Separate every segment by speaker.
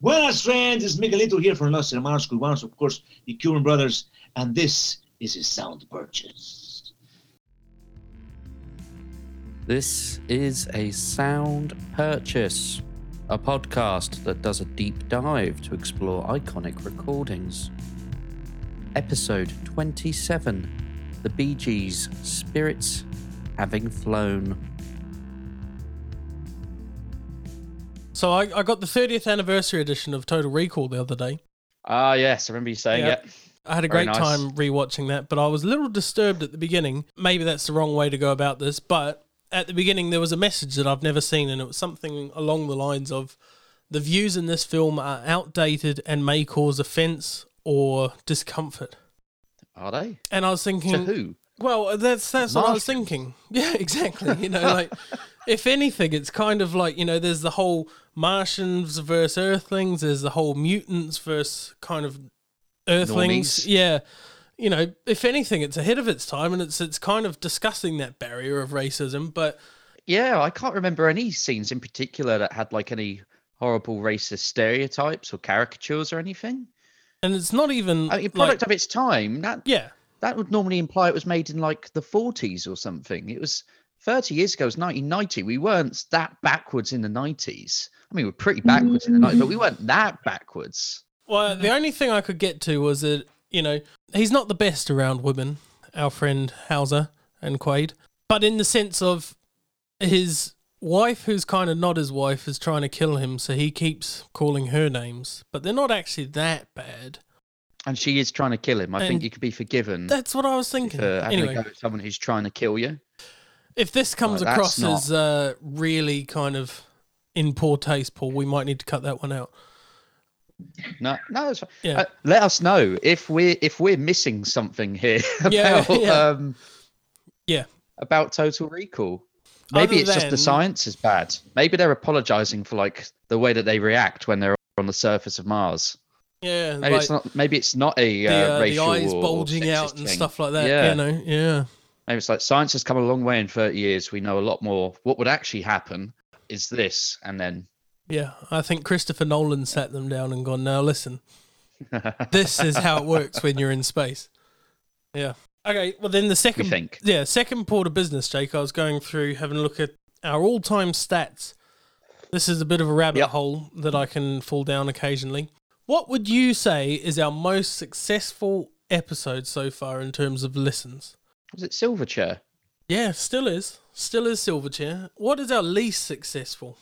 Speaker 1: Buenas, friends. It's Miguelito here from Los Hermanos Cubanos, of course, the Cuban Brothers, and this is his sound purchase.
Speaker 2: This is a sound purchase, a podcast that does a deep dive to explore iconic recordings. Episode 27 The Bee Gees Spirits Having Flown.
Speaker 3: So I, I got the 30th anniversary edition of Total Recall the other day.
Speaker 4: Ah, yes, I remember you saying
Speaker 3: Yep.
Speaker 4: it.
Speaker 3: I had a
Speaker 4: Very
Speaker 3: great
Speaker 4: nice.
Speaker 3: time rewatching that, but I was a little disturbed at the beginning. Maybe that's the wrong way to go about this, but at the beginning there was a message that I've never seen, and it was something along the lines of the views in this film are outdated and may cause offence or discomfort.
Speaker 4: Are they?
Speaker 3: And I was thinking,
Speaker 4: To who?
Speaker 3: Well, uh, that's that's what I was thinking. Yeah, exactly. You know, like if anything, it's kind of like you know, there's the whole Martians versus Earthlings. There's the whole mutants versus kind of Earthlings.
Speaker 4: Normies.
Speaker 3: Yeah, you know, if anything, it's ahead of its time, and it's it's kind of discussing that barrier of racism. But
Speaker 4: Yeah, I can't remember any scenes in particular that had like any horrible racist stereotypes or caricatures or anything.
Speaker 3: and it's not even
Speaker 4: I mean,
Speaker 3: like,
Speaker 4: Uh, product of its time. That
Speaker 3: yeah.
Speaker 4: that would normally imply it was made in like the 40s or something. It was 30 years ago. It was 1990. We weren't that backwards in the 90s. I mean, we were pretty backwards in the 90s, but we weren't that backwards.
Speaker 3: Well, the only thing I could get to was that, you know, he's not the best around women, our friend Hauser and Quaid, but in the sense of his wife, who's kind of not his wife, is trying to kill him, so he keeps calling her names, but they're not actually that bad.
Speaker 4: And she is trying to kill him. I
Speaker 3: And
Speaker 4: think you could be forgiven
Speaker 3: That's what I was thinking.
Speaker 4: for having
Speaker 3: anyway,
Speaker 4: a go at someone who's trying to kill you.
Speaker 3: if this comes
Speaker 4: Like,
Speaker 3: across
Speaker 4: Oh, that's
Speaker 3: as uh, really kind of in poor taste, Paul, we might need to cut that one out.
Speaker 4: No, no, that's fine.
Speaker 3: Yeah.
Speaker 4: Uh, let us know if we're if we're missing something here about
Speaker 3: Yeah, yeah.
Speaker 4: um
Speaker 3: Yeah.
Speaker 4: about Total Recall. Maybe
Speaker 3: Other
Speaker 4: it's just
Speaker 3: than-
Speaker 4: the science is bad. Maybe they're apologizing for like the way that they react when they're on the surface of Mars.
Speaker 3: Yeah,
Speaker 4: Maybe it's
Speaker 3: like
Speaker 4: not. Maybe it's not a
Speaker 3: the,
Speaker 4: uh,
Speaker 3: uh, the
Speaker 4: racial
Speaker 3: eyes
Speaker 4: or- or
Speaker 3: bulging out
Speaker 4: sexist
Speaker 3: and
Speaker 4: thing.
Speaker 3: stuff like that.
Speaker 4: Yeah.
Speaker 3: You know, yeah.
Speaker 4: Maybe it's like science has come a long way in thirty years. We know a lot more. What would actually happen is this, and then
Speaker 3: Yeah, I think Christopher Nolan sat them down and gone, now listen, this is how it works when you're in space. Yeah. Okay, well, then the second.
Speaker 4: think.
Speaker 3: Yeah, second port of business, Jake. I was going through having a look at our all time stats. This is a bit of a rabbit
Speaker 4: Yep.
Speaker 3: hole that I can fall down occasionally. What would you say is our most successful episode so far in terms of listens?
Speaker 4: was it Silverchair?
Speaker 3: Yeah, still is. Still is Silverchair. What is our least successful?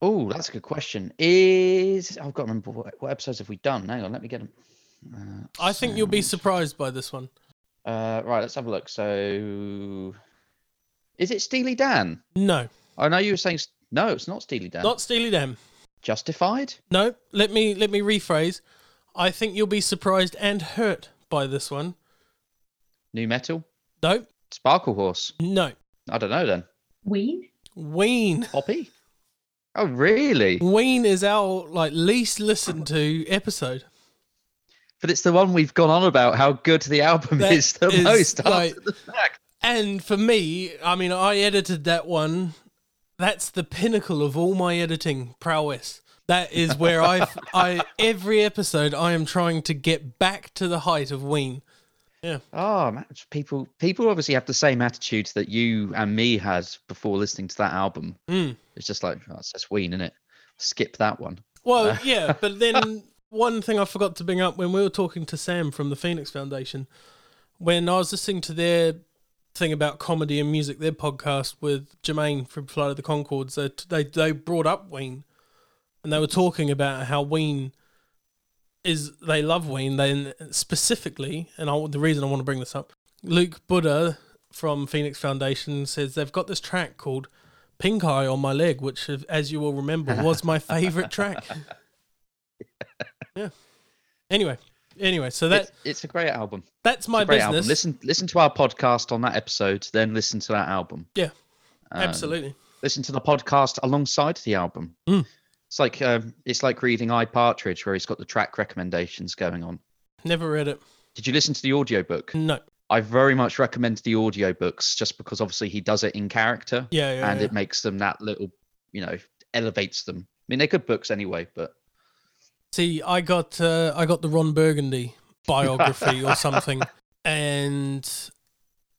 Speaker 4: Oh, that's a good question. Is I've got to remember what, what episodes have we done? Hang on, let me get them.
Speaker 3: I think you'll be surprised by this one.
Speaker 4: Uh, right, let's have a look. So, is it Steely Dan?
Speaker 3: No,
Speaker 4: I know you were saying s- no, it's not Steely Dan.
Speaker 3: not Steely Dan.
Speaker 4: Justified.
Speaker 3: No, let me let me rephrase. I think you'll be surprised and hurt by this one.
Speaker 4: New Metal.
Speaker 3: No,
Speaker 4: Sparkle Horse.
Speaker 3: no.
Speaker 4: I don't know then.
Speaker 5: Ween?
Speaker 3: Ween.
Speaker 4: Poppy. Oh really?
Speaker 3: Ween is our like least listened to episode.
Speaker 4: But it's the one we've gone on about how good the album
Speaker 3: That
Speaker 4: is the
Speaker 3: is,
Speaker 4: most. after
Speaker 3: like-
Speaker 4: the fact.
Speaker 3: And for me, I mean I edited that one. That's the pinnacle of all my editing prowess. That is where I I every episode I am trying to get back to the height of Ween.
Speaker 4: Oh man, it's people people obviously have the same attitude that you and me had before listening to that album.
Speaker 3: Mm.
Speaker 4: It's just like oh, it's just Ween, is it? Skip that one.
Speaker 3: Well, yeah, but then one thing I forgot to bring up when we were talking to Sam from the Phoenix Foundation, when I was listening to their thing about comedy and music, their podcast with Jermaine from Flight of the Concords, they, they, they brought up Ween and they were talking about how Ween is, they love Ween. They specifically, and I, the reason I want to bring this up, Luke Buddha from Phoenix Foundation says they've got this track called Pink Eye on My Leg, which, as you will remember, was my favorite track. yeah. Anyway, anyway, so that
Speaker 4: It's, it's a great album.
Speaker 3: that's
Speaker 4: It's
Speaker 3: my
Speaker 4: a great
Speaker 3: business.
Speaker 4: album. Listen, listen to our podcast on that episode, then listen to that album.
Speaker 3: Yeah,
Speaker 4: Um,
Speaker 3: absolutely.
Speaker 4: Listen to the podcast alongside the album.
Speaker 3: Mm.
Speaker 4: It's like um, it's like reading I Partridge, where he's got the track recommendations going on.
Speaker 3: Never read it.
Speaker 4: Did you listen to the audiobook?
Speaker 3: No.
Speaker 4: I very much recommend the audiobooks just because obviously he does it in character.
Speaker 3: Yeah, yeah,
Speaker 4: and
Speaker 3: yeah.
Speaker 4: it makes them that little, you know, elevates them. I mean, they're good books anyway, but
Speaker 3: See, I got uh, I got the Ron Burgundy biography or something, and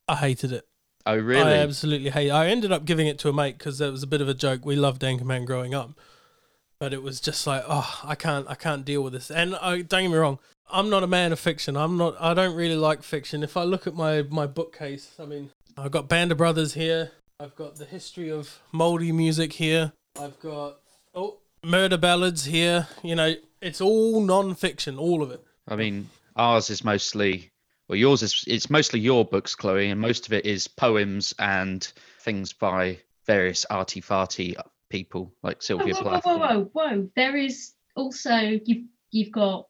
Speaker 3: I hated it.
Speaker 4: Oh, really?
Speaker 3: I absolutely hate. I ended up giving it to a mate because it was a bit of a joke. We loved Anchorman growing up, but it was just like, oh, I can't, I can't deal with this. And I, don't get me wrong, I'm not a man of fiction. I'm not. I don't really like fiction. If I look at my my bookcase, I mean, I've got Band of Brothers here. I've got the history of Moldy music here. I've got oh, murder ballads here. You know, it's all non-fiction, all of it.
Speaker 4: I mean, ours is mostly well, yours is it's mostly your books, Chloe, and most of it is poems and things by various arty farty people like
Speaker 5: Whoa,
Speaker 4: Sylvia
Speaker 5: whoa,
Speaker 4: Plath.
Speaker 5: whoa, whoa, whoa, whoa. There is also you've you've got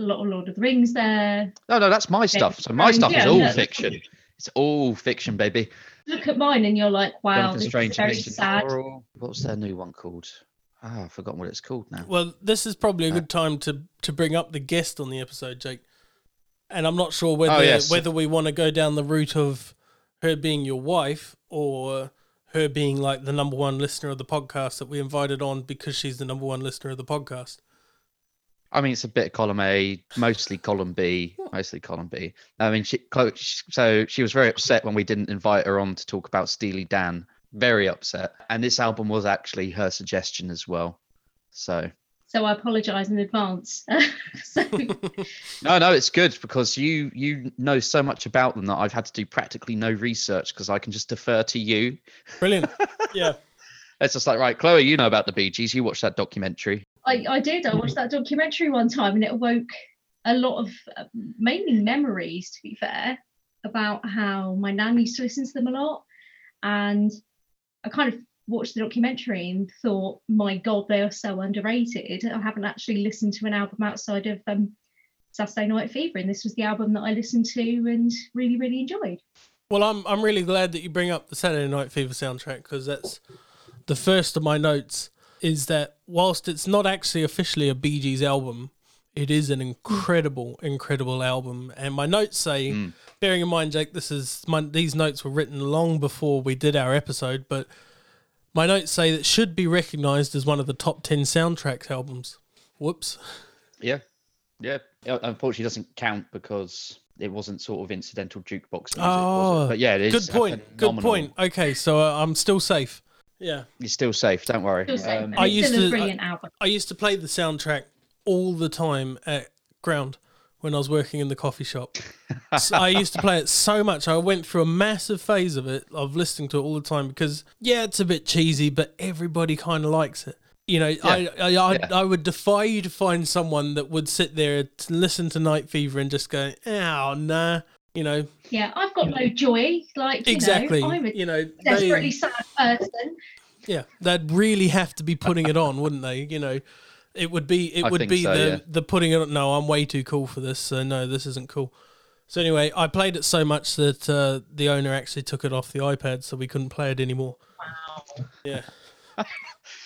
Speaker 5: a lot of Lord of the Rings there.
Speaker 4: No, no, that's my stuff. So my
Speaker 5: Um,
Speaker 4: stuff is
Speaker 5: yeah,
Speaker 4: all
Speaker 5: no.
Speaker 4: fiction. It's all fiction, baby.
Speaker 5: Look at mine and you're like, wow,
Speaker 4: Jonathan
Speaker 5: this
Speaker 4: Strange
Speaker 5: is very
Speaker 4: and Mr.
Speaker 5: sad.
Speaker 4: Norrell. What was their new one called? Ah, I've forgotten what it's called now.
Speaker 3: Well, this is probably a good time to to bring up the guest on the episode, Jake. And I'm not sure whether
Speaker 4: Oh, yes.
Speaker 3: whether we want to go down the route of her being your wife or her being like the number one listener of the podcast that we invited on because she's the number one listener of the podcast.
Speaker 4: I mean, it's a bit of column A, mostly column B, mostly column B. I mean, she, Chloe, sh so she was very upset when we didn't invite her on to talk about Steely Dan. Very upset. And this album was actually her suggestion as well. So
Speaker 5: So I apologise in advance. so
Speaker 4: no, no, it's good because you you know so much about them that I've had to do practically no research because I can just defer to you.
Speaker 3: Brilliant. yeah.
Speaker 4: It's just like right, Chloe, you know about the Bee Gees. You watched that documentary.
Speaker 5: I, I did. I watched that documentary one time and it awoke a lot of uh, mainly memories, to be fair, about how my nan used to listen to them a lot. And I kind of watched the documentary and thought, my God, they are so underrated. I haven't actually listened to an album outside of um, Saturday Night Fever. And this was the album that I listened to and really, really enjoyed.
Speaker 3: Well, I'm I'm really glad that you bring up the Saturday Night Fever soundtrack because that's the first of my notes is that whilst it's not actually officially a Bee Gees album, it is an incredible, incredible album. And my notes say,
Speaker 4: Hmm.
Speaker 3: bearing in mind, Jake, this is my, these notes were written long before we did our episode, but my notes say that should be recognised as one of the top ten soundtracks albums. Whoops.
Speaker 4: Yeah, yeah. It unfortunately, doesn't count because it wasn't sort of incidental jukebox music. was
Speaker 3: Oh,
Speaker 4: it? but yeah, it is
Speaker 3: Good
Speaker 4: a
Speaker 3: point. Good
Speaker 4: phenomenal-
Speaker 3: point. Okay, so uh, I'm still safe. Yeah.
Speaker 4: You're still safe. Don't worry.
Speaker 5: Still safe,
Speaker 4: Um,
Speaker 5: and
Speaker 3: I
Speaker 5: it's
Speaker 3: used
Speaker 5: still
Speaker 3: to- I-
Speaker 5: a brilliant album.
Speaker 3: I used to play the soundtrack all the time at ground when I was working in the coffee shop. so I used to play it so much. I went through a massive phase of it of listening to it all the time because yeah, it's a bit cheesy, but everybody kind of likes it. You know, I I, I, I would defy you to find someone that would sit there to listen to Night Fever and just go, "Oh nah," you know,
Speaker 5: Yeah, I've got no joy. Like, you
Speaker 3: exactly.
Speaker 5: know, I'm a
Speaker 3: you know,
Speaker 5: desperately
Speaker 3: they,
Speaker 5: sad person.
Speaker 3: yeah, they'd really have to be putting it on, wouldn't they? You know, it would be it
Speaker 4: I
Speaker 3: would
Speaker 4: think
Speaker 3: be
Speaker 4: so,
Speaker 3: the
Speaker 4: yeah.
Speaker 3: the putting it on. No, I'm way too cool for this. So no, this isn't cool. So anyway, I played it so much that uh, the owner actually took it off the iPad, so we couldn't play it anymore. Yeah.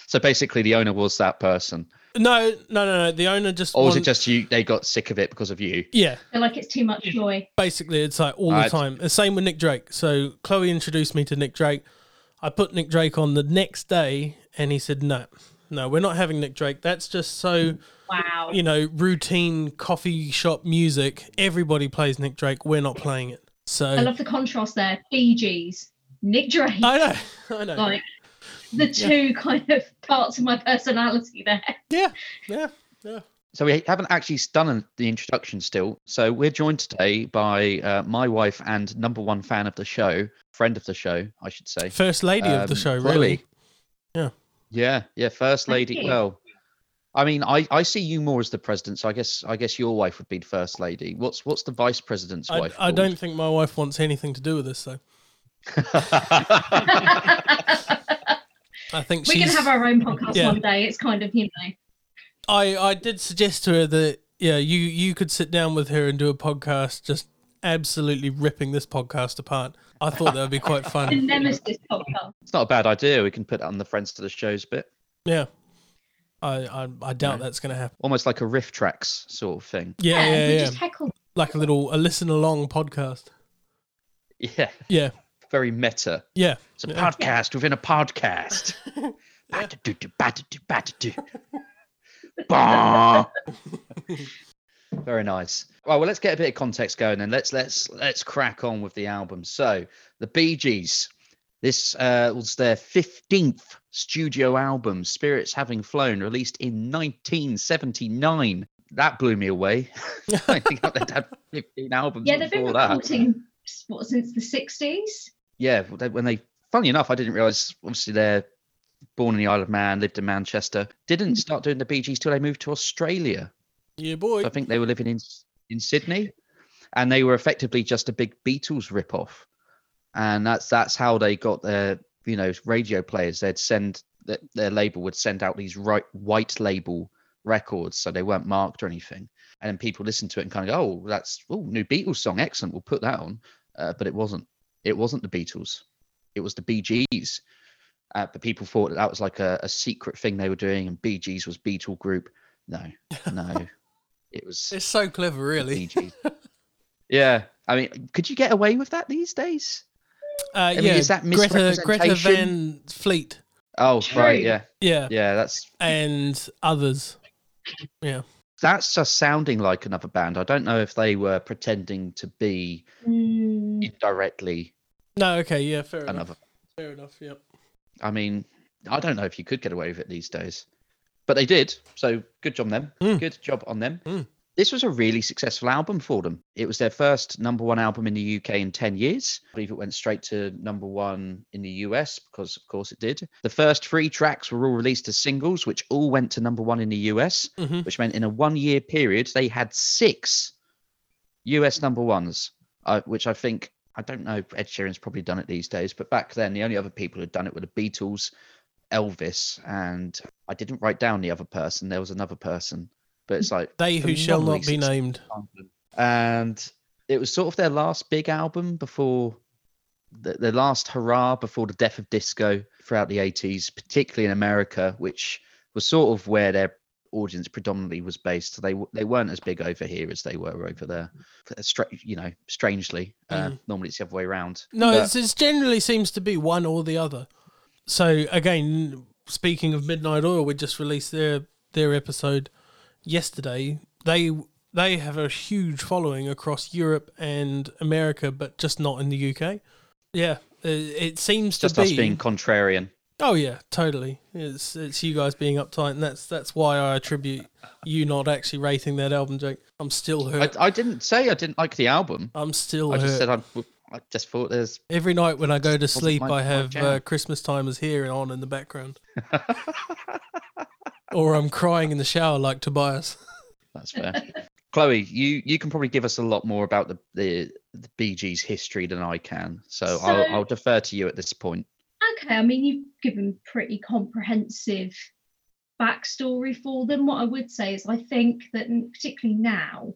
Speaker 4: so basically, the owner was that person,
Speaker 3: No, no, no, no. The owner just.
Speaker 4: or Oh, was it
Speaker 3: want-
Speaker 4: just you? They got sick of it because of you.
Speaker 3: Yeah,
Speaker 5: I feel like it's too much joy.
Speaker 3: basically, it's like all the
Speaker 4: Right.
Speaker 3: time. The same with Nick Drake. So Chloe introduced me to Nick Drake. I put Nick Drake on the next day, and he said, "No, no, we're not having Nick Drake. That's just so."
Speaker 5: Wow.
Speaker 3: you know, routine coffee shop music. Everybody plays Nick Drake. We're not playing it.
Speaker 5: I
Speaker 3: So
Speaker 5: love the contrast there. Fiji's, Nick Drake.
Speaker 3: I know, I know.
Speaker 5: Like the two kind of parts of my personality there.
Speaker 3: Yeah, yeah, yeah.
Speaker 4: So we haven't actually done an- the introduction still. So we're joined today by uh, my wife and number one fan of the show, friend of the show, I should say.
Speaker 3: First lady of the
Speaker 4: Um,
Speaker 3: show,
Speaker 4: Chloe.
Speaker 3: really. Yeah.
Speaker 4: Yeah, yeah, first
Speaker 5: Thank
Speaker 4: lady.
Speaker 5: you.
Speaker 4: Well, I mean, I, I see you more as the president, so I guess I guess your wife would be the first lady. What's what's the vice president's
Speaker 3: I,
Speaker 4: wife?
Speaker 3: I don't think my wife wants anything to do with this, though.
Speaker 4: don't.
Speaker 3: I think
Speaker 5: we
Speaker 3: she's.
Speaker 5: can have our own podcast
Speaker 3: Yeah.
Speaker 5: one day. It's kind of, you know,
Speaker 3: I I did suggest to her that yeah, you you could sit down with her and do a podcast, just absolutely ripping this podcast apart. I thought that would be quite
Speaker 5: the
Speaker 3: fun.
Speaker 5: Nemesis podcast.
Speaker 4: it's not a bad idea. We can put that on the friends to the shows bit,
Speaker 3: Yeah. I I, I doubt that's going to happen.
Speaker 4: almost like a riff tracks sort of thing.
Speaker 3: Yeah, yeah,
Speaker 5: we
Speaker 3: yeah.
Speaker 5: just heckle.
Speaker 3: Like a little a listen along podcast.
Speaker 4: Yeah,
Speaker 3: Yeah,
Speaker 4: very meta.
Speaker 3: yeah.
Speaker 4: It's a podcast within a podcast. Bat-a-doo-doo, bat-a-doo, bat-a-doo. Bah. Very nice. Well, well, let's get a bit of context going, and let's let's let's crack on with the album. So, the Bee Gees. This uh, was their fifteenth studio album, "Spirits Having Flown," released in 1979. That blew me away. I think they'd had 15 albums
Speaker 5: Yeah, they've been
Speaker 4: before that.
Speaker 5: recording s- what since the sixties.
Speaker 4: Yeah, well, they- when they, funny enough, I didn't realize. Obviously, they're born in the Isle of Man, lived in Manchester. Didn't start doing the Bee Gees till they moved to Australia.
Speaker 3: yeah, boy.
Speaker 4: So I think they were living in in Sydney, and they were effectively just a big Beatles ripoff, and that's that's how they got their you know radio players. They'd send their, their label would send out these right white label records, so they weren't marked or anything, and then people listened to it and kind of go, oh, that's oh new Beatles song, excellent, we'll put that on, uh, but it wasn't. It wasn't the Beatles, it was the BGS. Uh, but people thought that, that was like a, a secret thing they were doing, and BGS was Beatle group. No, no, it was
Speaker 3: It's so clever, really.
Speaker 4: PG. yeah, I mean, could you get away with that these days?
Speaker 3: Uh,
Speaker 4: mean,
Speaker 3: yeah,
Speaker 4: is that
Speaker 3: Greta, Greta Van
Speaker 4: misrepresentation?
Speaker 3: Fleet.
Speaker 4: Oh,
Speaker 5: True.
Speaker 4: right, yeah,
Speaker 3: Yeah.
Speaker 4: yeah. That's
Speaker 3: And others. Yeah.
Speaker 4: that's just sounding like another band. I don't know if they were pretending to be Mm.
Speaker 3: Hmm.
Speaker 4: indirectly
Speaker 3: No, okay. Yeah, fair enough.
Speaker 4: another.
Speaker 3: Fair enough. Yep.
Speaker 4: I mean, I don't know if you could get away with it these days, but they did. So good job on them.
Speaker 3: Mm.
Speaker 4: Good job on them.
Speaker 3: Mm.
Speaker 4: This was a really successful album for them. It was their first number one album in the UK in 10 years. I believe it went straight to number one in the US because, of course, it did. The first three tracks were all released as singles, which all went to number one in the US,
Speaker 3: Mhm.
Speaker 4: which meant in a one year period, they had six US number ones, uh, which I think, I don't know, Ed Sheeran's probably done it these days, but back then, the only other people who'd done it were the Beatles, Elvis, and I didn't write down the other person. There was another person, but it's like
Speaker 3: They who shall not be
Speaker 4: phenomenally successful
Speaker 3: named.
Speaker 4: album. And it was sort of their last big album before the, their last hurrah before the death of disco throughout the 80s, particularly in America, which was sort of where their audience predominantly was based. So they w- they weren't as big over here as they were over there. Stra- you know, strangely, uh, normally it's the other way around.
Speaker 3: Mm. No,
Speaker 4: But-
Speaker 3: it's, it's generally seems to be one or the other. So again, speaking of Midnight Oil, we just released their their episode yesterday. They they have a huge following across Europe and America, but just not in the UK. Yeah, it, it seems
Speaker 4: just
Speaker 3: to
Speaker 4: us
Speaker 3: be.
Speaker 4: being contrarian.
Speaker 3: oh yeah, totally. It's it's you guys being uptight, and that's that's why I attribute you not actually rating that album, Jake. I'm still
Speaker 4: I,
Speaker 3: hurt.
Speaker 4: I didn't say I didn't like the album.
Speaker 3: I, am still
Speaker 4: I
Speaker 3: hurt.
Speaker 4: just said I, I just thought there's
Speaker 3: Every night when I go to
Speaker 4: Wasn't
Speaker 3: sleep,
Speaker 4: my-
Speaker 3: I
Speaker 4: my
Speaker 3: have
Speaker 4: jam.
Speaker 3: uh, Christmas timers here and on in the background. or I'm crying in the shower like Tobias.
Speaker 4: That's fair. Chloe, you you can probably give us a lot more about the the, the Bee Gees history than I can, so,
Speaker 5: So-
Speaker 4: I'll, I'll defer to you at this point.
Speaker 5: Okay, I mean, you've given pretty comprehensive backstory for them. What I would say is, I think that n- particularly now,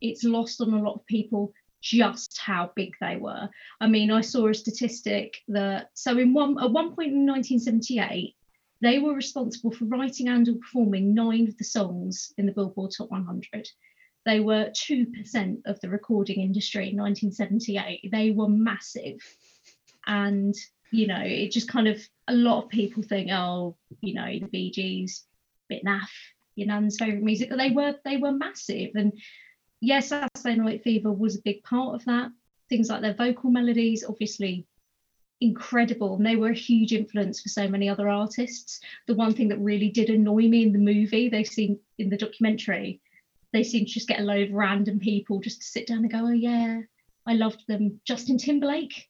Speaker 5: it's lost on a lot of people just how big they were. I mean, I saw a statistic that so in one at one point in 1978, they were responsible for writing and or performing nine of the songs in the Billboard Top 100. They were two percent of the recording industry in 1978. They were massive, and you know, it just kind of a lot of people think, oh, you know, the Bee Gees, bit naff, your nan's favourite music. But they were they were massive. And yes, Saturday Night Fever was a big part of that. Things like their vocal melodies, obviously incredible. And they were a huge influence for so many other artists. The one thing that really did annoy me in the movie, they seem in the documentary, they seem to just get a load of random people just to sit down and go, Oh yeah, I loved them. Justin Timberlake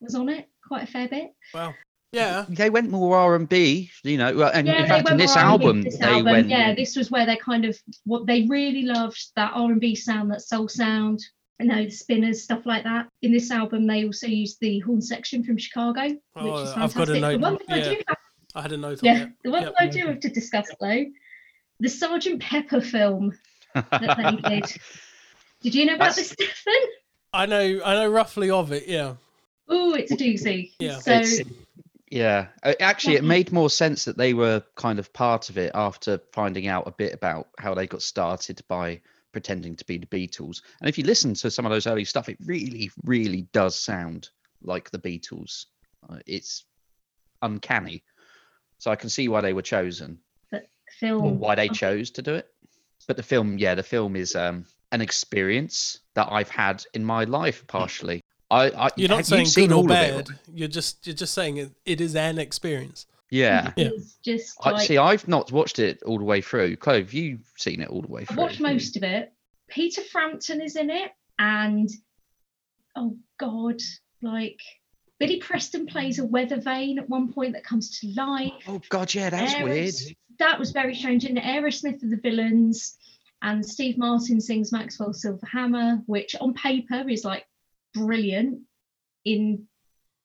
Speaker 5: was on it quite a fair bit.
Speaker 3: Wow. Yeah.
Speaker 4: They went more R and B, you know, well, and in
Speaker 5: they
Speaker 4: fact, in
Speaker 5: went
Speaker 4: this
Speaker 5: more R&B
Speaker 4: album,
Speaker 5: with this
Speaker 4: they
Speaker 5: album.
Speaker 4: went.
Speaker 5: Yeah, this was where they kind of what they really loved that R and B sound, that soul sound, you know, the spinners, stuff like that. In this album, they also used the horn section from Chicago, which
Speaker 3: Oh,
Speaker 5: is fantastic.
Speaker 3: I've got a
Speaker 5: the
Speaker 3: note-
Speaker 5: one thing I do
Speaker 3: yeah.
Speaker 5: have,
Speaker 3: I had a note on
Speaker 5: yeah,
Speaker 3: that.
Speaker 5: the one
Speaker 3: Yep,
Speaker 5: thing I
Speaker 3: no
Speaker 5: do
Speaker 3: problem.
Speaker 5: have to discuss though, the Sergeant Pepper film that they did. Did you know about
Speaker 4: That's-
Speaker 5: this, Stefan?
Speaker 3: I know I know roughly of it, yeah.
Speaker 5: Oh, it's a doozy.
Speaker 3: Yeah.
Speaker 5: So
Speaker 4: It's- yeah, Uh, actually, it
Speaker 5: Yeah.
Speaker 4: made more sense that they were kind of part of it after finding out a bit about how they got started by pretending to be the Beatles. And if you listen to some of those early stuff, it really, really does sound like the Beatles. Uh, It's uncanny. So I can see why they were chosen,
Speaker 5: film.
Speaker 4: Oh, why they chose to do it. But the film, yeah, the film is um, an experience that I've had in my life partially. I, I
Speaker 3: You're
Speaker 4: have
Speaker 3: not
Speaker 4: you
Speaker 3: saying
Speaker 4: seen
Speaker 3: good or
Speaker 4: all of
Speaker 3: bad.
Speaker 4: it.
Speaker 3: You're just you're just saying it, it is an experience.
Speaker 4: Yeah.
Speaker 3: Yeah.
Speaker 5: It's just
Speaker 4: I,
Speaker 5: like,
Speaker 4: see, I've not watched it all the way through. Clove, you've seen it all the way
Speaker 5: I've
Speaker 4: through.
Speaker 5: watched most of it. Peter Frampton is in it, and oh god, like Billy Preston plays a weather vane at one point that comes to life.
Speaker 4: Oh God, yeah, that's weird.
Speaker 5: Aeros- That was very strange. And Aerosmith are the villains, and Steve Martin sings Maxwell Silverhammer, which on paper is like brilliant in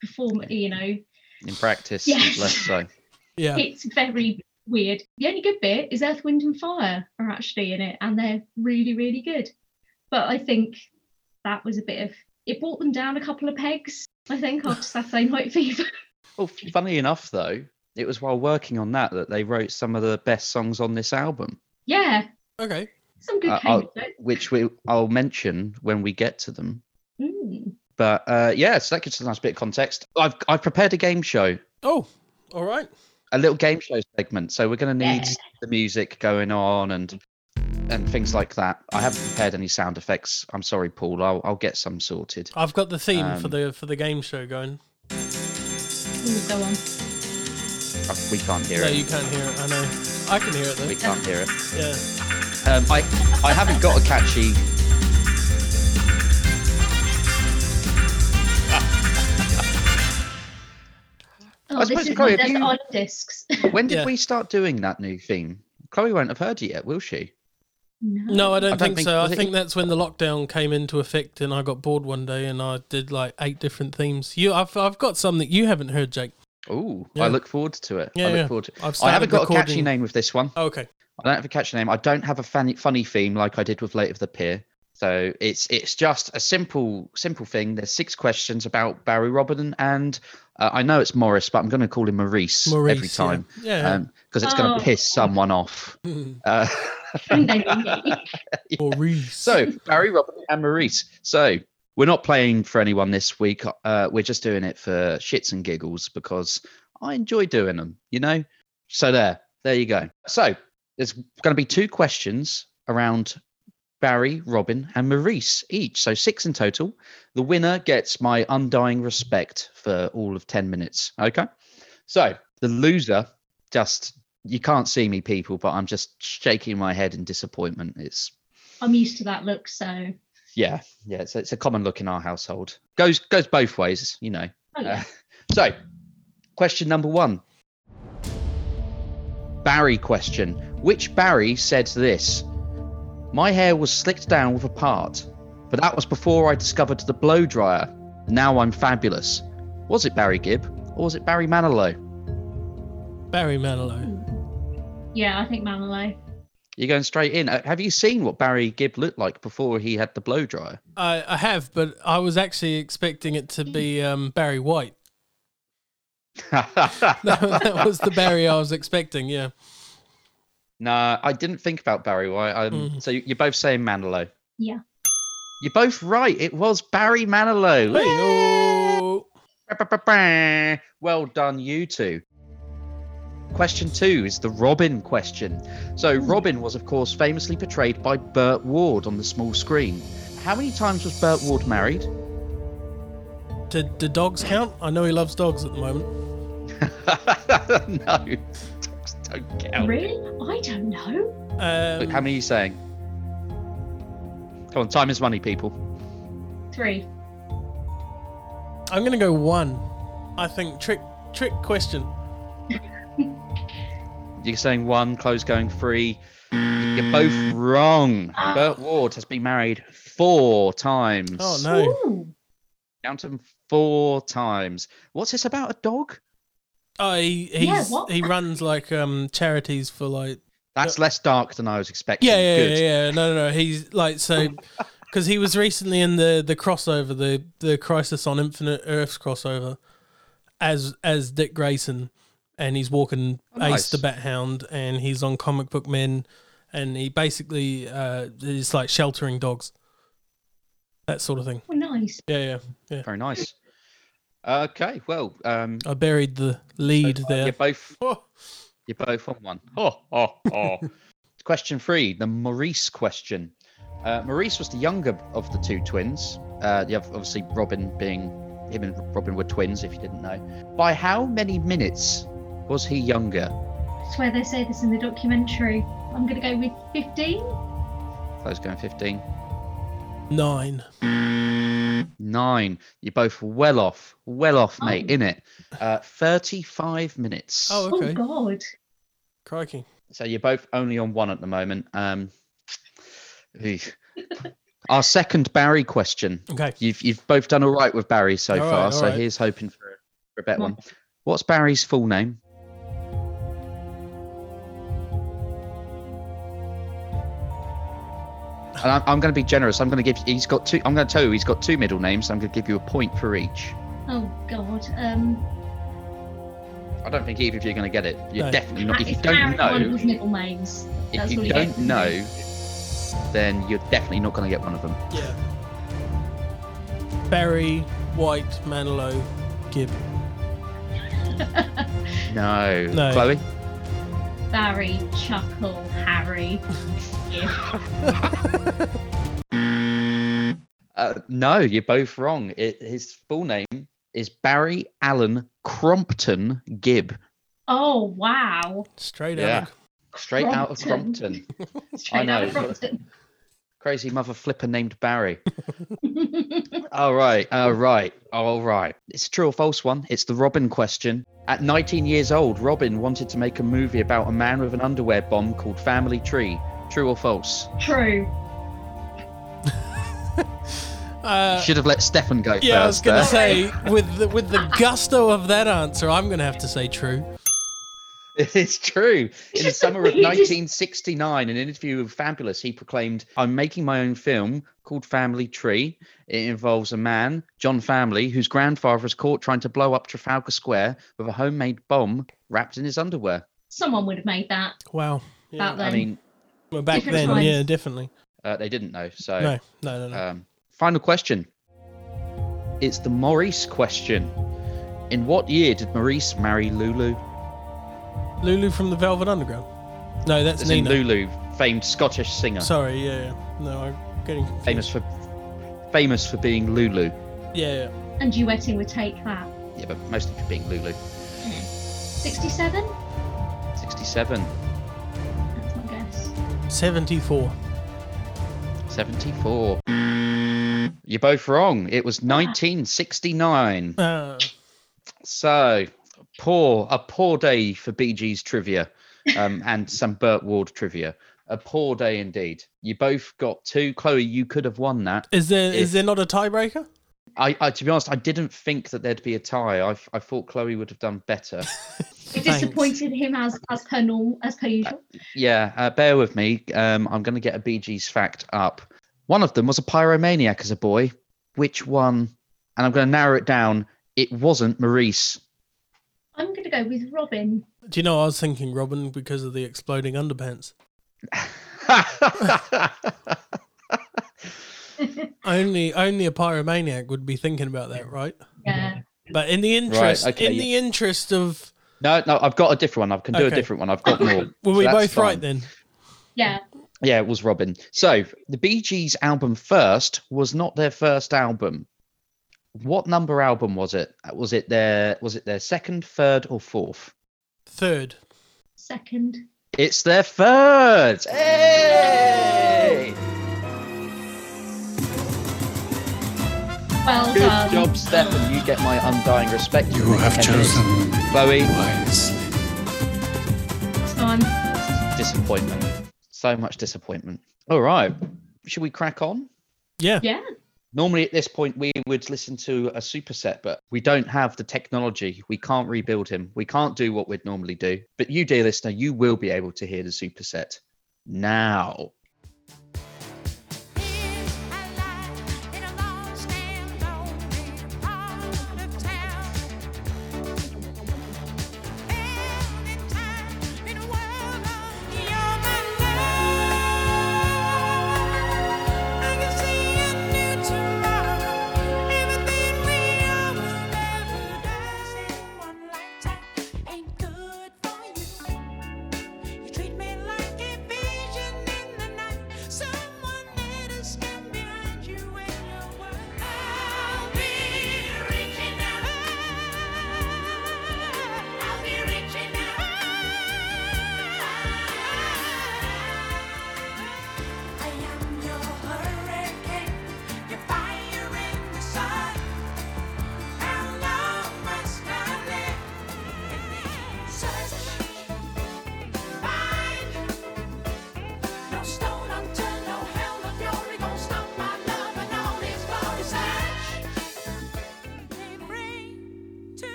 Speaker 5: perform. You know,
Speaker 4: In practice,
Speaker 5: Yes.
Speaker 4: less so.
Speaker 3: Yeah.
Speaker 5: it's very weird. The only good bit is Earth, Wind, and Fire are actually in it, and they're really, really good. But I think that was a bit of it brought them down a couple of pegs. I think after Saturday Night Fever.
Speaker 4: Well, f- funny enough, though, it was while working on that that they wrote some of the best songs on this album,
Speaker 5: yeah,
Speaker 3: Okay.
Speaker 5: some good
Speaker 4: Uh,
Speaker 5: came of it.
Speaker 4: which we I'll mention when we get to them.
Speaker 5: Mm.
Speaker 4: But uh, yeah, so that gives us a nice bit of context. I've I've prepared a game show,
Speaker 3: Oh, all right.
Speaker 4: a little game show segment. So we're going to need
Speaker 5: Yeah.
Speaker 4: the music going on and and things like that. I haven't prepared any sound effects. I'm sorry, Paul. I'll I'll get some sorted.
Speaker 3: I've got the theme for
Speaker 4: Um,
Speaker 3: the for the game show going.
Speaker 5: Ooh, go on.
Speaker 4: Uh, We can't hear
Speaker 3: No,
Speaker 4: it.
Speaker 3: you can't hear it. I know. I can hear it
Speaker 4: We
Speaker 3: though.
Speaker 4: can't hear it.
Speaker 3: Yeah.
Speaker 4: Um, I I haven't got a catchy.
Speaker 5: Oh,
Speaker 4: I
Speaker 5: this
Speaker 4: suppose,
Speaker 5: is
Speaker 4: Chloe,
Speaker 5: one
Speaker 4: if
Speaker 5: there's
Speaker 4: you-
Speaker 5: odd discs.
Speaker 4: When did
Speaker 3: Yeah.
Speaker 4: we start doing that new theme? Chloe won't have heard it yet, will she?
Speaker 3: No, I don't,
Speaker 4: I don't
Speaker 3: think,
Speaker 4: think-
Speaker 3: so. I
Speaker 4: was it-
Speaker 3: think that's when the lockdown came into effect, and I got bored one day, and I did like eight different themes. You, I've, I've got some that you haven't heard, Jake.
Speaker 4: Oh,
Speaker 3: Yeah.
Speaker 4: I look forward to it.
Speaker 3: Yeah,
Speaker 4: I look
Speaker 3: yeah.
Speaker 4: forward to it.
Speaker 3: I've
Speaker 4: I haven't
Speaker 3: started
Speaker 4: got a catchy
Speaker 3: recording-
Speaker 4: name with this one.
Speaker 3: Oh, Okay,
Speaker 4: I don't have a catchy name. I don't have a funny, funny theme like I did with Late of the Pier. So it's it's just a simple simple thing. There's six questions about Barry Robin, and uh, I know it's Morris, but I'm going to call him Maurice,
Speaker 3: Maurice.
Speaker 4: every time
Speaker 3: Yeah. Uh-huh.
Speaker 4: because it's going
Speaker 5: Oh.
Speaker 4: to piss someone off.
Speaker 3: yeah.
Speaker 4: Uh,
Speaker 3: Maurice.
Speaker 4: So Barry, Robin, and Maurice. So we're not playing for anyone this week. Uh, we're just doing it for shits and giggles because I enjoy doing them. You know. So there, there you go. So there's going to be two questions around Barry, Robin, and Maurice each. So six in total. The winner gets my undying respect for all of ten minutes. Okay. So the loser just. You can't see me, people, but I'm just shaking my head in disappointment. It's
Speaker 5: I'm used to that look, so oh,
Speaker 4: yeah, yeah, it's, it's a common look in our household. Goes goes both ways, you know.
Speaker 5: yeah.
Speaker 4: Uh, so, question number one. Barry question. Which Barry said this? My hair was slicked down with a part, but that was before I discovered the blow dryer. Now I'm fabulous. Was it Barry Gibb or was it Barry Manilow?
Speaker 3: Barry Manilow.
Speaker 5: yeah, I think Manilow.
Speaker 4: You're going straight in. Uh, Have you seen what Barry Gibb looked like before he had the blow dryer?
Speaker 3: I, I have, but I was actually expecting it to be um, Barry White. That, that was the Barry I was expecting. Yeah.
Speaker 4: No, I didn't think about Barry White. Um,
Speaker 3: Mm.
Speaker 4: So you- you're both saying Manilow.
Speaker 5: Yeah.
Speaker 4: You're both right. It was Barry Manilow.
Speaker 3: Hey, oh.
Speaker 4: Ba-ba-ba-ba. Well done, you two. Question two is the Robin question. So,
Speaker 5: Hmm.
Speaker 4: Robin was, of course, famously portrayed by Burt Ward on the small screen. How many times was Burt Ward married?
Speaker 3: Did, did dogs count? I know he loves dogs at the moment.
Speaker 4: no, don't count.
Speaker 5: Really? I don't know.
Speaker 3: Um,
Speaker 4: Look, how many are you saying? Come on, time is money, people.
Speaker 5: Three.
Speaker 3: I'm gonna go one. I think trick trick question.
Speaker 4: You're saying one, Chloe's going three. You're both wrong.
Speaker 5: Ah.
Speaker 4: Burt Ward has been married four times.
Speaker 3: Oh no.
Speaker 5: Ooh.
Speaker 4: Count 'em, four times. What's this about a dog?
Speaker 3: Oh, he he's,
Speaker 5: Yeah, what?
Speaker 3: he runs like um charities for like
Speaker 4: That's less dark than I was expecting.
Speaker 3: yeah yeah yeah,
Speaker 4: Good.
Speaker 3: yeah. no no no he's like so because he was recently in the the crossover the the Crisis on Infinite Earths crossover as as Dick Grayson and he's walking
Speaker 4: Oh, nice.
Speaker 3: Ace the Bat Hound and he's on Comic Book Men and he basically uh is like sheltering dogs that sort of thing
Speaker 5: Oh, nice.
Speaker 3: yeah yeah yeah
Speaker 4: Very nice. Okay, well, um,
Speaker 3: I buried the lead
Speaker 4: you're
Speaker 3: there.
Speaker 4: both
Speaker 3: Oh.
Speaker 4: you're both on one. Oh, oh, oh. Question three, the Maurice question. Uh, Maurice was the younger of the two twins. Uh, the oth- obviously, Robin being him and Robin were twins, if you didn't know. By how many minutes was he younger?
Speaker 5: I swear they say this in the documentary. I'm going to go with 15.
Speaker 4: I was going 15.
Speaker 3: Nine.
Speaker 4: Nine. You're both well off, well off, mate,
Speaker 5: Oh.
Speaker 4: in it. Uh, 35 minutes.
Speaker 3: Oh, okay.
Speaker 5: Oh, God.
Speaker 3: Crikey.
Speaker 4: So you're both only on one at the moment. Um, eesh. Our second Barry question.
Speaker 3: Okay.
Speaker 4: You've you've both done all right with Barry so
Speaker 3: All right,
Speaker 4: far.
Speaker 3: all
Speaker 4: so
Speaker 3: right.
Speaker 4: here's hoping for, for a better
Speaker 5: Well-
Speaker 4: one. What's Barry's full name? And I'm, I'm going to be generous. I'm going to give. He's got two. I'm going to tell you he's got two middle names. I'm going to give you a point for each.
Speaker 5: Oh, God. Um,
Speaker 4: I don't think either of you are going to get it. You're
Speaker 3: No.
Speaker 4: definitely not. If you
Speaker 5: it's
Speaker 4: don't
Speaker 5: Barry, one of
Speaker 4: know,
Speaker 5: his middle names.
Speaker 4: if
Speaker 5: That's all
Speaker 4: you
Speaker 5: he
Speaker 4: don't
Speaker 5: gets.
Speaker 4: know, then you're definitely not going to get one of them.
Speaker 3: Yeah. Barry, White, Manilow, Gibb.
Speaker 4: No.
Speaker 3: No.
Speaker 4: Chloe.
Speaker 5: Barry, Chuckle, Harry. Yeah.
Speaker 4: Uh, no, you're both wrong. It, his full name is Barry Allen Crompton Gibb,
Speaker 5: oh, wow.
Speaker 3: Straight
Speaker 4: Yeah.
Speaker 3: out.
Speaker 4: straight out of
Speaker 5: Crompton.
Speaker 4: Crompton.
Speaker 5: Straight
Speaker 4: know,
Speaker 5: out of
Speaker 4: it's got-
Speaker 5: Brompton.
Speaker 4: Crazy mother flipper named Barry. all right, all right, all right. It's a true or false one. It's the Robin question. At 19 years old, Robin wanted to make a movie about a man with an underwear bomb called Family Tree. True or false?
Speaker 5: True.
Speaker 3: Uh,
Speaker 4: Should have let Stefan go
Speaker 3: yeah, I was
Speaker 4: first.
Speaker 3: going to
Speaker 4: there.
Speaker 3: say, with the, with the gusto of that answer, I'm going to have to say true.
Speaker 4: It's true. In the
Speaker 5: just
Speaker 4: summer of
Speaker 5: the weirdest-
Speaker 4: 1969, in an interview with Fabulous, he proclaimed, I'm making my own film called Family Tree. It involves a man, John Family, whose grandfather is caught trying to blow up Trafalgar Square with a homemade bomb wrapped in his underwear.
Speaker 5: Someone would have made that
Speaker 3: Wow.
Speaker 5: back
Speaker 3: Yeah.
Speaker 5: then.
Speaker 4: I mean,
Speaker 3: Well, back
Speaker 5: different
Speaker 3: then,
Speaker 5: times.
Speaker 3: yeah, definitely.
Speaker 4: uh, they didn't know. So,
Speaker 3: No, no, no, no.
Speaker 4: um, final question. It's the Maurice question. In what year did Maurice marry Lulu?
Speaker 3: Lulu from the Velvet Underground. No, that's
Speaker 4: As in
Speaker 3: Nina.
Speaker 4: Lulu, famed Scottish singer,
Speaker 3: Sorry, yeah, yeah. No, I'm getting confused.
Speaker 4: famous for famous for being Lulu.
Speaker 3: Yeah,
Speaker 5: And duetting would take that.
Speaker 4: Yeah, but mostly for being Lulu.
Speaker 5: 67?
Speaker 4: 67,
Speaker 5: That's my guess.
Speaker 3: yeah. 74.
Speaker 4: 74. You're both wrong. It was 1969.
Speaker 3: Uh,
Speaker 4: So, poor, a poor day for BG's trivia um, and some Burt Ward trivia. A poor day indeed. You both got two. Chloe, you could have won that.
Speaker 3: is there is
Speaker 4: If-
Speaker 3: there not a tiebreaker?
Speaker 4: I, I to be honest, I didn't think that there'd be a tie. I, I thought Chloe would have done better.
Speaker 5: We disappointed him as as per normal, as per usual.
Speaker 4: Yeah, uh, bear with me. Um, I'm going to get a BG's fact up. One of them was a pyromaniac as a boy. Which one? And I'm going to narrow it down. It wasn't Maurice.
Speaker 5: I'm going to go with Robin.
Speaker 3: Do you know I was thinking Robin because of the exploding underpants? Only only a pyromaniac would be thinking about that, right?
Speaker 5: Yeah.
Speaker 3: But in the interest
Speaker 4: okay,
Speaker 3: in
Speaker 4: yeah.
Speaker 3: the interest of
Speaker 4: no, no, I've got a different one. I can do
Speaker 3: Okay.
Speaker 4: a different one. I've got more.
Speaker 3: were
Speaker 4: So
Speaker 3: we
Speaker 4: that's
Speaker 3: both right
Speaker 4: fine.
Speaker 3: then?
Speaker 5: Yeah.
Speaker 4: Yeah, it was Robin. So the BG's album first was not their first album. What number album was it? Was it their was it their second, third, or fourth?
Speaker 3: Third.
Speaker 5: Second.
Speaker 4: It's their third. Hey!
Speaker 5: Well
Speaker 4: Good
Speaker 5: done.
Speaker 4: job, Stefan. You get my undying respect.
Speaker 6: You have
Speaker 4: Ten minutes.
Speaker 6: chosen
Speaker 4: Chloe,
Speaker 6: wisely.
Speaker 5: Time.
Speaker 4: disappointment. So much disappointment. All right. Should we crack on?
Speaker 3: Yeah.
Speaker 5: Yeah.
Speaker 4: Normally at this point we would listen to a superset, but we don't have the technology. We can't rebuild him. We can't do what we'd normally do. But you, dear listener, you will be able to hear the superset now.
Speaker 7: Ain't good for you. You treat me like a vision.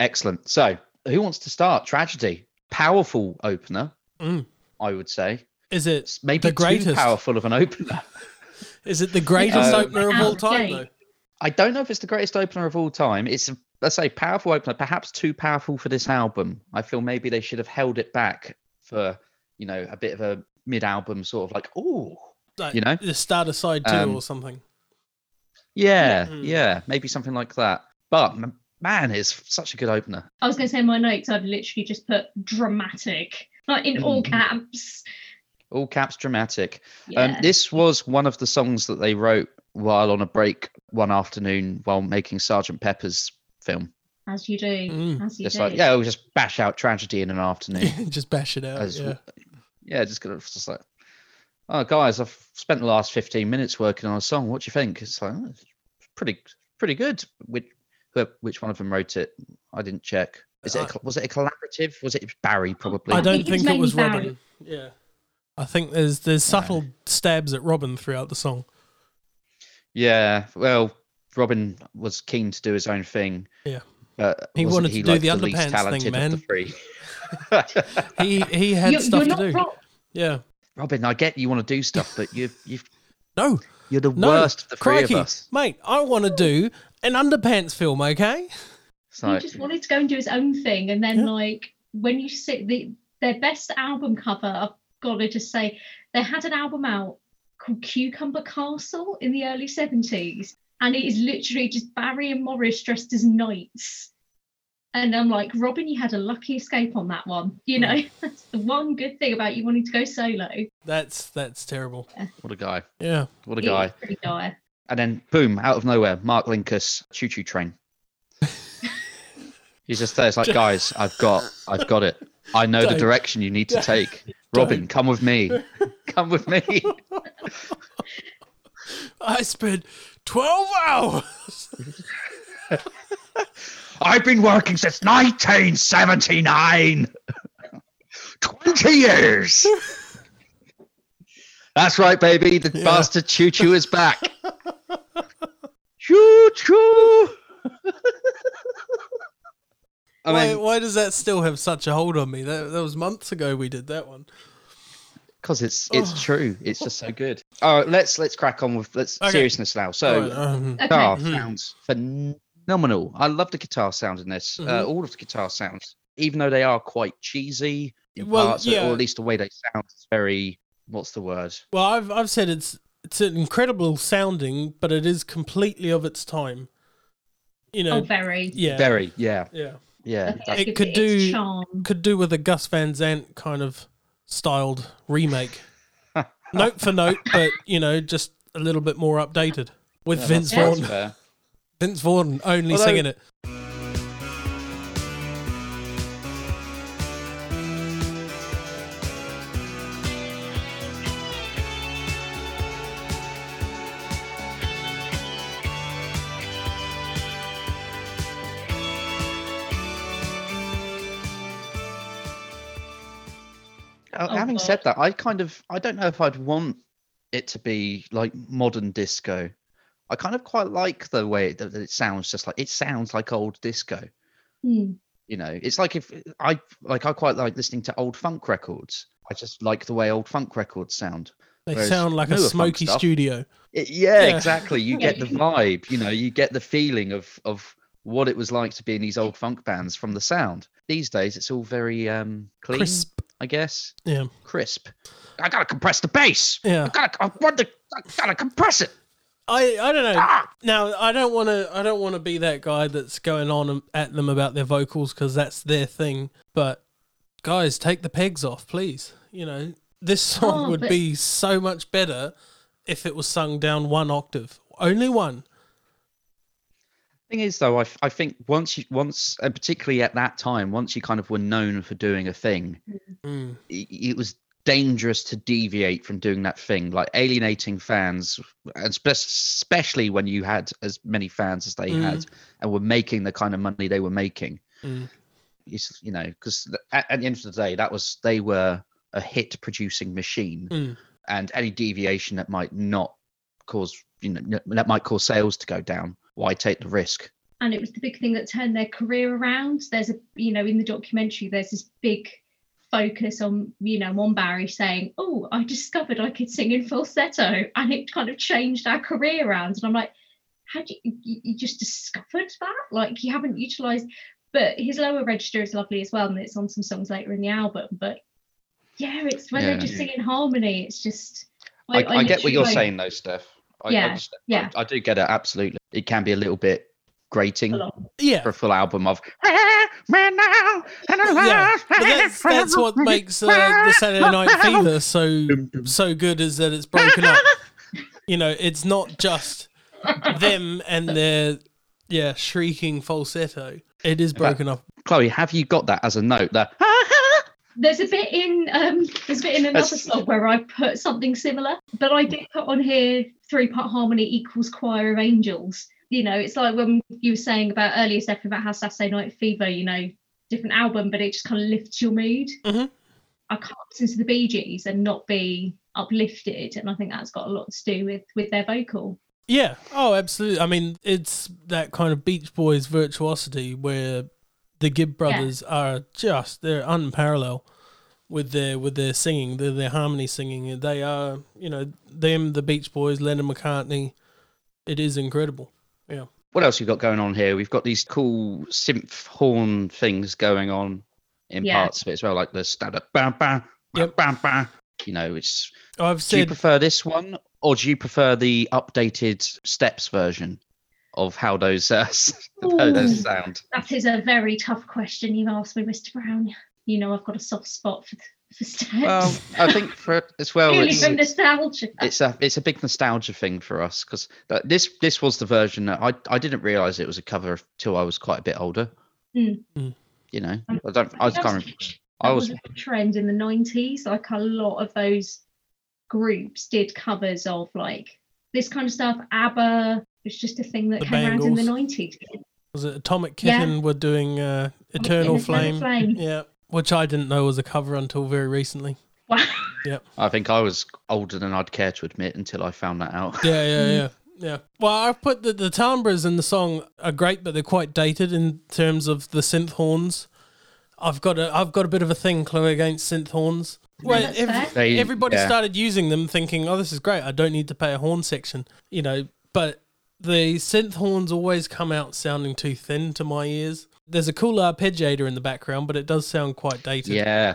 Speaker 4: Excellent. So, who wants to start? Tragedy. Powerful opener,
Speaker 3: Mm.
Speaker 4: I would say.
Speaker 3: Is it
Speaker 4: It's maybe
Speaker 3: the greatest?
Speaker 4: too powerful of an opener.
Speaker 3: Is it the greatest
Speaker 4: Um,
Speaker 3: opener of all
Speaker 5: Out of
Speaker 3: time
Speaker 5: date.
Speaker 3: though?
Speaker 4: I don't know if it's the greatest opener of all time. It's, a, let's say, powerful opener, perhaps too powerful for this album. I feel maybe they should have held it back for, you know, a bit of a mid album sort of like, oh,
Speaker 3: Like,
Speaker 4: You know?
Speaker 3: the starter side two
Speaker 4: Um,
Speaker 3: or something.
Speaker 4: yeah,
Speaker 3: Mm.
Speaker 4: yeah, maybe something like that. But m- man, it's such a good opener.
Speaker 5: I was going to say in my notes, I've literally just put dramatic, like in all
Speaker 4: Mhm.
Speaker 5: caps.
Speaker 4: All caps dramatic.
Speaker 5: Yeah.
Speaker 4: Um, this was one of the songs that they wrote while on a break one afternoon while making Sergeant Pepper's film.
Speaker 5: as you do.
Speaker 3: Mm.
Speaker 5: As you
Speaker 4: Just
Speaker 5: do.
Speaker 4: like, yeah, we'll just bash out tragedy in an afternoon.
Speaker 3: just bash it out.
Speaker 4: As-
Speaker 3: yeah.
Speaker 4: yeah, just gonna just like, oh guys, I've spent the last fifteen minutes working on a song. What do you think? It's like "Oh, it's pretty pretty good. Which who- which one of them wrote it? I didn't check. Is it a,
Speaker 3: Uh,
Speaker 4: col- was it a collaborative? Was it Barry probably?
Speaker 3: I
Speaker 5: I
Speaker 3: don't
Speaker 5: think
Speaker 3: think
Speaker 5: it's
Speaker 3: it
Speaker 5: mainly
Speaker 3: was
Speaker 5: Barry.
Speaker 3: Robin. Yeah. I think there's there's subtle stabs at Robin throughout the song.
Speaker 4: Yeah, well, Robin was keen to do his own thing.
Speaker 3: Yeah.
Speaker 4: but
Speaker 3: He
Speaker 4: wasn't
Speaker 3: wanted to do
Speaker 4: like,
Speaker 3: the
Speaker 4: least
Speaker 3: underpants thing,
Speaker 4: talented of the
Speaker 3: man.
Speaker 4: three?
Speaker 3: He he had
Speaker 5: You're-
Speaker 3: stuff
Speaker 5: you're
Speaker 3: to do.
Speaker 5: not wrong.
Speaker 3: Yeah.
Speaker 4: Robin, I get you want to do stuff, but you you
Speaker 3: No.
Speaker 4: you're the
Speaker 3: No.
Speaker 4: worst of the three
Speaker 3: crikey,
Speaker 4: of us.
Speaker 3: mate. I want to do an underpants film. Okay.
Speaker 4: It's
Speaker 5: He
Speaker 4: like-
Speaker 5: just wanted to go and do his own thing, and then
Speaker 3: Yeah.
Speaker 5: like when you see the their best album cover, I've got to just say they had an album out called Cucumber Castle in the early seventies, and it is literally just Barry and Morris dressed as knights. And I'm like, Robin, you had a lucky escape on that one. You know, that's the one good thing about you wanting to go solo.
Speaker 3: That's that's terrible.
Speaker 4: what a guy!
Speaker 3: Yeah.
Speaker 4: What a
Speaker 5: It
Speaker 4: guy!
Speaker 5: is pretty dire.
Speaker 4: And then boom, out of nowhere, Mark Linkus, choo choo train. He's just there. It's like, guys, I've got, I've got it. I know the
Speaker 3: Don't.
Speaker 4: direction you need to
Speaker 3: Don't.
Speaker 4: take. Robin, come with me. Come with me.
Speaker 3: I spent twelve hours.
Speaker 4: I've been working since 1979. 20 years. That's right, baby. The
Speaker 3: Yeah.
Speaker 4: bastard choo choo is back. choo choo. I
Speaker 3: why,
Speaker 4: mean,
Speaker 3: why does that still have such a hold on me? That, that was months ago we did that one.
Speaker 4: because it's it's
Speaker 3: Oh.
Speaker 4: true. It's just so good. All right, let's let's crack on with let's
Speaker 3: Okay.
Speaker 4: seriousness now. So
Speaker 3: Alright, um,
Speaker 5: Okay.
Speaker 4: guitar
Speaker 3: Mhm.
Speaker 4: sounds phenomenal. I love the guitar sound in this. Uh,
Speaker 3: Mhm.
Speaker 4: all of the guitar sounds, even though they are quite cheesy in
Speaker 3: Well,
Speaker 4: parts,
Speaker 3: yeah.
Speaker 4: or at least the way they sound is very. What's the word?
Speaker 3: well, I've I've said it's it's an incredible sounding, but it is completely of its time. You know.
Speaker 5: Oh, very.
Speaker 3: yeah.
Speaker 4: Very. Yeah.
Speaker 3: Yeah.
Speaker 5: I
Speaker 4: Yeah.
Speaker 5: think
Speaker 4: that-
Speaker 5: that
Speaker 3: It
Speaker 5: gives
Speaker 3: could
Speaker 5: its
Speaker 3: do-
Speaker 5: charm.
Speaker 3: Could do with a Gus Van Zant kind of styled remake, note for note, but you know, just a little bit more updated with
Speaker 4: yeah,
Speaker 3: Vince
Speaker 4: that sounds
Speaker 3: Vaughn.
Speaker 4: fair.
Speaker 3: Vince Vaughn only
Speaker 4: Although-
Speaker 3: singing it.
Speaker 4: Uh,
Speaker 5: Oh,
Speaker 4: Having
Speaker 5: God.
Speaker 4: said that, I kind of I don't know if I'd want it to be like modern disco. I kind of quite like the way that that it sounds. Just like it sounds like old disco.
Speaker 5: Hmm.
Speaker 4: you know it's like if i like i quite like listening to old funk records i just like the way old funk records sound
Speaker 3: They
Speaker 4: Whereas
Speaker 3: sound like a
Speaker 4: newer funk
Speaker 3: smoky
Speaker 4: stuff-
Speaker 3: studio.
Speaker 4: It- yeah,
Speaker 3: Yeah.
Speaker 4: exactly you get the vibe you know you get the feeling of of what it was like to be in these old funk bands from the sound these days it's all very um clean
Speaker 3: Crisp.
Speaker 4: i guess
Speaker 3: Yeah.
Speaker 4: crisp i gotta compress the bass
Speaker 3: Yeah.
Speaker 4: i gotta i want to i gotta compress it
Speaker 3: I, I don't know.
Speaker 4: Ah!
Speaker 3: Now I don't want to I don't want to be that guy that's going on at them about their vocals because that's their thing. But guys, take the pegs off, please. You know this song
Speaker 5: Oh,
Speaker 3: would
Speaker 5: but-
Speaker 3: be so much better if it was sung down one octave, only one.
Speaker 4: Thing is, though, I, f- I think once you once and particularly at that time, once you kind of were known for doing a thing,
Speaker 3: Mm.
Speaker 4: i- it was dangerous to deviate from doing that thing, like alienating fans, and spe- especially when you had as many fans as they had
Speaker 5: Mm.
Speaker 4: and were making the kind of money they were making.
Speaker 3: Mm.
Speaker 4: You, s- you know, because at, at the end of the day, that was they were a hit producing machine,
Speaker 3: Mm.
Speaker 4: and any deviation that might not cause you know n- that might cause sales to go down. Why take the risk?
Speaker 5: and it was the big thing that turned their career around. There's a, you know, in the documentary, there's this big focus on, you know, on Barry saying, "Oh, I discovered I could sing in falsetto," and it kind of changed our career around. And I'm like, "How do you, you, you just discovered that? Like, you haven't utilized." But his lower register is lovely as well, and it's on some songs later in the album. But yeah, it's when
Speaker 4: Yeah.
Speaker 5: they're just singing harmony. It's just.
Speaker 4: I, I, get what
Speaker 5: literally
Speaker 4: you're
Speaker 5: wrote
Speaker 4: saying, though, Steph. I, I,
Speaker 5: Yeah,
Speaker 4: just- I-
Speaker 5: yeah.
Speaker 4: I, do get it. Absolutely, it can be a little bit grating
Speaker 5: a lot.
Speaker 3: Yeah,
Speaker 4: for a full album of "Ah, man now and I
Speaker 3: Yeah,
Speaker 4: lost
Speaker 3: but that's, that's what makes uh, the Saturday Night Fever so so good is that it's broken up. You know, it's not just them and their yeah shrieking falsetto. It is broken up.
Speaker 4: Chloe, have you got that as a note? The "Ah,
Speaker 5: There's a bit in um there's a bit in another
Speaker 4: That's-
Speaker 5: song where I put something similar, but I did put on here three part harmony equals choir of angels. You know, it's like when you were saying about earlier stuff about how Saturday Night Fever, you know, different album, but it just kind of lifts your mood.
Speaker 4: Mm-hmm.
Speaker 3: Mhm.
Speaker 5: I can't listen to the Bee Gees and not be uplifted, and I think that's got a lot to do with with their vocal.
Speaker 3: Yeah. Oh, absolutely. I mean, it's that kind of Beach Boys virtuosity where the Gibb brothers are just they're unparalleled with their with their singing, their their harmony singing. They are, you know, them, the Beach Boys, Lennon McCartney. It is incredible. Yeah.
Speaker 4: what else we've got going on here? We've got these cool synth horn things going on in
Speaker 5: Yeah.
Speaker 4: parts of it as well, like the standard bam bam bam
Speaker 3: Yep.
Speaker 4: bam bam. You know, it's
Speaker 3: I've
Speaker 4: do you
Speaker 3: said
Speaker 4: prefer this one or do you prefer the updated steps version of how those uh, how
Speaker 5: Ooh.
Speaker 4: those sound?
Speaker 5: That is a very tough question you've asked me, Mr. Brown. You know, I've got a soft spot for for steps.
Speaker 4: Well, I think for as well,
Speaker 5: Purely
Speaker 4: it's,
Speaker 5: from nostalgia.
Speaker 4: it's a it's a big nostalgia thing for us because this this was the version that I I didn't realize it was a cover till I was quite a bit older.
Speaker 5: Mm.
Speaker 3: Mm.
Speaker 4: You know, I don't Hmm. Um, I can't remember. I
Speaker 5: that
Speaker 4: was
Speaker 5: was a trend in the 90s like a lot of those groups did covers of like this kind of stuff abba was just a thing that
Speaker 3: The
Speaker 5: came around in the
Speaker 3: Bangles.
Speaker 5: 90s
Speaker 3: was it Atomic
Speaker 5: Yeah.
Speaker 3: Kitten were doing uh, Eternal
Speaker 5: Eternal
Speaker 3: Flame.
Speaker 5: Flame.
Speaker 3: Yeah, which I didn't know was a cover until very recently.
Speaker 5: wow
Speaker 4: I think I was older than I'd care to admit until I found that out.
Speaker 3: Yeah, yeah, yeah. Yeah. Well, I've put the, the timbres in the song are great, but they're quite dated in terms of the synth horns. I've got a I've got a bit of a thing, Chloe, against synth horns. Well,
Speaker 5: that's
Speaker 3: ev-
Speaker 5: fair.
Speaker 4: They-
Speaker 3: everybody
Speaker 4: yeah.
Speaker 3: started using them, thinking, "Oh, this is great. I don't need to pay a horn section," you know. But the synth horns always come out sounding too thin to my ears. There's a cool arpeggiator in the background, but it does sound quite dated.
Speaker 4: Yeah.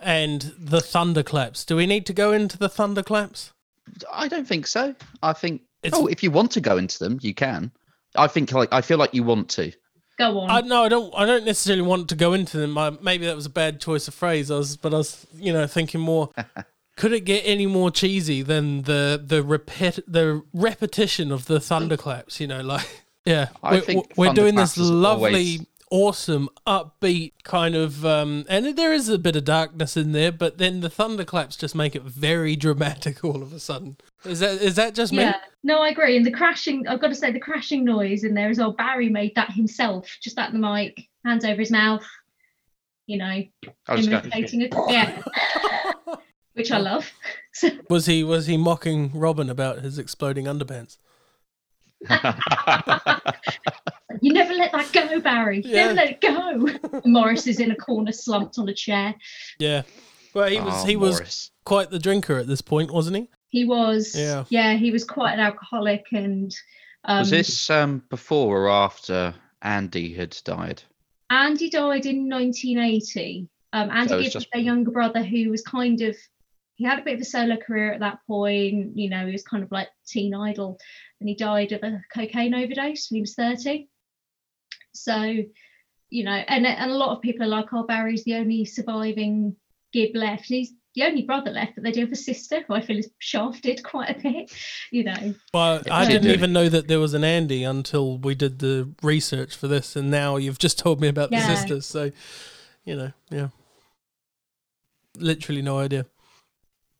Speaker 3: And the thunderclaps. Do we need to go into the thunderclaps?
Speaker 4: I don't think so. I think
Speaker 3: It's-
Speaker 4: oh, if you want to go into them, you can. I think like I feel like you want to.
Speaker 5: go on
Speaker 3: I no, I don't. I don't necessarily want to go into them. I, maybe that was a bad choice of phrase. I was, but I was, you know, thinking more. could it get any more cheesy than the the repet the repetition of the thunderclaps? You know, like yeah,
Speaker 4: I
Speaker 3: we're,
Speaker 4: think
Speaker 3: we're doing this
Speaker 4: thunderclaps is
Speaker 3: lovely,
Speaker 4: always-
Speaker 3: awesome, upbeat kind of, um, and there is a bit of darkness in there, but then the thunderclaps just make it very dramatic all of a sudden. Is that is that just me?
Speaker 5: yeah no i agree and the crashing i've got to say the crashing noise in there as well barry made that himself just at the mic hands over his mouth you know
Speaker 4: I was going.
Speaker 5: imitating it yeah which i love so
Speaker 3: Was he was he mocking Robin about his exploding underpants?
Speaker 5: You never let that go, Barry. You
Speaker 3: Yeah.
Speaker 5: never let it go. Morris is in a corner, slumped on a chair.
Speaker 3: Yeah. Well, he was
Speaker 4: Oh,
Speaker 3: he was
Speaker 4: Morris.
Speaker 3: quite the drinker at this point, wasn't he?
Speaker 5: He was,
Speaker 3: Yeah.
Speaker 5: he was quite an alcoholic, and um,
Speaker 4: was this um before or after Andy had died?
Speaker 5: Andy died in 1980. Um, Andy
Speaker 4: So it was
Speaker 5: Gibb was
Speaker 4: just-
Speaker 5: their younger brother, who was kind of he had a bit of a solo career at that point. You know, he was kind of like teen idol, and he died of a cocaine overdose when he was 30. So you know, and, and a lot of people are like, oh, Barry's the only surviving Gib left. And he's the only brother left, but they do have a sister who I feel is shafted quite a bit, you know.
Speaker 3: But
Speaker 4: Yeah,
Speaker 3: I
Speaker 4: she
Speaker 3: didn't
Speaker 4: did.
Speaker 3: even know that there was an Andy until we did the research for this, and now you've just told me about
Speaker 5: Yeah.
Speaker 3: the sisters. So, you know, yeah, literally no idea.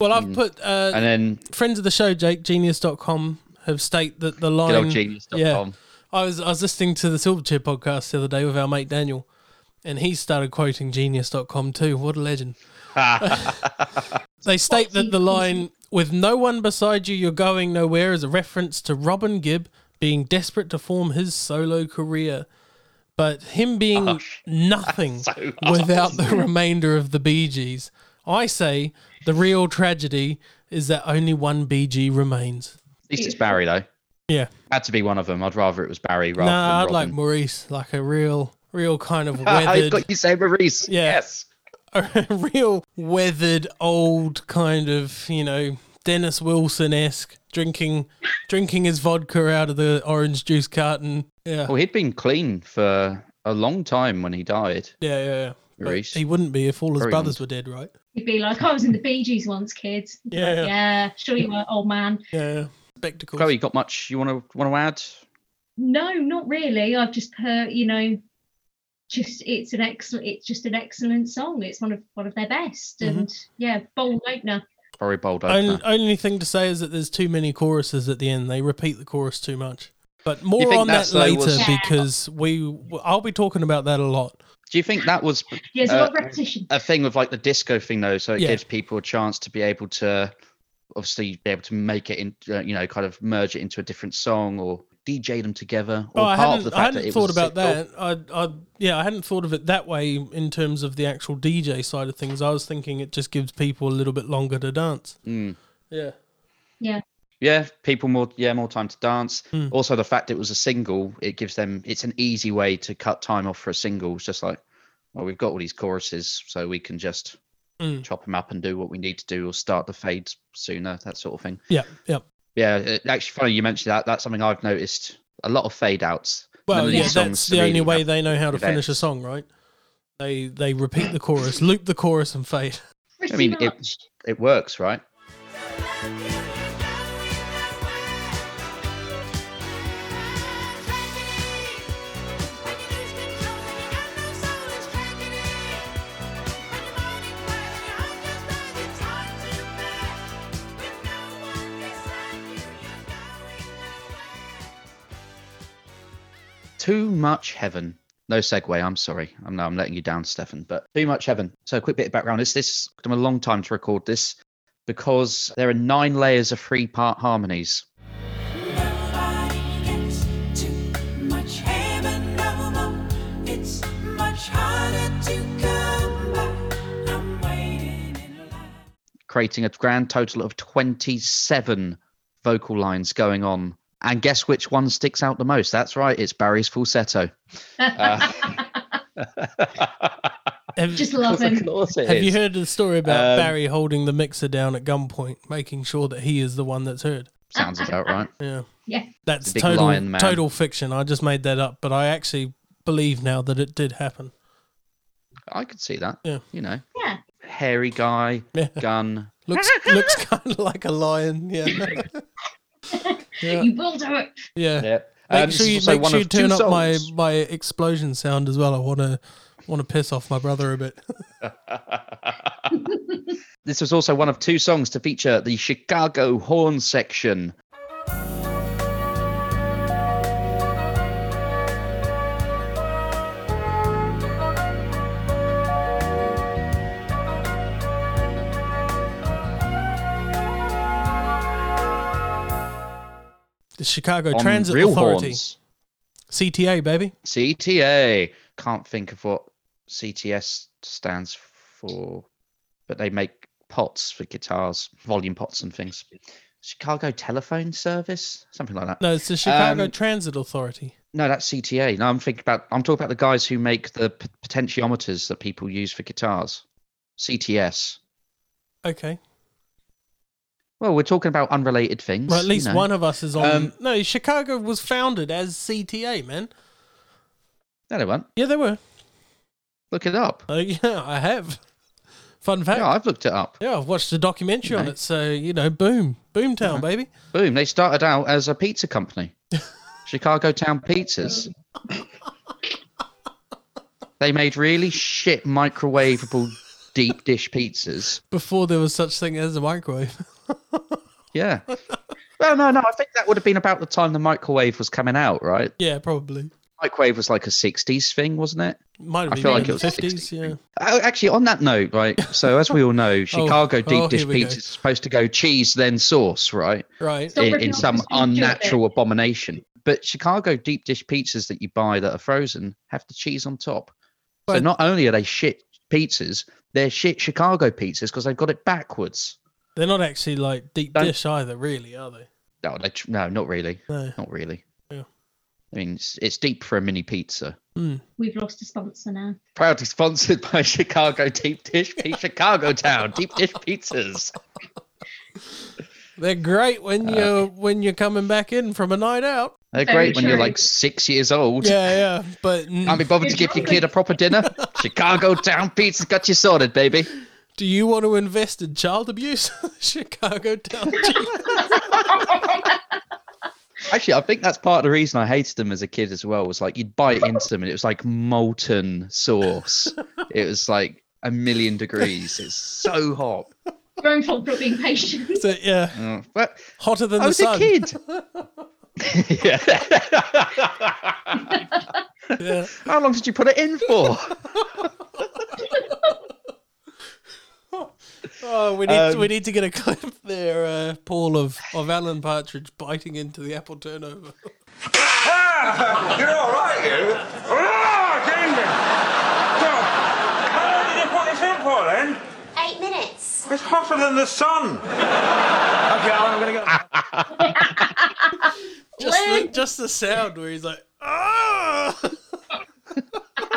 Speaker 3: Well, I've
Speaker 4: Mm.
Speaker 3: put uh,
Speaker 4: And then
Speaker 3: friends of the show, Jake Genius.com, have state that the
Speaker 4: good old
Speaker 3: line.
Speaker 4: genius.com.
Speaker 3: I was I was listening to the Silverchair podcast the other day with our mate Daniel, and he started quoting Genius.com too. What a legend! They state that the line "with no one beside you, you're going nowhere" is a reference to Robin Gibb being desperate to form his solo career, but him being
Speaker 4: Harsh.
Speaker 3: nothing
Speaker 4: So
Speaker 3: without the remainder of the Bee Gees. I say the real tragedy is that only one BG remains.
Speaker 4: At least it's Barry though.
Speaker 3: Yeah.
Speaker 4: Had to be one of them. I'd rather it was Barry rather
Speaker 3: Nah, I'd
Speaker 4: than
Speaker 3: like
Speaker 4: Robin.
Speaker 3: Maurice, like a real, real kind of
Speaker 4: I've
Speaker 3: weathered,
Speaker 4: got you saying Maurice.
Speaker 3: Yeah.
Speaker 4: Yes.
Speaker 3: a real weathered old kind of, you know, Dennis Wilson esque drinking, drinking his vodka out of the orange juice carton. Yeah,
Speaker 4: Well, he'd been clean for a long time when he died.
Speaker 3: yeah, yeah. yeah. But
Speaker 4: Maurice.
Speaker 3: he wouldn't be if all his
Speaker 4: Very
Speaker 3: brothers were dead, right?
Speaker 5: He'd be like, I was in the Bee Gees once, kids.
Speaker 3: Yeah, yeah.
Speaker 5: Yeah, sure you were, old man.
Speaker 3: yeah, yeah. Spectacles.
Speaker 4: Chloe, got much you want to want to add?
Speaker 5: No, not really. I've just heard, you know, just it's an excellent, it's just an excellent song. It's one of one of their best,
Speaker 4: Mm-hmm.
Speaker 3: Mhm.
Speaker 5: and yeah, bold opener.
Speaker 4: Very bold opener.
Speaker 3: Only, only thing to say is that there's too many choruses at the end. They repeat the chorus too much. But more
Speaker 4: think
Speaker 3: on that
Speaker 4: that's like
Speaker 3: later
Speaker 4: what's-
Speaker 5: Yeah.
Speaker 3: because we I'll be talking about that a lot.
Speaker 4: Do you think that was
Speaker 5: Yeah, it's a lot of
Speaker 4: Uh,
Speaker 5: repetition.
Speaker 4: a thing with like the disco thing though? So it
Speaker 3: Yeah.
Speaker 4: gives people a chance to be able to obviously be able to make it in, uh, you know, kind of merge it into a different song or DJ them together. Or
Speaker 3: Oh, I
Speaker 4: part
Speaker 3: hadn't,
Speaker 4: of the fact
Speaker 3: I
Speaker 4: that
Speaker 3: hadn't
Speaker 4: it
Speaker 3: thought
Speaker 4: was a
Speaker 3: about
Speaker 4: single.
Speaker 3: that. I, I, yeah, I hadn't thought of it that way in terms of the actual DJ side of things. I was thinking it just gives people a little bit longer to dance.
Speaker 4: Mm.
Speaker 3: Yeah.
Speaker 4: Yeah, people more yeah more time to dance.
Speaker 3: Hmm.
Speaker 4: Also, the fact it was a single, it gives them it's an easy way to cut time off for a single. It's just like, well, we've got all these choruses, so we can just
Speaker 3: Hmm.
Speaker 4: chop them up and do what we need to do, or start the fades sooner, that sort of thing.
Speaker 3: Yeah. Yeah.
Speaker 4: Yeah, it, actually, funny you mentioned that. That's something I've noticed a lot of fade outs. None
Speaker 3: Well,
Speaker 4: of
Speaker 3: yeah,
Speaker 4: these
Speaker 3: that's
Speaker 4: songs
Speaker 3: the only
Speaker 4: really
Speaker 3: way
Speaker 4: have-
Speaker 3: they know how to finish a
Speaker 4: events.
Speaker 3: song, right? They they repeat the chorus, loop the chorus, and fade.
Speaker 5: Pretty
Speaker 4: I mean,
Speaker 5: much.
Speaker 4: it it works, right? Too much heaven. No segue. I'm sorry. I'm no, I'm letting you down, Stefan. But too much heaven. So, a quick bit of background. This this took them a long time to record this because there are nine layers of three part harmonies.
Speaker 6: Nobody gets too much heaven no more. It's much harder to come by. I'm waiting in line.
Speaker 4: creating a grand total of 27 vocal lines going on. And guess which one sticks out the most? That's right, it's Barry's falsetto.
Speaker 3: Have,
Speaker 5: just love him.
Speaker 3: have you heard the story
Speaker 4: Um,
Speaker 3: about Barry holding the mixer down at gunpoint, making sure that he is the one that's heard?
Speaker 4: Sounds about right.
Speaker 3: Yeah.
Speaker 5: Yeah.
Speaker 3: That's
Speaker 4: The big
Speaker 3: total
Speaker 4: lion man.
Speaker 3: total fiction. I just made that up, but I actually believe now that it did happen.
Speaker 4: I could see that.
Speaker 3: Yeah.
Speaker 4: You know,
Speaker 5: Yeah.
Speaker 4: hairy guy,
Speaker 3: Yeah.
Speaker 4: gun.
Speaker 3: Looks looks kind of like a lion. Yeah. yeah.
Speaker 5: You will do it.
Speaker 3: yeah.
Speaker 4: Yep.
Speaker 3: Make
Speaker 4: Um,
Speaker 3: sure you
Speaker 4: this is also
Speaker 3: make
Speaker 4: one
Speaker 3: sure you
Speaker 4: of two
Speaker 3: turn up my
Speaker 4: songs.
Speaker 3: my explosion sound as well. I want to want to piss off my brother a bit.
Speaker 4: This was also one of two songs to feature the Chicago horn section.
Speaker 3: The Chicago
Speaker 4: on
Speaker 3: Transit
Speaker 4: real
Speaker 3: Authority,
Speaker 4: horns.
Speaker 3: CTA baby.
Speaker 4: CTA. Can't think of what CTS stands for, but they make pots for guitars, volume pots and things. Chicago Telephone Service, something like that.
Speaker 3: No, it's the Chicago
Speaker 4: Um,
Speaker 3: Transit Authority.
Speaker 4: No, that's CTA. No, I'm thinking about. I'm talking about the guys who make the p- potentiometers that people use for guitars. CTS.
Speaker 3: Okay.
Speaker 4: Well, we're talking about unrelated things.
Speaker 3: Well, at
Speaker 4: you
Speaker 3: least
Speaker 4: know.
Speaker 3: one of us is on.
Speaker 4: Um,
Speaker 3: no, Chicago was founded as CTA, man.
Speaker 4: No, they weren't.
Speaker 3: Yeah, they were.
Speaker 4: Look it up.
Speaker 3: Uh, yeah, I have. Fun fact.
Speaker 4: Yeah,
Speaker 3: Yeah,
Speaker 4: I've looked it up.
Speaker 3: I've watched a documentary on
Speaker 4: Okay.
Speaker 3: it. So, you know, boom,
Speaker 4: Uh-huh.
Speaker 3: boomtown, baby.
Speaker 4: Boom. They started out as a pizza company, Chicago Town Pizzas. they made really shit microwavable deep dish pizzas.
Speaker 3: Before there was such thing as a microwave.
Speaker 4: Yeah. Well, no, no. I think that would have been about the time the microwave was coming out, right?
Speaker 3: yeah, probably.
Speaker 4: Microwave was like a 60s thing, wasn't it?
Speaker 3: Might have
Speaker 4: I
Speaker 3: been
Speaker 4: feel
Speaker 3: in
Speaker 4: like
Speaker 3: the
Speaker 4: it was a
Speaker 3: 50s.
Speaker 4: 60s
Speaker 3: Yeah.
Speaker 4: Oh, actually, on that note, right? So, as we all know, Chicago deep
Speaker 3: oh,
Speaker 4: dish
Speaker 3: here we go.
Speaker 4: pizza is supposed to go cheese, then sauce, right?
Speaker 3: Right.
Speaker 5: Stop
Speaker 4: in,
Speaker 5: ripping
Speaker 4: in
Speaker 5: off
Speaker 4: some
Speaker 5: the structure of it.
Speaker 4: unnatural abomination. But Chicago deep dish pizzas that you buy that are frozen have the cheese on top. so
Speaker 3: But-
Speaker 4: not only are they shit pizzas, they're shit Chicago pizzas because they've got it backwards.
Speaker 3: They're not actually like deep
Speaker 4: Don't-
Speaker 3: dish either, really, are they?
Speaker 4: No, they, tr- no, not really,
Speaker 3: No.
Speaker 4: not really.
Speaker 3: Yeah.
Speaker 4: I mean, it's, it's deep for a mini pizza.
Speaker 5: We've lost a sponsor now.
Speaker 4: Proudly sponsored by Chicago Deep Dish Pizza, Chicago Town Deep Dish Pizzas.
Speaker 3: They're great when
Speaker 4: Uh,
Speaker 3: you're when you're coming back in from a night out.
Speaker 4: They're
Speaker 5: Very
Speaker 4: great when you're
Speaker 5: true.
Speaker 4: like six years old.
Speaker 3: Yeah, yeah. But mm,
Speaker 4: Can't be bothered to
Speaker 5: You're
Speaker 4: give your
Speaker 5: driving.
Speaker 4: kid a proper dinner. Chicago Town Pizza's got you sorted, baby.
Speaker 3: do you want to invest in child abuse? Chicago town.
Speaker 4: Actually, I think that's part of the reason I hated them as a kid as well. Was like you'd bite into them and it was like molten sauce. it was like a million degrees. It's so hot.
Speaker 5: Your own fault for not being patient.
Speaker 3: So, yeah,
Speaker 4: Mm, But
Speaker 3: hotter than
Speaker 4: I
Speaker 3: the
Speaker 4: was
Speaker 3: sun.
Speaker 4: a kid. yeah.
Speaker 3: Yeah.
Speaker 4: How long did you put it in for?
Speaker 3: Oh, we need
Speaker 4: Um,
Speaker 3: we need to get a clip there, uh, Paul of of Alan Partridge biting into the apple turnover.
Speaker 7: You're all right, you. Oh, Jamie. So, how long did you put this in for then?
Speaker 8: Eight minutes.
Speaker 7: It's hotter than the sun. okay, I'm gonna go.
Speaker 3: Just the, just the sound where he's like, ah,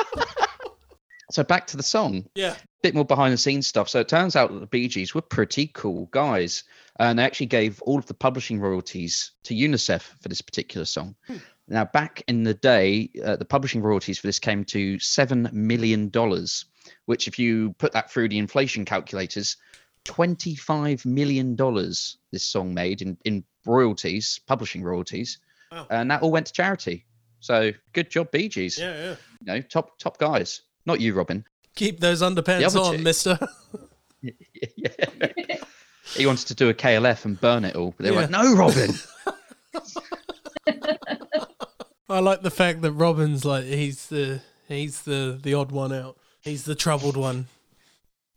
Speaker 4: So back to the song.
Speaker 3: yeah,
Speaker 4: bit more behind the scenes stuff. So it turns out that the Bee Gees were pretty cool guys, and they actually gave all of the publishing royalties to UNICEF for this particular song.
Speaker 3: Hmm.
Speaker 4: Now, back in the day, uh, the publishing royalties for this came to seven million dollars, which, if you put that through the inflation calculators, twenty-five million dollars this song made in in royalties, publishing royalties,
Speaker 3: Wow.
Speaker 4: and that all went to charity. So good job, Bee Gees.
Speaker 3: yeah, yeah.
Speaker 4: You know, top top guys. Not you, Robin.
Speaker 3: Keep those
Speaker 4: The
Speaker 3: underpants
Speaker 4: other
Speaker 3: on,
Speaker 4: two.
Speaker 3: Mister.
Speaker 4: Yeah. he wanted to do a KLF and burn it all, but they were
Speaker 3: Yeah.
Speaker 4: like, "No, Robin."
Speaker 3: I like the fact that Robin's like he's the he's the the odd one out. He's the troubled one,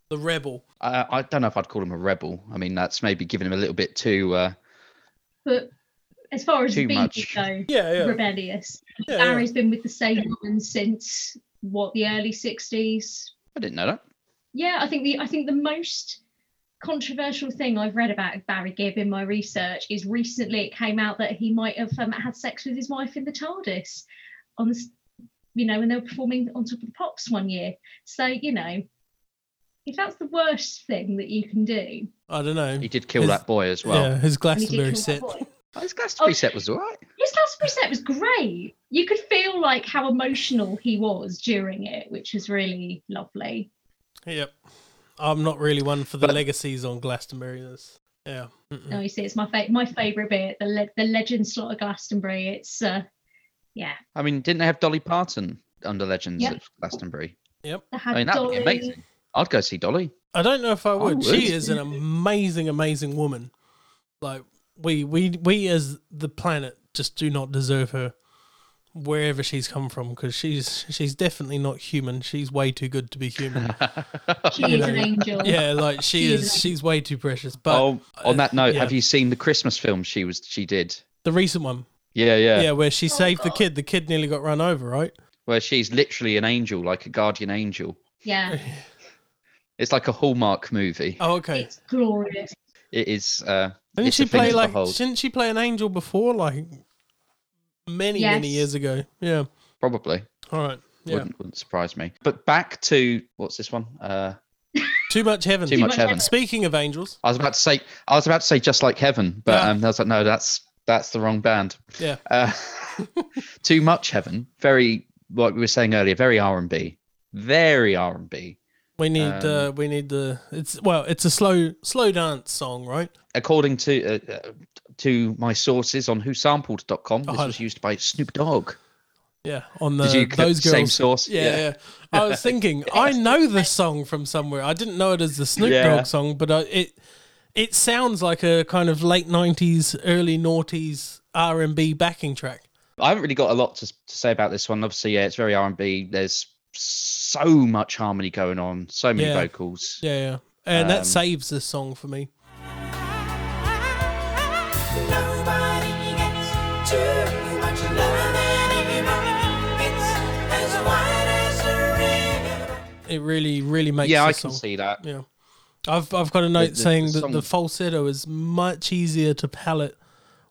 Speaker 3: the rebel.
Speaker 4: I, I don't know if I'd call him a rebel. I mean, that's maybe giving him a little bit too. Uh,
Speaker 5: But as far as
Speaker 4: Too
Speaker 5: the Bee
Speaker 4: much.
Speaker 5: Gees go,
Speaker 3: Yeah, yeah.
Speaker 5: rebellious.
Speaker 3: Yeah, yeah.
Speaker 5: Barry's been with the same woman since what the early sixties.
Speaker 4: I didn't know that.
Speaker 5: Yeah, I think the I think the most controversial thing I've read about Barry Gibb in my research is recently it came out that he might have um, had sex with his wife in the TARDIS on the, s- you know, when they were performing on top of the pops one year. So you know, if that's the worst thing that you can do,
Speaker 3: I don't know.
Speaker 4: He did kill
Speaker 3: His-
Speaker 4: that boy as well.
Speaker 3: yeah, his
Speaker 5: and he did
Speaker 3: Glastonbury
Speaker 5: kill that
Speaker 3: set.
Speaker 5: boy.
Speaker 4: Oh, His Glastonbury
Speaker 5: Oh.
Speaker 4: set was all right.
Speaker 5: His Glastonbury set was great. You could feel like how emotional he was during it, which was really lovely.
Speaker 3: Yep, I'm not really one for the
Speaker 4: But-
Speaker 3: legacies on Glastonbury. That's, yeah, Mm-mm.
Speaker 5: Oh, you see, it's my fa- my favourite bit, the le- the legend slot of Glastonbury. It's uh, yeah,
Speaker 4: I mean, didn't they have Dolly Parton under Legends
Speaker 5: Yeah.
Speaker 4: at Glastonbury?
Speaker 5: they had
Speaker 4: I mean, that'd be
Speaker 5: Dolly.
Speaker 4: amazing. I'd go see Dolly.
Speaker 3: I don't know if I would.
Speaker 4: would.
Speaker 3: She is an amazing, amazing woman. Like we, we, we as the planet just do not deserve her wherever she's come from because she's she's definitely not human. She's way too good to be human.
Speaker 5: She is an angel.
Speaker 3: yeah, like she,
Speaker 5: She is
Speaker 3: is.
Speaker 5: amazing.
Speaker 3: She's way too precious. But uh,
Speaker 4: oh, on that note,
Speaker 3: yeah.
Speaker 4: have you seen the Christmas film she was she did?
Speaker 3: the recent one,
Speaker 4: Yeah, yeah,
Speaker 3: yeah, where she saved the kid. The kid nearly got run over, right?
Speaker 4: Where she's literally an angel, like a guardian angel.
Speaker 5: yeah,
Speaker 4: It's like a Hallmark movie.
Speaker 3: Oh, okay.
Speaker 5: it's glorious.
Speaker 4: It is. Uh,
Speaker 3: Didn't
Speaker 4: it's
Speaker 3: she
Speaker 4: a thing
Speaker 3: play
Speaker 4: to
Speaker 3: like?
Speaker 4: behold.
Speaker 3: Didn't she play an angel before? Like many, many
Speaker 5: Yes.
Speaker 3: years ago. Yeah.
Speaker 4: Probably.
Speaker 3: All right. Yeah.
Speaker 4: Wouldn't, wouldn't surprise me. But back to what's this one? Uh,
Speaker 3: Too much heaven.
Speaker 4: too, much,
Speaker 5: Much
Speaker 4: heaven.
Speaker 5: Heaven.
Speaker 3: Speaking of angels.
Speaker 4: I was about to say. I was about to say just like heaven, but
Speaker 3: Yeah.
Speaker 4: um, I was like, no, that's that's the wrong band.
Speaker 3: Yeah.
Speaker 4: Uh, too much heaven. Very like we were saying earlier. Very R and B. very R and B.
Speaker 3: We
Speaker 4: Um,
Speaker 3: need uh, we need the it's well it's a slow slow dance song right
Speaker 4: According to uh, uh, to my sources on whosampled.com, this
Speaker 3: Oh.
Speaker 4: was used by Snoop Dogg.
Speaker 3: yeah on the
Speaker 4: Did you get
Speaker 3: those
Speaker 4: the same
Speaker 3: girls
Speaker 4: source?
Speaker 3: yeah, yeah I was thinking I know this song from somewhere I didn't know it as the Snoop
Speaker 4: Yeah.
Speaker 3: Dogg song but I, it it sounds like a kind of late nineties early noughties R and B backing track
Speaker 4: I haven't really got a lot to, to say about this one. Obviously, yeah, it's very R and B. There's so much harmony going on, so many
Speaker 3: Yeah.
Speaker 4: vocals.
Speaker 3: yeah yeah and that
Speaker 4: Um,
Speaker 3: saves this song for me
Speaker 6: Nobody gets too much love anymore. It's as wide as a river.
Speaker 3: it really really makes
Speaker 4: Yeah, I
Speaker 3: this
Speaker 4: can
Speaker 3: song.
Speaker 4: see that.
Speaker 3: Yeah. I've I've got a note
Speaker 4: the- the
Speaker 3: saying that the
Speaker 4: song-
Speaker 3: falsetto is much easier to palate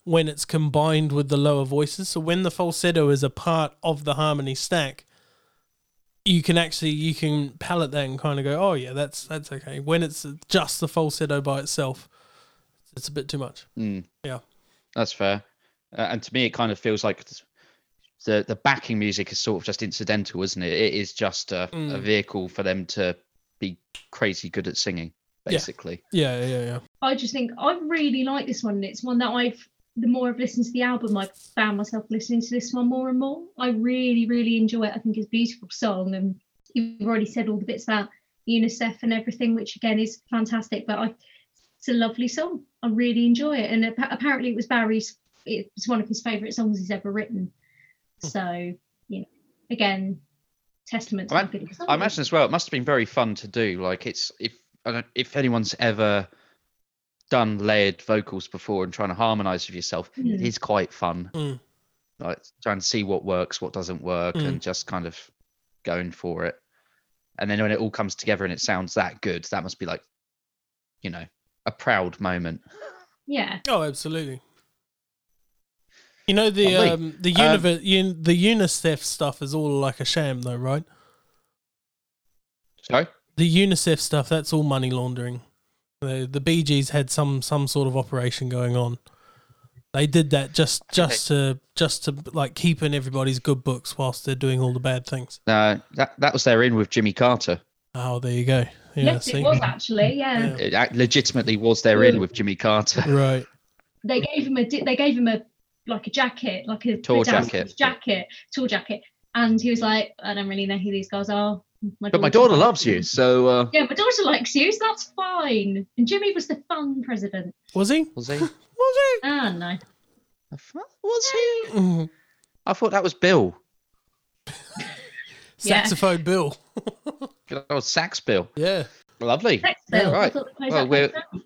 Speaker 3: when it's combined with the lower voices. So when the falsetto is a part of the harmony stack, you can actually you can palate that and kind of go, oh yeah, that's that's okay. When it's just the falsetto by itself, it's a bit too much. Yeah,
Speaker 4: That's fair. Uh, and to me, it kind of feels like th- the the backing music is sort of just incidental, isn't it? It is just a, a vehicle for them to be crazy good at singing, basically.
Speaker 3: yeah, yeah, yeah.
Speaker 5: I just think I really like this one. and It's one that I've the more I've listened to the album, I've found myself listening to this one more and more. I really, really enjoy it. I think it's a beautiful song, and you've already said all the bits about UNICEF and everything, which again is fantastic. But I, it's a lovely song. I really enjoy it, and appa- apparently it was Barry's. It was one of his favourite songs he's ever written. So you know, again, testament to
Speaker 4: I,
Speaker 5: how good it was.
Speaker 4: I imagine as well, it must have been very fun to do. Like it's if I don't, if anyone's ever done layered vocals before and trying to harmonize with yourself, it
Speaker 5: Mm.
Speaker 4: is quite fun.
Speaker 3: Mm.
Speaker 4: Like trying to see what works, what doesn't work, and just kind of going for it. And then when it all comes together and it sounds that good, that must be like, you know, a proud moment.
Speaker 5: Yeah,
Speaker 3: Oh, absolutely. You know the
Speaker 4: Lovely.
Speaker 3: um, the
Speaker 4: Um,
Speaker 3: univer- un- the UNICEF stuff is all like a sham though, right?
Speaker 4: Sorry.
Speaker 3: the UNICEF stuff, that's all money laundering. The the Bee Gees had some some sort of operation going on. They did that just just to just to like keep in everybody's good books whilst they're doing all the bad things.
Speaker 4: No, uh, that that was their in with Jimmy Carter.
Speaker 3: Oh, there you go. Yeah,
Speaker 5: yes,
Speaker 3: see?
Speaker 5: it was actually. yeah.
Speaker 4: It act- legitimately was their in with Jimmy Carter.
Speaker 3: right.
Speaker 5: they gave him a di- they gave him a like a jacket like a
Speaker 4: Tall
Speaker 5: a dad's
Speaker 4: jacket.
Speaker 5: jacket tall jacket and he was like i don't really know who these guys are
Speaker 4: But my daughter loves you, so uh,
Speaker 5: yeah my daughter likes you so that's fine and jimmy was the fun president
Speaker 3: Was he?
Speaker 4: was he?
Speaker 3: Was
Speaker 5: ah no
Speaker 4: Was he?
Speaker 3: he? Mhm.
Speaker 4: I thought that was Bill.
Speaker 5: Yeah.
Speaker 3: Saxophone Bill.
Speaker 4: Good old sax Bill.
Speaker 3: Yeah.
Speaker 4: Lovely.
Speaker 5: sex bill
Speaker 4: right.
Speaker 5: I thought that was
Speaker 4: Well,
Speaker 5: that
Speaker 4: we're-
Speaker 5: person.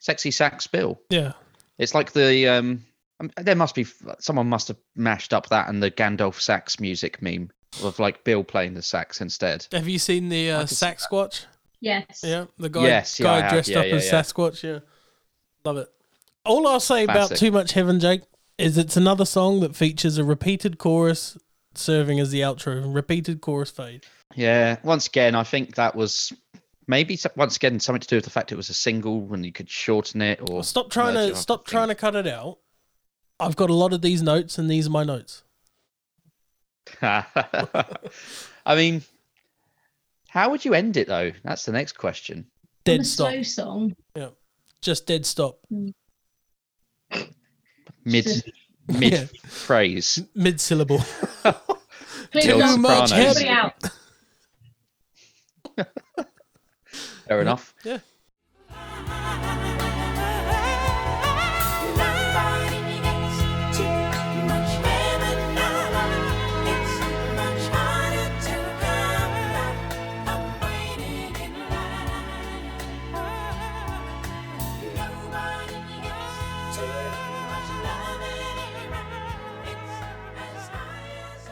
Speaker 4: Sexy sax Bill.
Speaker 3: Yeah.
Speaker 4: It's like the um. um, There must be someone must have mashed up that and the Gandalf sax music meme of like Bill playing the sax instead.
Speaker 3: Have you seen the uh, Saxquatch?
Speaker 5: yes
Speaker 3: Yeah, the guy,
Speaker 4: Yes, yeah, I
Speaker 3: guy
Speaker 4: have.
Speaker 3: dressed
Speaker 4: Yeah,
Speaker 3: up
Speaker 4: yeah,
Speaker 3: as
Speaker 4: yeah.
Speaker 3: Sasquatch. Yeah, love it. All I'll say about
Speaker 4: Classic.
Speaker 3: Too Much Heaven, Jake, is it's another song that features a repeated chorus serving as the outro, repeated chorus fade.
Speaker 4: Yeah. Once again, I think that was maybe so- once again something to do with the fact it was a single and you could shorten it or
Speaker 3: Well, stop trying
Speaker 4: merge it
Speaker 3: to
Speaker 4: up, I
Speaker 3: stop
Speaker 4: think.
Speaker 3: trying to cut it out. I've got a lot of these notes, and these are my notes.
Speaker 4: I mean, how would you end it though? That's the next question.
Speaker 5: On a
Speaker 3: Dead stop.
Speaker 5: slow song
Speaker 3: Yeah, just dead stop.
Speaker 4: Mid mid phrase.
Speaker 3: Mid syllable.
Speaker 5: clear
Speaker 4: Till
Speaker 5: it up.
Speaker 4: Sopranos.
Speaker 5: everybody out
Speaker 4: Fair enough.
Speaker 3: yeah.
Speaker 6: Nobody gets too much heaven It's much harder to come back. I'm waiting in line. Nobody gets too much love It's as hard as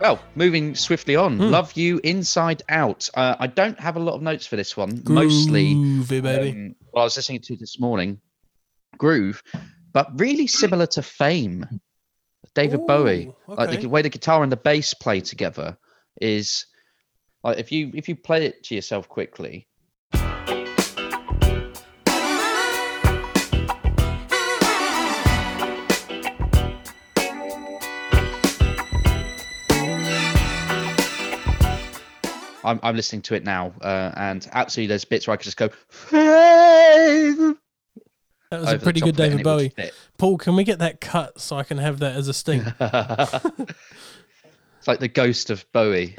Speaker 4: Well, moving swiftly on. Love you inside out. Uh, I don't have a lot of notes for this one. Mostly,
Speaker 3: Groovy, baby.
Speaker 4: um, well, I was listening to this morning, groove, but really similar to Fame, David
Speaker 3: Hmm. Ooh,
Speaker 4: Bowie. Like
Speaker 3: okay.
Speaker 4: the way the guitar and the bass play together is like if you if you play it to yourself quickly. I'm, I'm listening to it now, uh, and absolutely, there's bits where I could just go. That
Speaker 3: That was a pretty good David Bowie. Paul, can we get that cut so I can have that as a Uh, sting?
Speaker 4: it's like the ghost of Bowie.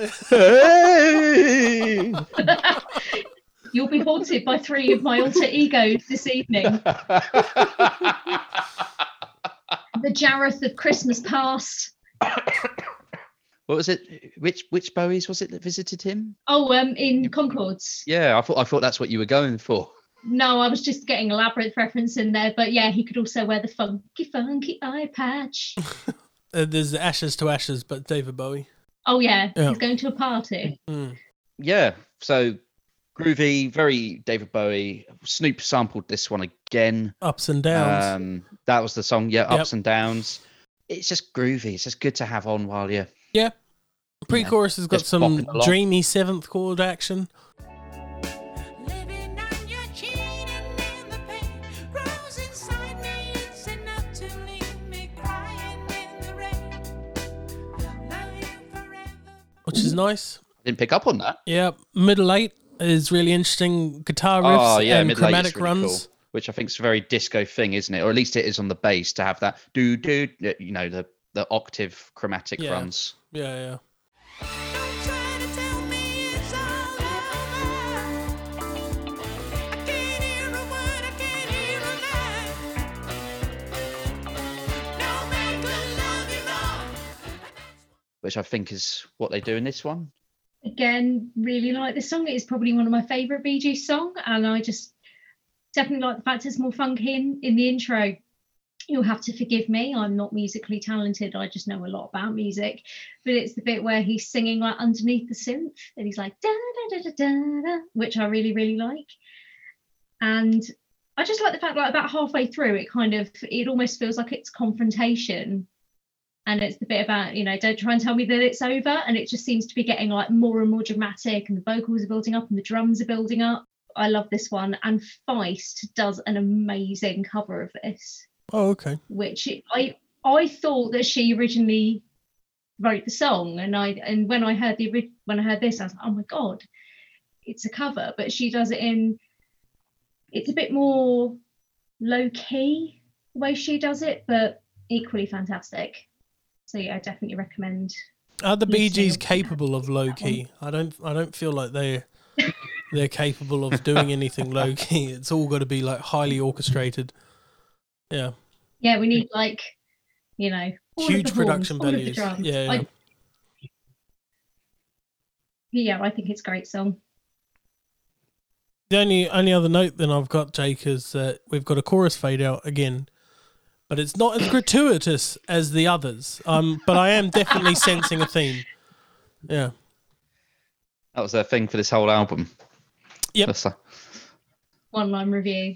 Speaker 5: You'll be haunted by three of my alter egos this evening. The Jareth of Christmas past.
Speaker 4: what was it? Which which Bowies was it that visited him?
Speaker 5: Oh, um, in Concords.
Speaker 4: Yeah, I thought I thought that's what you were going for.
Speaker 5: No, I was just getting a labyrinth reference in there, but yeah, he could also wear the funky, funky eye patch.
Speaker 3: Uh, there's the Ashes to Ashes, but David Bowie.
Speaker 5: Oh yeah,
Speaker 3: Yeah.
Speaker 5: he's going to a party.
Speaker 3: Mm.
Speaker 4: yeah, so groovy, very David Bowie. Snoop sampled this one again.
Speaker 3: Ups and downs.
Speaker 4: Um, that was the song, yeah,
Speaker 3: Yep.
Speaker 4: ups and downs. It's just groovy. It's just good to have on while you.
Speaker 3: yeah. Pre chorus has got
Speaker 4: just bopping
Speaker 3: some
Speaker 4: along.
Speaker 3: dreamy seventh chord action.
Speaker 6: Living on your cheating and the pain grows inside me. It's enough to leave me crying in the rain. Love you forever.
Speaker 3: which is nice.
Speaker 4: I didn't pick up on that.
Speaker 3: Yeah, middle eight is really interesting. Guitar riffs
Speaker 4: Oh yeah,
Speaker 3: and
Speaker 4: middle eight
Speaker 3: chromatic
Speaker 4: is really
Speaker 3: runs.
Speaker 4: cool. Which I think is a very disco thing, isn't it? Or at least it is on the bass to have that do do. uh, You know the the octave chromatic
Speaker 3: Yeah.
Speaker 4: runs.
Speaker 3: Yeah, yeah.
Speaker 6: Don't try to tell me it's all over. I can't hear a word, I can't hear a line. No man could love you more.
Speaker 4: Which I think is what they do in this one.
Speaker 5: Again, really like this song. It is probably one of my favourite Bee Gees song, and I just definitely like the fact it's more funky in, in the intro. You'll have to forgive me. I'm not musically talented. I just know a lot about music, but it's the bit where he's singing like underneath the synth, and he's like da da da da da, da which I really really like. And I just like the fact like about halfway through, it kind of it almost feels like it's confrontation and it's the bit about you know don't try and tell me that it's over and it just seems to be getting like more and more dramatic and the vocals are building up and the drums are building up i love this one and feist does an amazing cover of this
Speaker 3: Oh, okay.
Speaker 5: which i i thought that she originally wrote the song and i and when i heard the ori- when i heard this i was like oh my god it's a cover but she does it in it's a bit more low key the way she does it but equally fantastic so yeah i definitely recommend
Speaker 3: Are the Bee
Speaker 5: Let's see.
Speaker 3: Gees capable of low key? I don't. I don't feel like they they're capable of doing anything low key. It's all got to be like highly orchestrated. Yeah.
Speaker 5: yeah we need like you know all of the
Speaker 3: Huge
Speaker 5: horns,
Speaker 3: production
Speaker 5: all of the
Speaker 3: values.
Speaker 5: drums.
Speaker 3: Yeah, yeah.
Speaker 5: Like- yeah i think it's a great song
Speaker 3: The only only other note that I've got, Jake, is that we've got a chorus fade out again, but it's not as gratuitous as the others. Um, but I am definitely sensing a theme. Yeah.
Speaker 4: That was their thing for this whole album.
Speaker 3: Yep.
Speaker 4: That's uh, like-
Speaker 5: one line review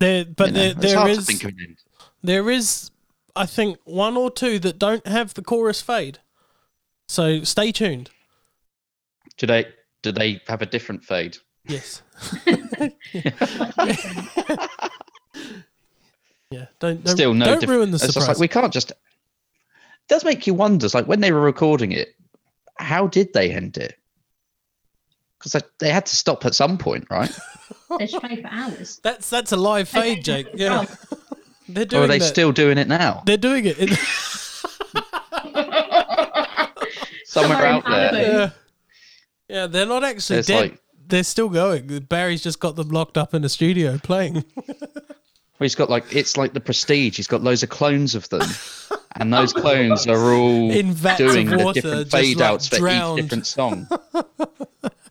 Speaker 3: There, but
Speaker 4: you know,
Speaker 3: there,
Speaker 4: it's
Speaker 3: there
Speaker 4: hard
Speaker 3: is
Speaker 4: to think of an end.
Speaker 3: there is I think one or two that don't have the chorus fade. So stay tuned.
Speaker 4: Do they do they have a different fade?
Speaker 3: Yes. yeah. Don't, don't
Speaker 4: Still no.
Speaker 3: Don't
Speaker 4: diff-
Speaker 3: ruin the
Speaker 4: it's just
Speaker 3: surprise.
Speaker 4: like we can't just. does make you wonder. it's Like when they were recording it, how did they end it? Because they, they had to stop at some point, right?
Speaker 5: they should play for hours
Speaker 3: that's that's a live fade, Jake. Yeah. They're doing
Speaker 4: or are they
Speaker 3: that.
Speaker 4: still doing it now?
Speaker 3: They're doing it. It-
Speaker 4: Somewhere
Speaker 5: Somewhere in
Speaker 4: out there.
Speaker 5: Malibu.
Speaker 3: yeah. Yeah, they're not actually
Speaker 4: It's
Speaker 3: dead.
Speaker 4: like-
Speaker 3: they're still going. Barry's just got them locked up in a studio playing.
Speaker 4: Where he's got like it's like the Prestige. He's got loads of clones of them, and those clones are all
Speaker 3: In vats of
Speaker 4: doing the
Speaker 3: water,
Speaker 4: different
Speaker 3: just, like,
Speaker 4: fade outs for
Speaker 3: drowned.
Speaker 4: each different song.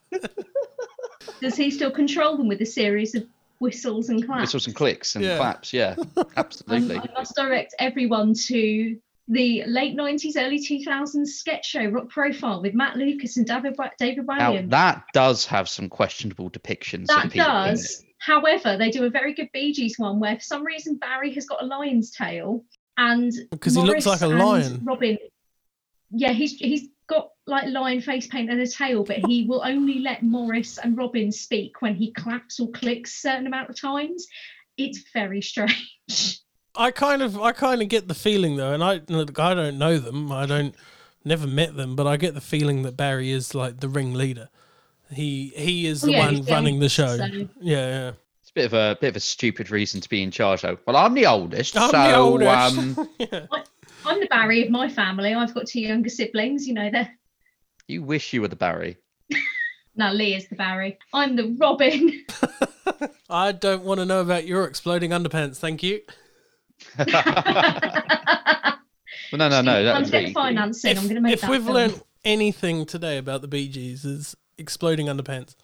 Speaker 5: Does he still control them with a series of whistles and claps?
Speaker 4: Whistles and clicks and
Speaker 3: Yeah.
Speaker 4: claps. Yeah,
Speaker 5: Um,
Speaker 4: absolutely.
Speaker 5: I must direct everyone to the late 90s, early 2000s sketch show Rock Profile with Matt Lucas and David, Wa- David
Speaker 4: Now
Speaker 5: Walliams.
Speaker 4: that does have some questionable depictions.
Speaker 5: That
Speaker 4: of people in it.
Speaker 5: does. However, they do a very good Bee Gees one where for some reason Barry has got a lion's tail and
Speaker 3: Because he looks
Speaker 5: Morris
Speaker 3: like a
Speaker 5: and
Speaker 3: lion.
Speaker 5: Robin. Yeah, he's he's got like lion face paint and a tail, but he will only let Morris and Robin speak when he claps or clicks certain amount of times. It's very strange.
Speaker 3: I kind of I kind of get the feeling though, and I look, I don't know them. I don't never met them, but I get the feeling that Barry is like the ringleader, He he is
Speaker 5: Oh,
Speaker 3: the
Speaker 5: yeah,
Speaker 3: one
Speaker 5: he's the
Speaker 3: running the
Speaker 5: youngest,
Speaker 3: show.
Speaker 5: so-
Speaker 3: Yeah, yeah.
Speaker 4: It's a bit of a bit of a stupid reason to be in charge, though. Well, I'm the oldest,
Speaker 3: I'm
Speaker 4: so
Speaker 3: the oldest.
Speaker 4: um,
Speaker 3: yeah.
Speaker 5: I'm the Barry of my family. I've got two younger siblings. You know, they're
Speaker 4: you wish you were the Barry.
Speaker 5: now Lee is the Barry. I'm the Robin.
Speaker 3: I don't want to know about your exploding underpants. Thank you.
Speaker 4: Well, no, no, no. That was
Speaker 5: Content
Speaker 4: really,
Speaker 5: financing. I'm
Speaker 3: if
Speaker 5: going to make
Speaker 3: if
Speaker 5: that
Speaker 3: we've
Speaker 5: film.
Speaker 3: learned anything today about the Bee Gees is exploding underpants.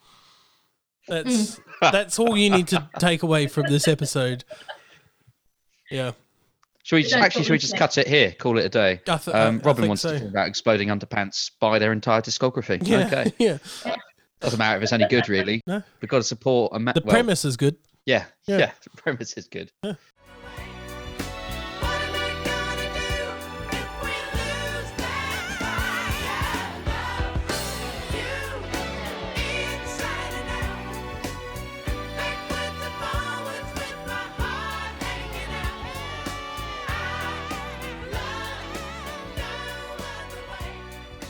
Speaker 3: That's
Speaker 5: Mm.
Speaker 3: that's all you need to take away from this episode. Yeah,
Speaker 4: should we just,
Speaker 5: Don't
Speaker 4: actually?
Speaker 5: put
Speaker 4: Should we
Speaker 5: me
Speaker 4: just
Speaker 5: to
Speaker 4: cut it here? Call it a day.
Speaker 3: I th- I- I
Speaker 4: um, Robin
Speaker 3: think
Speaker 4: wants
Speaker 3: so.
Speaker 4: to talk about exploding underpants by their entire discography.
Speaker 3: yeah,
Speaker 4: Okay,
Speaker 3: yeah.
Speaker 4: doesn't matter if it's any good, really.
Speaker 3: No.
Speaker 4: We've got to support a ma-
Speaker 3: The
Speaker 4: well,
Speaker 3: premise is good.
Speaker 4: Yeah,
Speaker 3: Yeah.
Speaker 4: yeah, The premise is good.
Speaker 6: What am I gonna do if we lose that fire? You inside and out, backwards and forwards with my heart hanging out. I love no other way.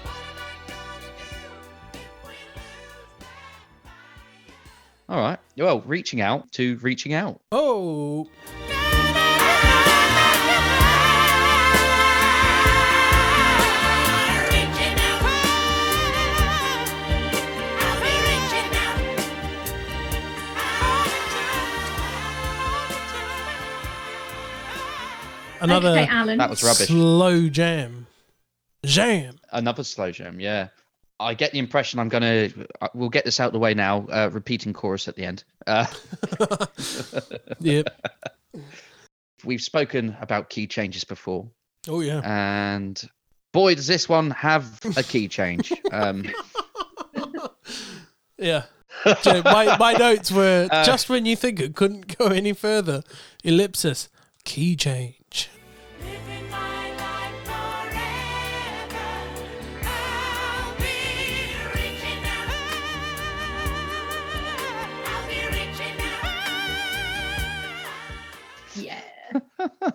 Speaker 6: What am I gonna do if we lose that fire?
Speaker 4: All right. Well, reaching out to reaching out.
Speaker 3: Oh, another
Speaker 5: Okay, um, Alan.
Speaker 4: That was rubbish.
Speaker 3: slow jam. Jam.
Speaker 4: Another slow jam. Yeah. I get the impression I'm gonna. I- We'll get this out the way now. Uh, repeating chorus at the end. Uh,
Speaker 3: Yep.
Speaker 4: we've spoken about key changes before,
Speaker 3: Oh yeah.
Speaker 4: and boy, does this one have a key change. Um,
Speaker 3: Yeah. So my, my notes were
Speaker 4: Uh,
Speaker 3: just when you think it couldn't go any further. Ellipsis. Key change.
Speaker 6: Living my life forever. I'll be reaching out. I'll be reaching out.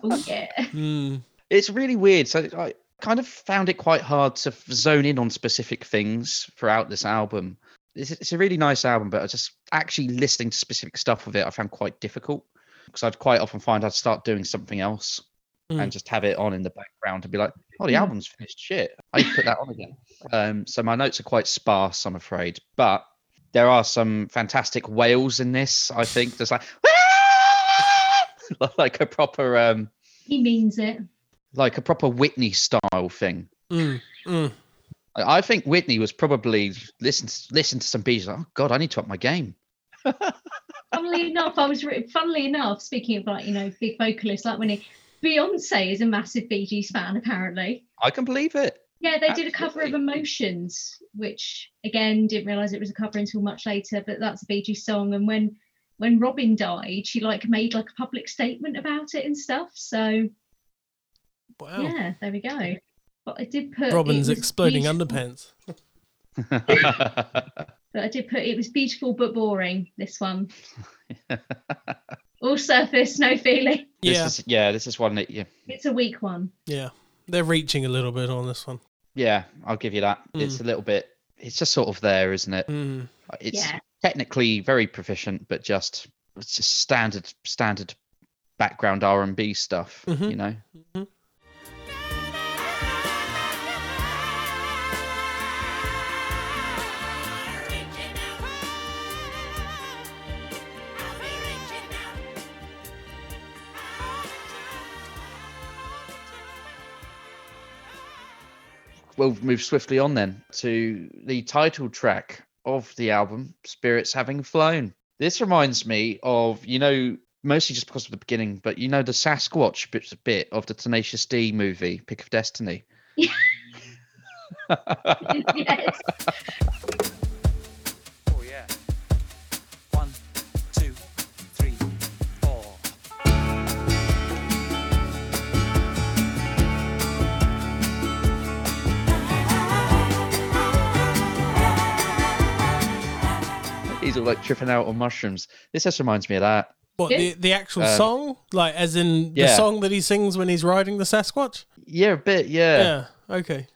Speaker 5: Yeah. Oh yeah.
Speaker 3: Hmm.
Speaker 4: it's really weird. So I kind of found it quite hard to f- zone in on specific things throughout this album. It's, it's a really nice album, but I just actually listening to specific stuff with it, I found quite difficult because I'd quite often find I'd start doing something else
Speaker 3: Mm.
Speaker 4: and just have it on in the background and be like, "Oh, the
Speaker 5: Mm.
Speaker 4: album's finished. Shit, I need to put that on again." Um, so my notes are quite sparse, I'm afraid, but there are some fantastic wails in this. I think there's like. like a proper um
Speaker 5: He means it.
Speaker 4: like a proper Whitney style thing.
Speaker 3: Mm. Mm.
Speaker 4: I I think Whitney was probably listen listen to some beats. Oh God, I need to up my game.
Speaker 5: Funnily enough, I was. Re- funnily enough, speaking of like you know big vocalists, like when he, Beyonce is a massive Bee Gees fan apparently.
Speaker 4: I can believe it.
Speaker 5: Yeah, they did a cover of
Speaker 4: Absolutely.
Speaker 5: Emotions, which again didn't realize it was a cover until much later. But that's a Bee Gees song, and when when Robin died, she like made like a public statement about it and stuff. So
Speaker 3: Wow.
Speaker 5: yeah, there we go. But I did put it
Speaker 3: Robin's
Speaker 5: was
Speaker 3: exploding
Speaker 5: beautiful-
Speaker 3: underpants.
Speaker 5: But I did put it was beautiful but boring. This one, all surface, no feeling.
Speaker 4: This
Speaker 3: Yeah.
Speaker 4: is, yeah, this is one that yeah,
Speaker 5: It's a weak one.
Speaker 3: Yeah. They're reaching a little bit on this one.
Speaker 4: yeah, I'll give you that. It's a little bit. It's just sort of there, isn't it?
Speaker 3: Mm.
Speaker 4: It's
Speaker 5: Yeah.
Speaker 4: technically very proficient, but just it's just standard standard background R and B stuff.
Speaker 3: Mhm.
Speaker 4: You know. We'll move swiftly on then to the title track of the album, Spirits Having Flown. This reminds me of, you know, mostly just because of the beginning, but you know, the Sasquatch bit, bit of the Tenacious D movie, Pick of Destiny.
Speaker 5: yes.
Speaker 8: Oh yeah. One, two, three, four.
Speaker 4: He's all like tripping out on mushrooms. This just reminds me of that.
Speaker 3: What the, the actual
Speaker 4: Um,
Speaker 3: song? Like as in the
Speaker 4: yeah.
Speaker 3: song that he sings when he's riding the Sasquatch?
Speaker 4: Yeah, a bit, yeah.
Speaker 3: Yeah. Okay.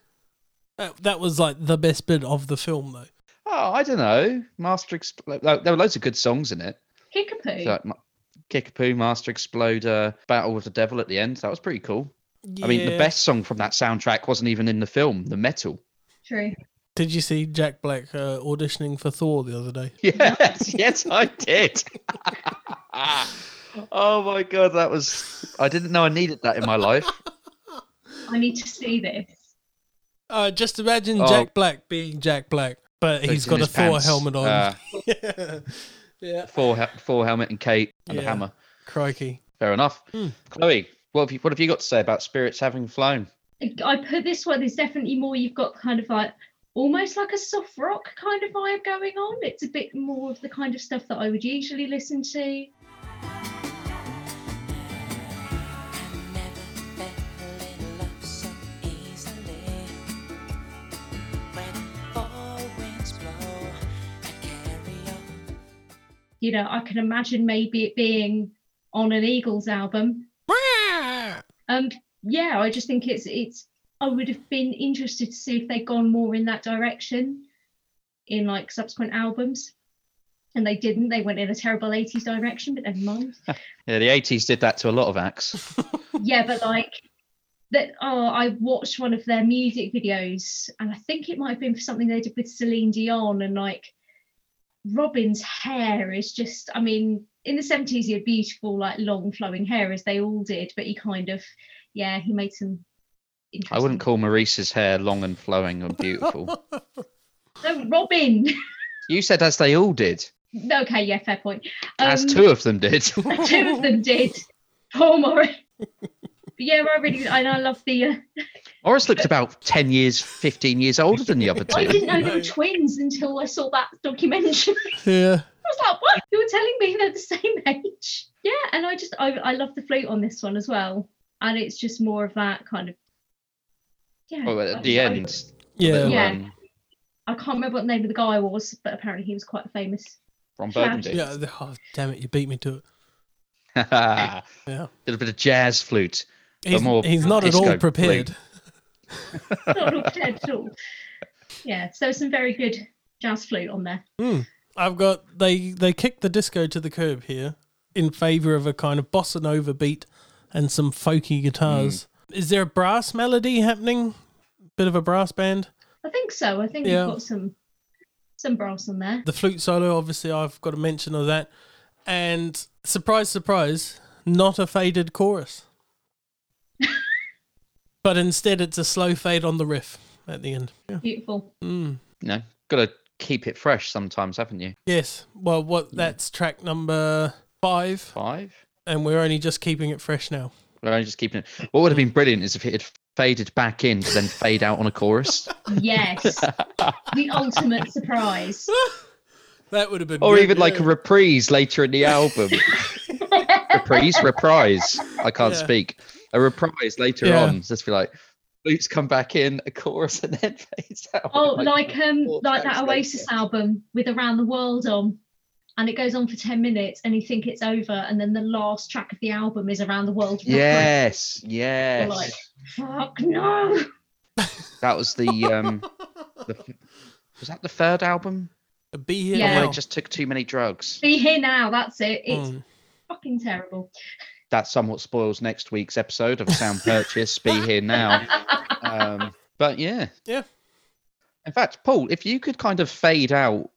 Speaker 3: That, that was like the best bit of the film though.
Speaker 4: Oh, I don't know. Master Expl- like, There were loads of good songs in it.
Speaker 5: Kickapoo.
Speaker 4: So, like, Ma- Kickapoo, Master Exploder, Battle with the Devil at the end. That was pretty cool. I mean, the
Speaker 3: Yeah.
Speaker 4: best song from that soundtrack wasn't even in the film, The Metal.
Speaker 5: True.
Speaker 3: Did you see Jack Black uh, auditioning for Thor the other day?
Speaker 4: Yes, yes, I did. oh my god, that was. I didn't know I needed that in my life.
Speaker 5: I need to see this.
Speaker 3: Uh, just imagine
Speaker 4: Oh.
Speaker 3: Jack Black being Jack Black, but
Speaker 4: So
Speaker 3: he's
Speaker 4: it's in
Speaker 3: got a
Speaker 4: his
Speaker 3: Thor
Speaker 4: pants.
Speaker 3: helmet on.
Speaker 4: Uh,
Speaker 3: yeah.
Speaker 4: four, he- four helmet and cape and a
Speaker 3: Yeah.
Speaker 4: hammer.
Speaker 3: Crikey.
Speaker 4: Fair enough.
Speaker 3: Hmm.
Speaker 4: Chloe, what have you what have you got to say about spirits having flown?
Speaker 5: I put this one. There's definitely more. You've got kind of like almost like a soft rock kind of vibe going on. It's a bit more of the kind of stuff that I would usually listen to. You know, I can imagine maybe it being on an Eagles album. Um, yeah, I just think it's it's. I would have been interested to see if they'd gone more in that direction in like subsequent albums, and they didn't. They went in a terrible '80s direction, but never mind.
Speaker 4: Yeah, the eighties did that to a lot of acts.
Speaker 5: yeah, but like that. Oh, I watched one of their music videos, and I think it might have been for something they did with Celine Dion, and like Robin's hair is just. I mean, in the seventies, he had beautiful, like long flowing hair, as they all did, but he kind of, yeah, he made some.
Speaker 4: I wouldn't call Maurice's hair long and flowing and beautiful.
Speaker 5: No, Oh, Robin.
Speaker 4: you said as they all did.
Speaker 5: okay, yeah, fair point.
Speaker 4: As
Speaker 5: Um,
Speaker 4: two of them did.
Speaker 5: two of them did. Paul Morris. but yeah, I really, and I love the. Uh,
Speaker 4: Morris looked about ten years, fifteen years older than the other
Speaker 5: I
Speaker 4: two.
Speaker 5: didn't know they were twins until I saw that documentary.
Speaker 3: Yeah.
Speaker 5: I was like, what? You were telling me they're the same age? Yeah, and I just I, I love the flute on this one as well, and it's just more of that kind of. Yeah.
Speaker 4: Oh,
Speaker 5: I-
Speaker 4: at the
Speaker 5: I-
Speaker 4: end. um,
Speaker 3: Yeah.
Speaker 5: Yeah. I can't remember what the name of the guy was, but apparently he was quite famous.
Speaker 4: From
Speaker 5: Flash.
Speaker 4: Burgundy.
Speaker 3: Yeah. the- Oh, damn it. You beat me to it.
Speaker 4: A
Speaker 3: Yeah.
Speaker 4: little bit of jazz flute. But
Speaker 3: He's,
Speaker 4: more
Speaker 3: he's not at
Speaker 4: disco
Speaker 3: all
Speaker 4: flute.
Speaker 3: prepared.
Speaker 5: Not all dead at all. Yeah, so some very good jazz flute on there.
Speaker 3: I've got they they kicked the disco to the curb here in favor of a kind of bossa nova beat and some folky guitars.
Speaker 4: Hmm.
Speaker 3: Is there a brass melody happening? Bit of a brass band.
Speaker 5: I think so. I think
Speaker 3: Yeah.
Speaker 5: we've got some some brass on there.
Speaker 3: The flute solo, obviously, I've got a mention of that. And surprise, surprise, not a faded chorus. but instead, it's a slow fade on the riff at the end. Yeah.
Speaker 5: Beautiful.
Speaker 4: You know, gotta keep it fresh sometimes, haven't you?
Speaker 3: Yes. Well, what
Speaker 4: Hmm.
Speaker 3: that's track number five,
Speaker 4: Five?
Speaker 3: and we're only just keeping it fresh now.
Speaker 4: Well, I'm just keeping it. What would have been brilliant is if it had faded back in to then fade out on a chorus,
Speaker 5: Yes. the ultimate surprise.
Speaker 3: That would have been.
Speaker 4: or
Speaker 3: good,
Speaker 4: even like
Speaker 3: yeah.
Speaker 4: a reprise later in the album. reprise, reprise. I can't
Speaker 3: Yeah.
Speaker 4: speak. A reprise later
Speaker 3: Yeah.
Speaker 4: on. Just be like, loops come back in, a chorus, and then fades out.
Speaker 5: Oh, like um
Speaker 4: four
Speaker 5: like that
Speaker 4: tracks
Speaker 5: Oasis
Speaker 4: later.
Speaker 5: album with Around the World on. And it goes on for 10 minutes and you think it's over, and then the last track of the album is Around the World.
Speaker 4: Yes,
Speaker 5: You're
Speaker 4: yes.
Speaker 5: like, fuck no.
Speaker 4: That was the um. The, was that the third album?
Speaker 3: Be here
Speaker 5: Yeah.
Speaker 4: Where
Speaker 3: now.
Speaker 4: I just took too many drugs.
Speaker 5: Be here now. That's it. It's
Speaker 3: Mm.
Speaker 5: fucking terrible.
Speaker 4: that somewhat spoils next week's episode of Sound Purchase. Be here now. Um, but yeah,
Speaker 3: Yeah.
Speaker 4: In fact, Paul, if you could kind of fade out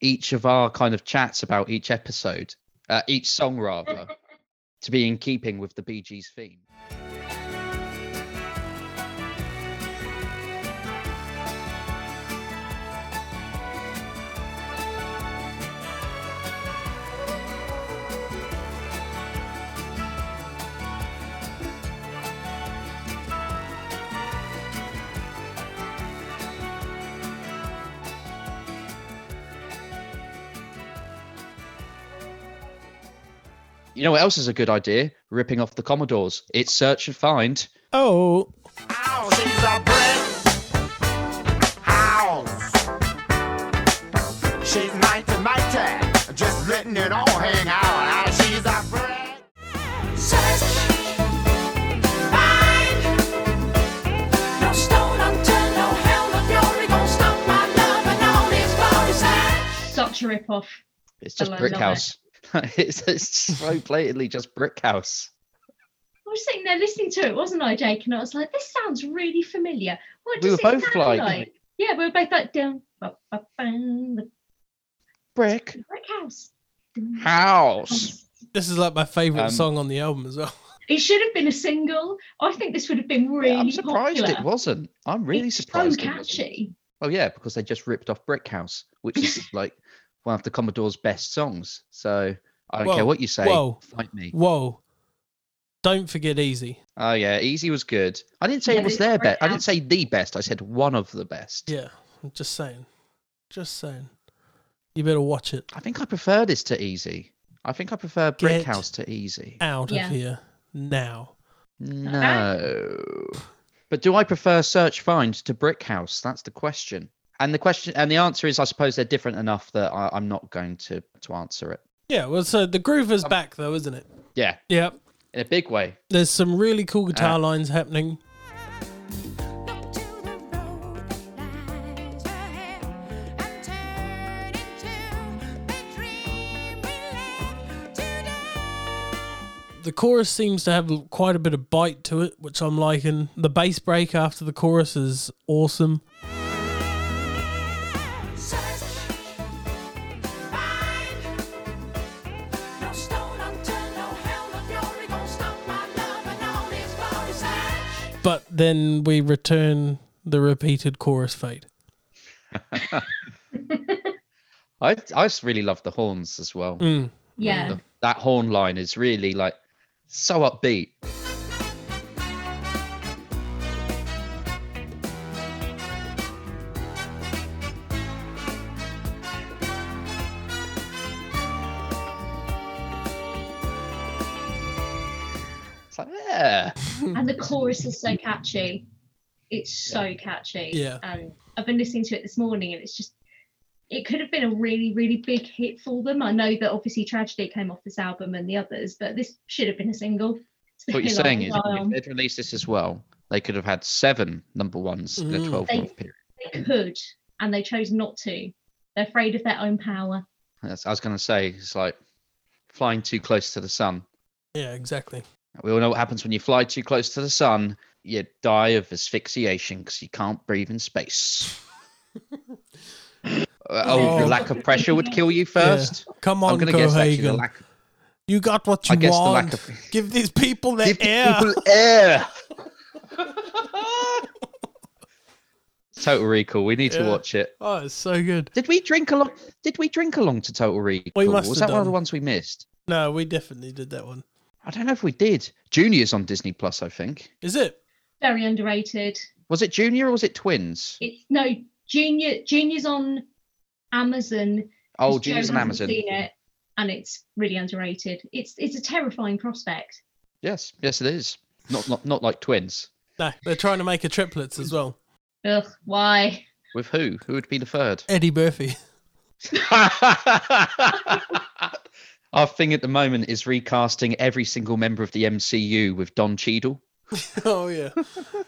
Speaker 4: each of our kind of chats about each episode, uh, each song rather, to be in keeping with the Bee Gees theme. You know what else is a good idea? Ripping off the Commodores. It's search and find.
Speaker 3: Oh,
Speaker 6: House is a brick house. She's mighty, mighty, just letting it all hang out. Ah, She's a brick. Search, find. No stone unturned, no hell, no fury gonna stop my love and all these glories.
Speaker 5: such a rip off.
Speaker 4: It's just
Speaker 5: Oh, I
Speaker 4: brick
Speaker 5: love it.
Speaker 4: house. it's, it's so blatantly just brick house.
Speaker 5: I was sitting there listening to it, wasn't I, Jake? And I was like, this sounds really familiar. What
Speaker 4: We
Speaker 5: does
Speaker 4: were
Speaker 5: it
Speaker 4: both
Speaker 5: sound
Speaker 4: like-
Speaker 5: Yeah, we were both like, down, ba, ba, bang, the
Speaker 4: Brick
Speaker 5: brick house.
Speaker 4: house.
Speaker 3: This is like my favorite
Speaker 4: Um,
Speaker 3: song on the album as well.
Speaker 5: It should have been a single. I think this would have been really
Speaker 4: Yeah, I'm surprised
Speaker 5: popular.
Speaker 4: it wasn't. I'm really
Speaker 5: It's
Speaker 4: surprised.
Speaker 5: So
Speaker 4: it wasn't.
Speaker 5: catchy.
Speaker 4: Oh yeah, because they just ripped off Brick House, which is like one of the Commodore's best songs. So I don't care
Speaker 3: Whoa,
Speaker 4: what you say.
Speaker 3: whoa.
Speaker 4: Fight me.
Speaker 3: Whoa. Don't forget Easy.
Speaker 4: Oh yeah, Easy was good. I didn't say
Speaker 5: Yeah,
Speaker 4: it was
Speaker 5: but it's
Speaker 4: their
Speaker 5: Brick
Speaker 4: best. I didn't
Speaker 5: House.
Speaker 4: say the best. I said one of the best.
Speaker 3: Yeah, I'm just saying. Just saying. You better watch it.
Speaker 4: I think I prefer this to Easy. I think I prefer Brick
Speaker 3: Get
Speaker 4: House to Easy.
Speaker 3: Out
Speaker 5: Yeah.
Speaker 3: of here now.
Speaker 4: No. But do I prefer Search Find to Brick House? That's the question. And the question and the answer is I suppose they're different enough that I, I'm not going to to answer it.
Speaker 3: Yeah, well, so the groove
Speaker 4: Um,
Speaker 3: is back though, isn't it?
Speaker 4: Yeah,
Speaker 3: Yep.
Speaker 4: in a big way.
Speaker 3: There's some really cool guitar
Speaker 4: Uh,
Speaker 3: lines happening.
Speaker 6: Look to the road that lies ahead and turn into the dream we live today.
Speaker 3: The chorus seems to have l- quite a bit of bite to it, which I'm liking. The bass break after the chorus is awesome.
Speaker 6: Search, find. No stone unturned, no hell, no glory gonna stop my love and all its glory. Search.
Speaker 3: But then we return the repeated chorus fade.
Speaker 4: I I just really love the horns as well.
Speaker 3: Mm.
Speaker 5: Yeah.
Speaker 4: The- that horn line is really like so upbeat. It's like, yeah.
Speaker 5: and the chorus is so catchy. It's so catchy.
Speaker 3: Yeah.
Speaker 5: And I've been listening to it this morning, and it's just it could have been a really, really big hit for them. I know that obviously Tragedy came off this album and the others, but this should have been a single.
Speaker 4: What
Speaker 5: Um, It's been
Speaker 4: you're
Speaker 5: a
Speaker 4: saying is,
Speaker 5: while.
Speaker 4: if they'd released this as well, they could have had seven number ones in a
Speaker 3: Mm.
Speaker 4: 12 month period.
Speaker 5: they could, and they chose not to. They're afraid of their own power.
Speaker 4: That's, I was going to say, it's like flying too close to the sun.
Speaker 3: Yeah, exactly.
Speaker 4: We all know what happens when you fly too close to the sun. You die of asphyxiation because you can't breathe in space. Uh, oh, the
Speaker 3: Oh.
Speaker 4: lack of pressure would kill you first.
Speaker 3: Come on,
Speaker 4: I'm going to guess actually the
Speaker 3: Cohagen.
Speaker 4: lack.
Speaker 3: You got what you
Speaker 4: I guess the
Speaker 3: want.
Speaker 4: lack of-
Speaker 3: Give these people their
Speaker 4: Give the
Speaker 3: air.
Speaker 4: people air. Total Recall. We need to
Speaker 3: Yeah.
Speaker 4: watch it.
Speaker 3: Oh, it's so good.
Speaker 4: Did we drink along? Did we drink along to Total Recall?
Speaker 3: must
Speaker 4: Was
Speaker 3: have
Speaker 4: that one of the
Speaker 3: done.
Speaker 4: ones we missed?
Speaker 3: No, we definitely did that one.
Speaker 4: I don't know if we did. Junior's on Disney Plus, I think.
Speaker 3: Is it?
Speaker 5: Very underrated.
Speaker 4: Was it Junior or was it Twins?
Speaker 5: It's no junior. Junior's on Amazon.
Speaker 4: Oh,
Speaker 5: 'cause Joe
Speaker 4: Junior's on
Speaker 5: hasn't
Speaker 4: Amazon.
Speaker 5: Seen it, and it's really underrated. It's it's a terrifying prospect.
Speaker 4: Yes, yes, it is. Not not not like twins.
Speaker 3: No, they're trying to make a triplets as well.
Speaker 5: Ugh, why?
Speaker 4: With who? Who would be the third?
Speaker 3: Eddie Murphy.
Speaker 4: Our thing at the moment is recasting every single member of the MCU with Don Cheadle.
Speaker 3: oh yeah,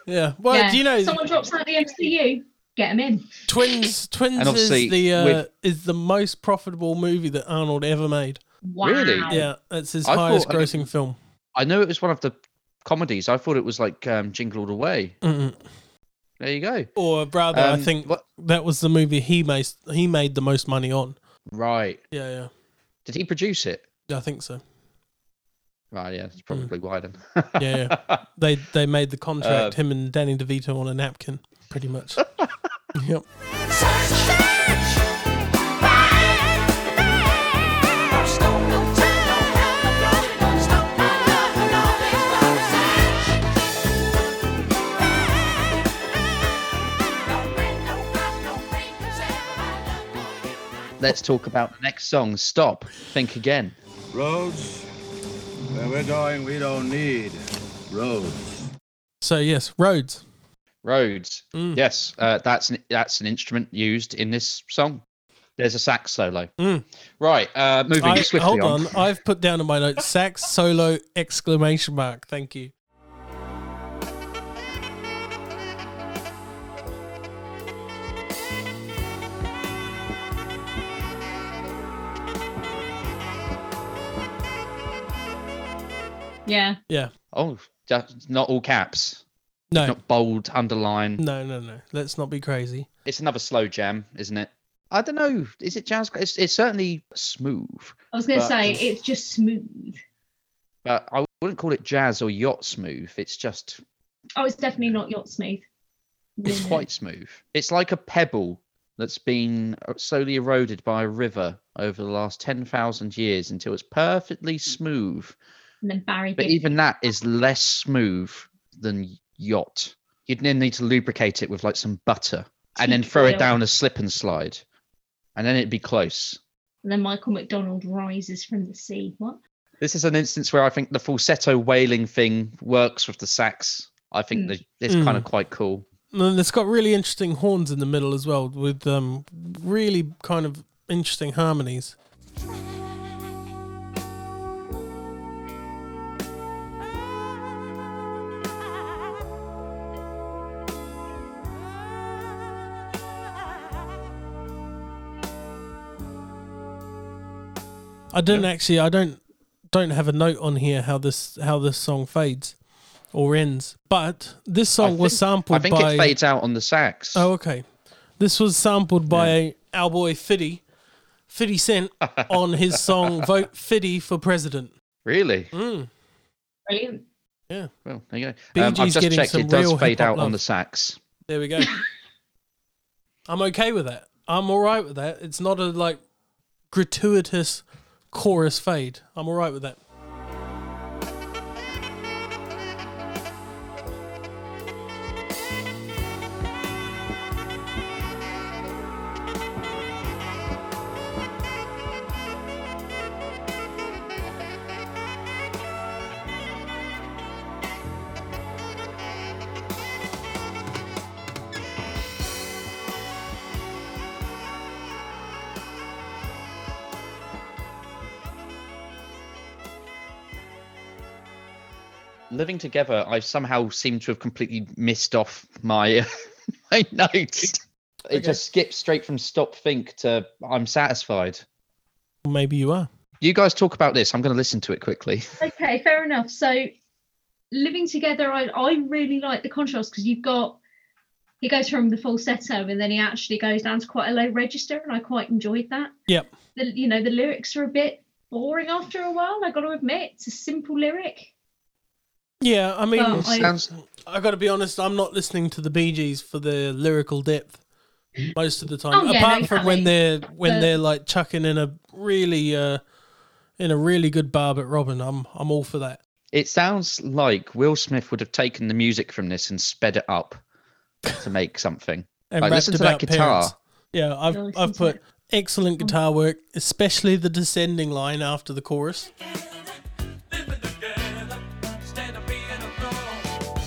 Speaker 3: yeah. Well,
Speaker 5: yeah.
Speaker 3: do you know
Speaker 5: someone drops out the MCU? Get them in.
Speaker 3: Twins? Twins
Speaker 4: And
Speaker 3: is
Speaker 4: obviously
Speaker 3: the uh,
Speaker 4: with-
Speaker 3: is the most profitable movie that Arnold ever made.
Speaker 5: Wow.
Speaker 4: Really?
Speaker 3: Yeah, that's his
Speaker 4: I thought-
Speaker 3: highest grossing film.
Speaker 4: I know it was one of the comedies. I thought it was like um, Jingle All the Way.
Speaker 3: Mm-mm.
Speaker 4: There you go.
Speaker 3: Or rather, I
Speaker 4: Um,
Speaker 3: think
Speaker 4: what-
Speaker 3: that was the movie he made. He made the most money on.
Speaker 4: Right.
Speaker 3: Yeah, yeah.
Speaker 4: Did he produce it?
Speaker 3: Yeah, I think so.
Speaker 4: Right. Yeah. That's probably why then.
Speaker 3: Yeah, yeah. they they made the
Speaker 4: Uh,
Speaker 3: contract him and Danny DeVito on a napkin, pretty much. yep.
Speaker 6: Search, search, find. No stone unturned, no hell, no glory gonna stop my love and all its glory. Search. No wind, no rock, no rain can sever my love for you.
Speaker 4: Let's talk about the next song. Stop. Think again.
Speaker 9: Roads? Where we're going, we don't need roads.
Speaker 3: So yes, Rhodes.
Speaker 4: Rhodes.
Speaker 3: Mm.
Speaker 4: Yes, uh, that's an, that's an instrument used in this song. There's a sax solo.
Speaker 3: Mm.
Speaker 4: Right, uh, moving
Speaker 3: I-
Speaker 4: swiftly
Speaker 3: hold on. I've put down in my notes sax solo exclamation mark. Thank you.
Speaker 6: Search,
Speaker 5: Yeah.
Speaker 3: Yeah.
Speaker 4: Oh, that's not all caps.
Speaker 3: No. Mm.
Speaker 4: Not bold, underline.
Speaker 3: No, no, no. Let's not be crazy.
Speaker 4: It's another slow jam, isn't it? I don't know. Is it jazz? It's, it's certainly smooth,
Speaker 5: I was going to
Speaker 4: But-
Speaker 5: say it's just smooth.
Speaker 4: but I wouldn't call it jazz or yacht smooth. It's just
Speaker 5: Oh, it's definitely not yacht smooth.
Speaker 4: It's
Speaker 3: Mm.
Speaker 5: Yeah.
Speaker 4: quite smooth. It's like a pebble that's been slowly eroded by a river over the last 10,000 years until it's perfectly smooth.
Speaker 5: And then Barry.
Speaker 4: But
Speaker 5: Gibb-
Speaker 4: even that is less smooth than yacht. You'd then need to lubricate it with like some butter and then
Speaker 5: Tea
Speaker 4: throw
Speaker 5: oil.
Speaker 4: it down a slip and slide. And then it'd be close.
Speaker 5: and then Michael McDonald rises from the sea. What?
Speaker 4: This is an instance where I think the falsetto wailing thing works with the sax. I think
Speaker 5: Mm.
Speaker 4: that it's kind of quite cool.
Speaker 3: And then it's got really interesting horns in the middle as well, with um, really kind of interesting harmonies. I don't actually. I don't don't have a note on here how this how this song fades or ends. But this song was
Speaker 4: I
Speaker 3: sampled
Speaker 4: think
Speaker 3: by.
Speaker 4: it fades out on the sax.
Speaker 3: Oh, okay. This was sampled by our boy Fiddy, Fiddy Cent, on his song "Vote Fiddy for President."
Speaker 4: Really?
Speaker 3: Mm.
Speaker 5: Brilliant.
Speaker 4: Well, there you
Speaker 3: Bee
Speaker 4: go. Um, I've
Speaker 3: Gees
Speaker 4: just
Speaker 3: getting
Speaker 4: checked.
Speaker 3: some
Speaker 4: It does
Speaker 3: real
Speaker 4: fade
Speaker 3: hip-hop
Speaker 4: out
Speaker 3: love.
Speaker 4: on the sax.
Speaker 3: There we go. I'm okay with that. I'm all right with that. It's not a like gratuitous chorus fade. I'm all right with that.
Speaker 4: Living together, I somehow seem to have completely missed off my my notes. It
Speaker 3: Okay.
Speaker 4: just skips straight from stop think to I'm satisfied.
Speaker 3: Maybe you are.
Speaker 4: You guys talk about this. I'm going to listen to it quickly.
Speaker 5: Okay, fair enough. So living together, I, I really like the contrast because you've got he goes from the falsetto and then he actually goes down to quite a low register, and I quite enjoyed that.
Speaker 3: Yep.
Speaker 5: The, you know, the lyrics are a bit boring after a while. I got to admit, it's a simple lyric.
Speaker 3: Yeah, I mean,
Speaker 5: Well, I-
Speaker 4: Sounds
Speaker 3: I got to be honest. I'm not listening to the Bee Gees for their lyrical depth most of the time.
Speaker 5: Oh, yeah,
Speaker 3: Apart
Speaker 5: no,
Speaker 3: from when
Speaker 5: exactly.
Speaker 3: they're when
Speaker 5: But-
Speaker 3: they're like chucking in a really uh in a really good barb at Robin. I'm I'm all for that.
Speaker 4: it sounds like Will Smith would have taken the music from this and sped it up to make something.
Speaker 3: And
Speaker 4: Like,
Speaker 3: rapped
Speaker 4: listen to that
Speaker 3: about
Speaker 4: guitar.
Speaker 3: parents. Yeah, I've
Speaker 5: Yeah, listen
Speaker 3: I've
Speaker 5: to
Speaker 3: put
Speaker 5: it. Mm.
Speaker 3: excellent guitar work, especially the descending line after the chorus.
Speaker 8: Living together, instead of being alone.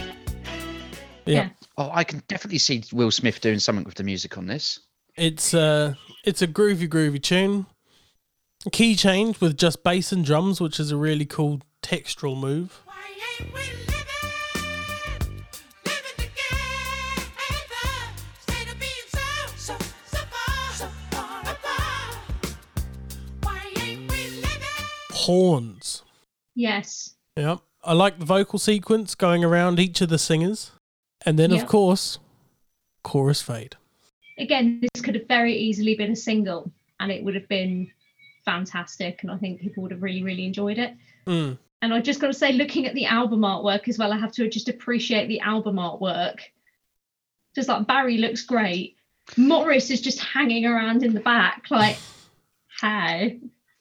Speaker 3: Yeah.
Speaker 5: Yeah.
Speaker 4: Oh, I can definitely see Will Smith doing something with the music on this.
Speaker 3: It's uh it's a groovy groovy tune. Key change with just bass and drums, which is a really cool textural move.
Speaker 6: Why ain't we living, living together? Instead of being so, so, so far, so far apart. Why ain't we living?
Speaker 3: Horns.
Speaker 5: Yes.
Speaker 3: Yeah. I like the vocal sequence going around each of the singers. And then,
Speaker 5: Yeah.
Speaker 3: of course, chorus fade.
Speaker 5: Again, this could have very easily been a single, and it would have been fantastic, and I think people would have really, really enjoyed it.
Speaker 3: Mm.
Speaker 5: And I just got to say, looking at the album artwork as well, I have to just appreciate the album artwork. Just like Barry looks great. Morris is just hanging around in the back, like, how?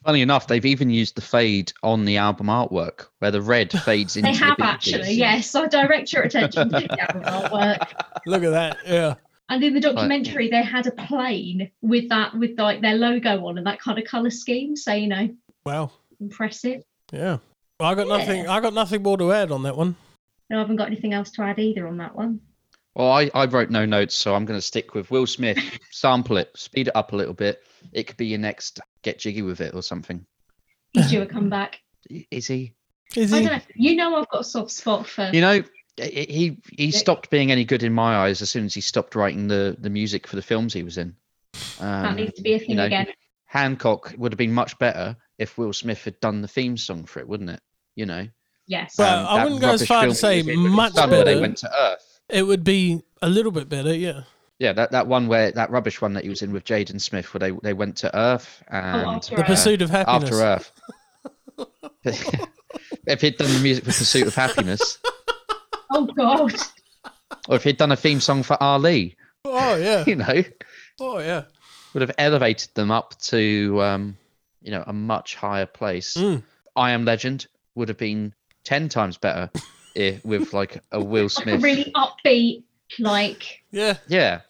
Speaker 4: Funny enough, they've even used the fade on the album artwork, where the red fades into
Speaker 5: They
Speaker 4: the
Speaker 5: have
Speaker 4: Bee
Speaker 5: actually,
Speaker 4: Gees.
Speaker 5: yes. I direct your attention to the album artwork.
Speaker 3: Look at that. Yeah.
Speaker 5: And in the documentary, they had a plane with that, with like their logo on and that kind of color scheme. So you know,
Speaker 3: Wow.
Speaker 5: impressive.
Speaker 3: Yeah. Well, I got nothing. I got nothing more to add on that one.
Speaker 5: No, I haven't got anything else to add either on that one.
Speaker 4: Well, I, I wrote no notes, so I'm going to stick with Will Smith. Sample it, speed it up a little bit. It could be your next Get Jiggy with It or something.
Speaker 5: He's due a comeback.
Speaker 4: Is he?
Speaker 3: Is
Speaker 5: I
Speaker 3: he?
Speaker 5: don't know. You know, I've got a soft spot for.
Speaker 4: You know, he he- he stopped being any good in my eyes as soon as he stopped writing the, the music for the films he was in.
Speaker 5: that
Speaker 4: Um,
Speaker 5: needs to be a thing
Speaker 4: know,
Speaker 5: again.
Speaker 4: Hancock would have been much better if Will Smith had done the theme song for it, wouldn't it? You know, Um,
Speaker 5: Yes.
Speaker 3: Well, Uh, I
Speaker 4: that
Speaker 3: wouldn't go as
Speaker 4: rubbish
Speaker 3: far to
Speaker 4: film
Speaker 3: say
Speaker 4: music that was
Speaker 3: much
Speaker 4: done where
Speaker 3: better.
Speaker 4: They went to Earth.
Speaker 3: It would be a little bit better, yeah.
Speaker 4: Yeah, that, that one where that rubbish one that he was in with Jaden Smith, where they they went to Earth and
Speaker 5: After
Speaker 3: The
Speaker 5: Earth.
Speaker 3: Pursuit of Happiness.
Speaker 4: After Earth. if he'd done the music for Pursuit of Happiness,
Speaker 5: Oh God.
Speaker 4: or if he'd done a theme song for Ali,
Speaker 3: Oh yeah.
Speaker 4: you know,
Speaker 3: Oh yeah.
Speaker 4: would have elevated them up to, um, you know, a much higher place.
Speaker 3: Mm.
Speaker 4: I Am Legend would have been ten times better if, with like a Will
Speaker 5: Like a
Speaker 4: Smith.
Speaker 5: really upbeat, like
Speaker 3: Yeah.
Speaker 4: Yeah.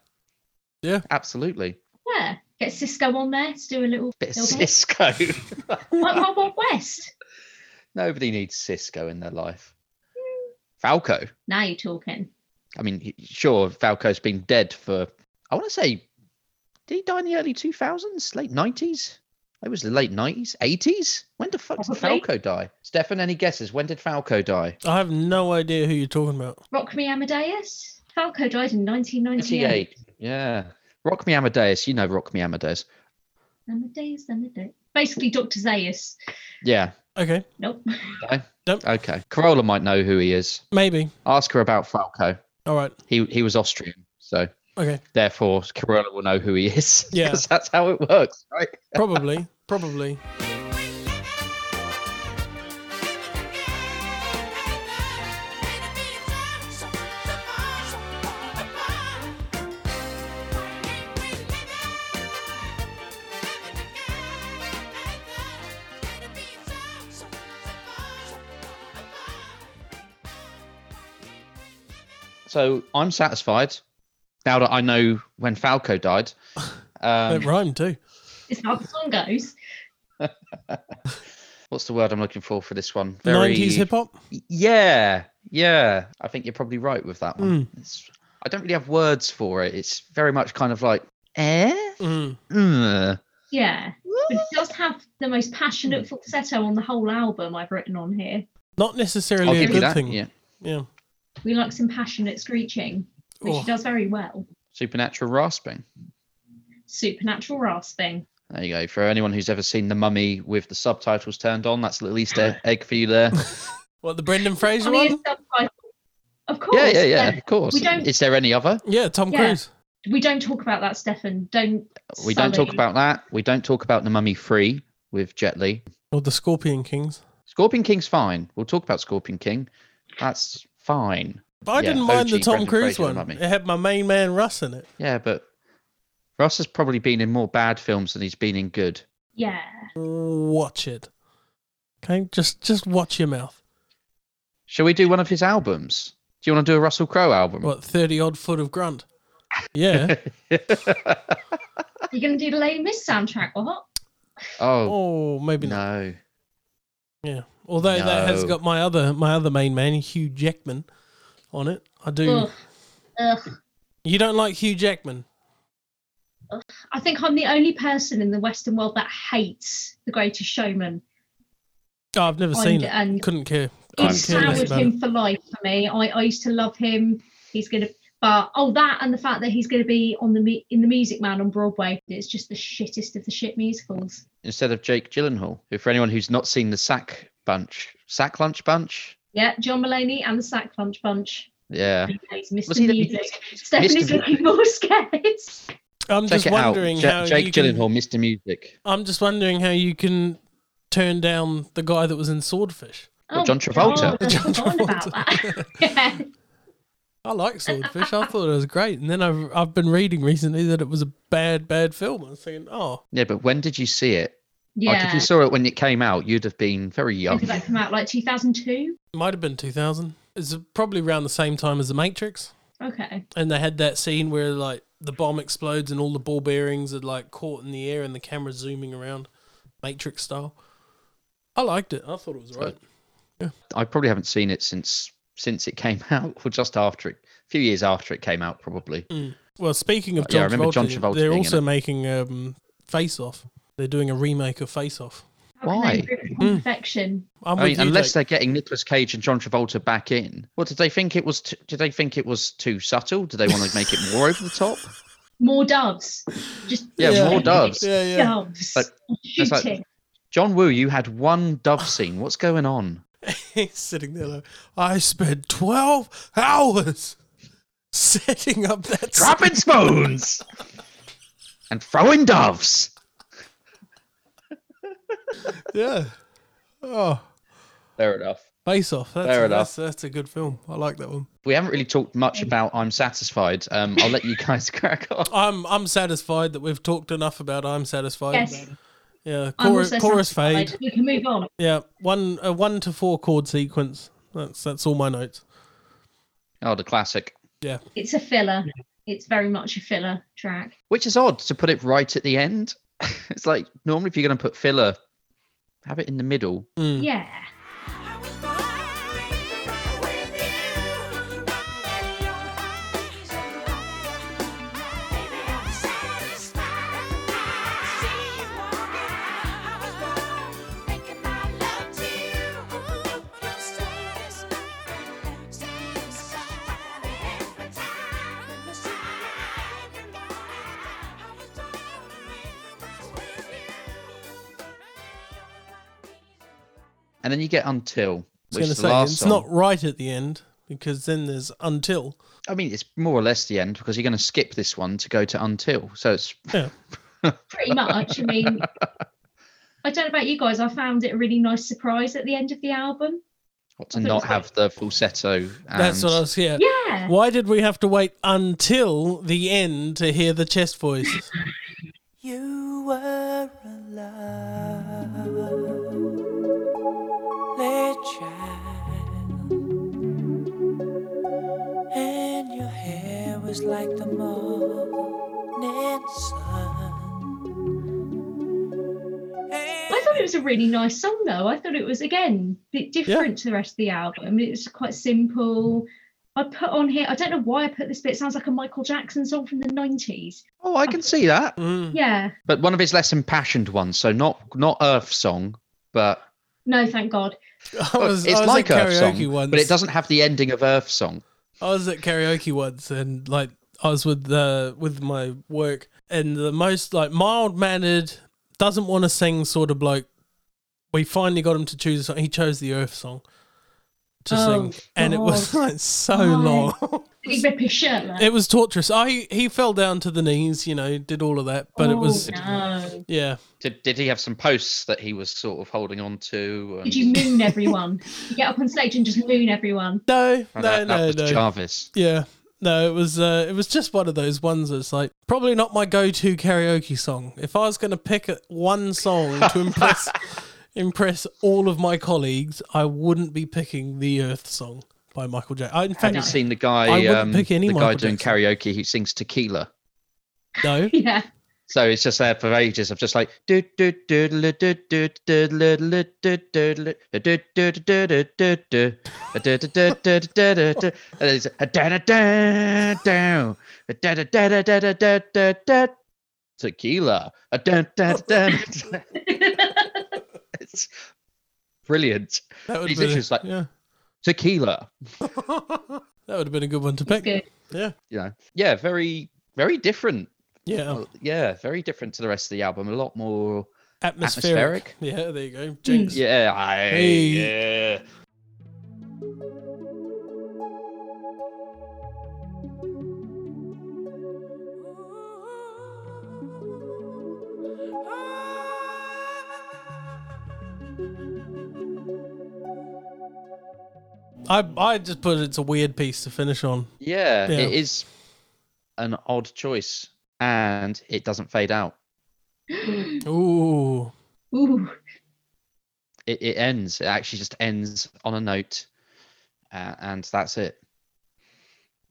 Speaker 3: Yeah.
Speaker 4: Absolutely.
Speaker 5: yeah. Get Cisco on there to do a little.
Speaker 4: Bit of
Speaker 5: little bit.
Speaker 4: Cisco.
Speaker 5: Like Wild Wild West.
Speaker 4: Nobody needs Cisco in their life. Falco.
Speaker 5: Now you're talking.
Speaker 4: I mean, he- sure, Falco's been dead for, I want to say, did he die in the early 2000s, late 90s? It was the late 90s, 80s? When the fuck did
Speaker 5: Probably.
Speaker 4: Falco die? Stefan, any guesses? When did Falco die?
Speaker 3: I have no idea who you're talking about.
Speaker 5: Rock Me Amadeus. Falco died in 1998.
Speaker 4: 88. Yeah. Rock Me Amadeus. You know Rock Me Amadeus.
Speaker 5: Amadeus, Amadeus. Basically, Dr. Zaius.
Speaker 4: Yeah.
Speaker 3: Okay.
Speaker 5: Nope.
Speaker 4: Okay. Corolla might know who he is.
Speaker 3: Maybe.
Speaker 4: Ask her about Falco.
Speaker 3: All right.
Speaker 4: He, he was Austrian. So
Speaker 3: Okay.
Speaker 4: therefore, Corolla will know who he is.
Speaker 3: Yeah.
Speaker 4: 'Cause that's how it works, right?
Speaker 3: Probably. Probably.
Speaker 4: So I'm satisfied now that I know when Falco died.
Speaker 3: It
Speaker 4: Um,
Speaker 3: rhymed too.
Speaker 5: It's how the song goes.
Speaker 4: what's the word I'm looking for for this one?
Speaker 3: 90s hip hop.
Speaker 4: Yeah, yeah. I think you're probably right with that one.
Speaker 3: Mm.
Speaker 4: It's, I don't really have words for it. It's very much kind of like eh.
Speaker 3: Mm.
Speaker 4: Mm.
Speaker 5: Yeah. But it does have the most passionate
Speaker 4: Hmm.
Speaker 5: falsetto on the whole album I've written on here.
Speaker 3: Not
Speaker 4: I'll
Speaker 3: necessarily a
Speaker 4: give you
Speaker 3: good
Speaker 4: that.
Speaker 3: thing.
Speaker 4: Yeah.
Speaker 3: Yeah.
Speaker 5: We like some passionate screeching, which
Speaker 3: Oh.
Speaker 5: she does very well.
Speaker 4: Supernatural rasping.
Speaker 5: Supernatural rasping.
Speaker 4: There you go. For anyone who's ever seen The Mummy with the subtitles turned on, that's a little Easter egg for you there.
Speaker 3: What the Brendan Fraser
Speaker 5: Funniest
Speaker 3: one?
Speaker 5: subtitle. Of course.
Speaker 4: yeah, yeah, yeah.
Speaker 5: Steph.
Speaker 4: Of course.
Speaker 5: We don't-
Speaker 4: Is there any other?
Speaker 3: Yeah, Tom
Speaker 5: Yeah.
Speaker 3: Cruise.
Speaker 5: We don't talk about that, Stefan. Don't.
Speaker 4: We don't talk
Speaker 5: sully.
Speaker 4: about that. We don't talk about The Mummy Free with Jet Li.
Speaker 3: Or the Scorpion Kings.
Speaker 4: Scorpion King's fine. We'll talk about Scorpion King. That's fine.
Speaker 3: But I
Speaker 4: Yeah,
Speaker 3: didn't mind
Speaker 4: OG
Speaker 3: the Tom
Speaker 4: Brendan
Speaker 3: Cruise
Speaker 4: Fraser,
Speaker 3: one.
Speaker 4: mummy.
Speaker 3: It had my main man Russ in it.
Speaker 4: Yeah, but Russ has probably been in more bad films than he's been in good.
Speaker 5: Yeah.
Speaker 3: Watch it. Okay, just just watch your mouth.
Speaker 4: Shall we do one of his albums? Do you want to do a Russell Crowe album?
Speaker 3: What thirty odd foot of grunt? Yeah.
Speaker 5: You're going to do the Lady Miss soundtrack, what?
Speaker 4: oh,
Speaker 3: oh, maybe not.
Speaker 4: no.
Speaker 3: Yeah. Although that has
Speaker 4: No.
Speaker 3: got my other my other main man Hugh Jackman on it. I do.
Speaker 5: Ugh. Ugh.
Speaker 3: You don't like Hugh Jackman?
Speaker 5: I think I'm the only person in the Western world that hates The Greatest Showman.
Speaker 3: Oh, I've never
Speaker 5: And-
Speaker 3: seen it.
Speaker 5: and-
Speaker 3: Couldn't care.
Speaker 5: It
Speaker 4: I'm
Speaker 3: care less
Speaker 5: soured
Speaker 3: about
Speaker 5: him for life for me. I, I used to love him. He's going to, but oh, that and the fact that he's going to be on the mu- in the Music Man on Broadway. It's just the shittest of the shit musicals.
Speaker 4: Instead of Jake Gyllenhaal, who, for anyone who's not seen the Sack Bunch, Sack Lunch Bunch?
Speaker 5: Yeah, John Mulaney and the Sack Lunch Bunch.
Speaker 4: Yeah.
Speaker 5: He plays Mr.
Speaker 4: Was he the-
Speaker 5: Music. Stephanie's
Speaker 4: Mr.
Speaker 5: looking more scared.
Speaker 3: I'm
Speaker 4: Check
Speaker 3: just
Speaker 4: it out.
Speaker 3: wondering how
Speaker 4: Ja-
Speaker 3: you
Speaker 4: Jake
Speaker 3: can,
Speaker 4: Gyllenhaal, Mr. Music.
Speaker 3: I'm just wondering how you can turn down the guy that was in Swordfish.
Speaker 4: Well, John Travolta.
Speaker 5: Oh, God, I'd
Speaker 3: John
Speaker 5: forgotten about that. yeah.
Speaker 3: I like Swordfish. I thought it was great, and then I've I've been reading recently that it was a bad bad film. I was thinking, oh,
Speaker 4: Yeah, but when did you see it? Like, if
Speaker 5: Yeah.
Speaker 4: you saw it when it came out, you'd have been very
Speaker 5: When
Speaker 4: young.
Speaker 5: did that come out? Like 2002?
Speaker 3: it might have been 2000. It's probably around the same time as The Matrix,
Speaker 5: Okay.
Speaker 3: and they had that scene where like the bomb explodes and all the ball bearings are like caught in the air and the camera zooming around, Matrix style. I liked it. I thought it was right.
Speaker 4: I probably haven't seen it since since it came out, or just after it, a few years after it came out, probably.
Speaker 3: Well, speaking of
Speaker 4: uh, Yeah, I
Speaker 3: John,
Speaker 4: remember
Speaker 3: Travolta,
Speaker 4: John Travolta
Speaker 3: they're
Speaker 4: being in
Speaker 3: also
Speaker 4: it.
Speaker 3: making um, Face Off. They're doing a remake of Face Off.
Speaker 5: How can they
Speaker 4: Why?
Speaker 5: improve it
Speaker 3: Hmm.
Speaker 5: on Perfection.
Speaker 3: I'm
Speaker 4: I
Speaker 3: with
Speaker 4: mean,
Speaker 3: you,
Speaker 4: unless
Speaker 3: Jake.
Speaker 4: they're getting Nicolas Cage and John Travolta back in. Well, did they think it was? T- did they think it was too subtle? Do they want to make it more over the top?
Speaker 5: More doves. Just
Speaker 4: Yeah,
Speaker 3: Yeah.
Speaker 4: more doves.
Speaker 3: Yeah, yeah.
Speaker 5: doves.
Speaker 4: Like-
Speaker 5: shooting.
Speaker 4: like- John Woo, you had one dove scene. What's going on?
Speaker 3: He's sitting there like, I spent 12 hours setting up that. s-"
Speaker 4: Dropping spoons and throwing doves.
Speaker 3: Yeah. Oh,
Speaker 4: Fair enough.
Speaker 3: Face Off. That's,
Speaker 4: Fair
Speaker 3: that's, that's a good film. I like that one.
Speaker 4: We haven't really talked much about I'm Satisfied. Um, I'll let you guys crack on.
Speaker 3: I'm I'm satisfied that we've talked enough about I'm Satisfied.
Speaker 5: Yes.
Speaker 3: Yeah.
Speaker 5: I'm
Speaker 3: Chorus,
Speaker 5: also
Speaker 3: chorus
Speaker 5: satisfied.
Speaker 3: fade.
Speaker 5: We can move on.
Speaker 3: Yeah. One a one to four chord sequence. That's that's all my notes.
Speaker 4: Oh, the classic.
Speaker 5: It's a filler. It's very much a filler track.
Speaker 4: Which is odd to put it right at the end. it's like normally if you're going to put filler, have it in the middle.
Speaker 3: Hmm.
Speaker 5: Yeah.
Speaker 6: I was blind with you. Baby, I'm satisfied. See you walking. I was born thinking I loved you. But I'm satisfied, satisfied every time. Miss you every morning. I was born with you.
Speaker 4: And then you get Until,
Speaker 3: I
Speaker 4: which is
Speaker 3: was going
Speaker 4: the
Speaker 3: to say
Speaker 4: last
Speaker 3: it's
Speaker 4: song.
Speaker 3: not right at the end because then there's until.
Speaker 4: I mean, it's more or less the end because you're going to skip this one to go to Until. So it's
Speaker 5: pretty much. I mean, I don't know about you guys. I found it a really nice surprise at the end of the album.
Speaker 4: what
Speaker 5: I
Speaker 4: to
Speaker 5: thought it
Speaker 4: not
Speaker 5: was
Speaker 4: have the falsetto. And
Speaker 3: That's what I was here.
Speaker 5: Yeah.
Speaker 3: Why did we have to wait until the end to hear the chest voice?
Speaker 8: You were alive, late child, and your hair was like the morning sun.
Speaker 5: I thought it was a really nice song, though. I thought it was again a bit different to the rest of the album. It was quite simple. I put on here. I don't know why I put this bit. It sounds like a Michael Jackson song from the nineties.
Speaker 4: Oh, I can see that.
Speaker 3: Mm.
Speaker 5: Yeah.
Speaker 4: But one of his less impassioned ones. So not not Earth Song, but
Speaker 5: No, thank God.
Speaker 3: I was,
Speaker 4: it's
Speaker 3: I was
Speaker 4: like
Speaker 3: at
Speaker 4: Earth
Speaker 3: karaoke
Speaker 4: Song,
Speaker 3: once.
Speaker 4: but it doesn't have the ending of Earth Song.
Speaker 3: I was at karaoke once, and like I was with uh, with my work, and the most like mild mannered, doesn't want to sing sort of bloke. We finally got him to choose a song. He chose the Earth song to
Speaker 5: Oh,
Speaker 3: sing, and it was
Speaker 5: God.
Speaker 3: like so
Speaker 5: Why?
Speaker 3: long.
Speaker 5: He ripped his shirt. left.
Speaker 3: it was torturous. I he fell down to the knees, you know, did all of that, but it
Speaker 5: Oh,
Speaker 3: was
Speaker 5: No.
Speaker 3: yeah.
Speaker 4: Did, did he have some posts that he was sort of holding on to?
Speaker 5: Did you moon everyone? you get up on stage and just moon everyone.
Speaker 3: No,
Speaker 4: Oh,
Speaker 3: no,
Speaker 4: that, that
Speaker 3: no,
Speaker 4: was
Speaker 3: no.
Speaker 4: Jarvis.
Speaker 3: Yeah. No, it was uh, it was just one of those ones that's like probably not my go-to karaoke song. If I was going to pick a- one song to impress impress all of my colleagues, I wouldn't be picking the Earth song by Michael Jackson. I, in
Speaker 4: Have
Speaker 3: fact,
Speaker 4: you
Speaker 5: No.
Speaker 4: seen the guy?
Speaker 3: wouldn't
Speaker 4: Um,
Speaker 3: pick any
Speaker 4: the guy
Speaker 3: Michael
Speaker 4: doing
Speaker 3: Jackson.
Speaker 4: karaoke who sings Tequila.
Speaker 3: no.
Speaker 5: Yeah.
Speaker 4: So it's just there for ages of just like do do do do do do do do do do do do do do do do do do do do do do do do do and it's a da da da da da da da da da da da da da tequila a da da da da. It's brilliant
Speaker 3: That would
Speaker 4: He's
Speaker 3: be
Speaker 4: literally just like-
Speaker 3: yeah.
Speaker 4: tequila.
Speaker 3: That would have been a good one to
Speaker 5: It's
Speaker 3: pick.
Speaker 5: good.
Speaker 3: Yeah.
Speaker 4: You know, yeah, very very different.
Speaker 3: Yeah.
Speaker 4: Well, Yeah, very different to the rest of the album. A lot more.
Speaker 3: Atmospheric. Yeah, there you go. Jinx.
Speaker 4: Mm. Yeah, I,
Speaker 3: Hey.
Speaker 4: yeah.
Speaker 3: I I just put it's a weird piece to finish on.
Speaker 4: Yeah,
Speaker 3: Yeah.
Speaker 4: it is an odd choice, and it doesn't fade out.
Speaker 3: Ooh.
Speaker 5: Ooh.
Speaker 4: It, it ends. It actually just ends on a note, uh, and that's it.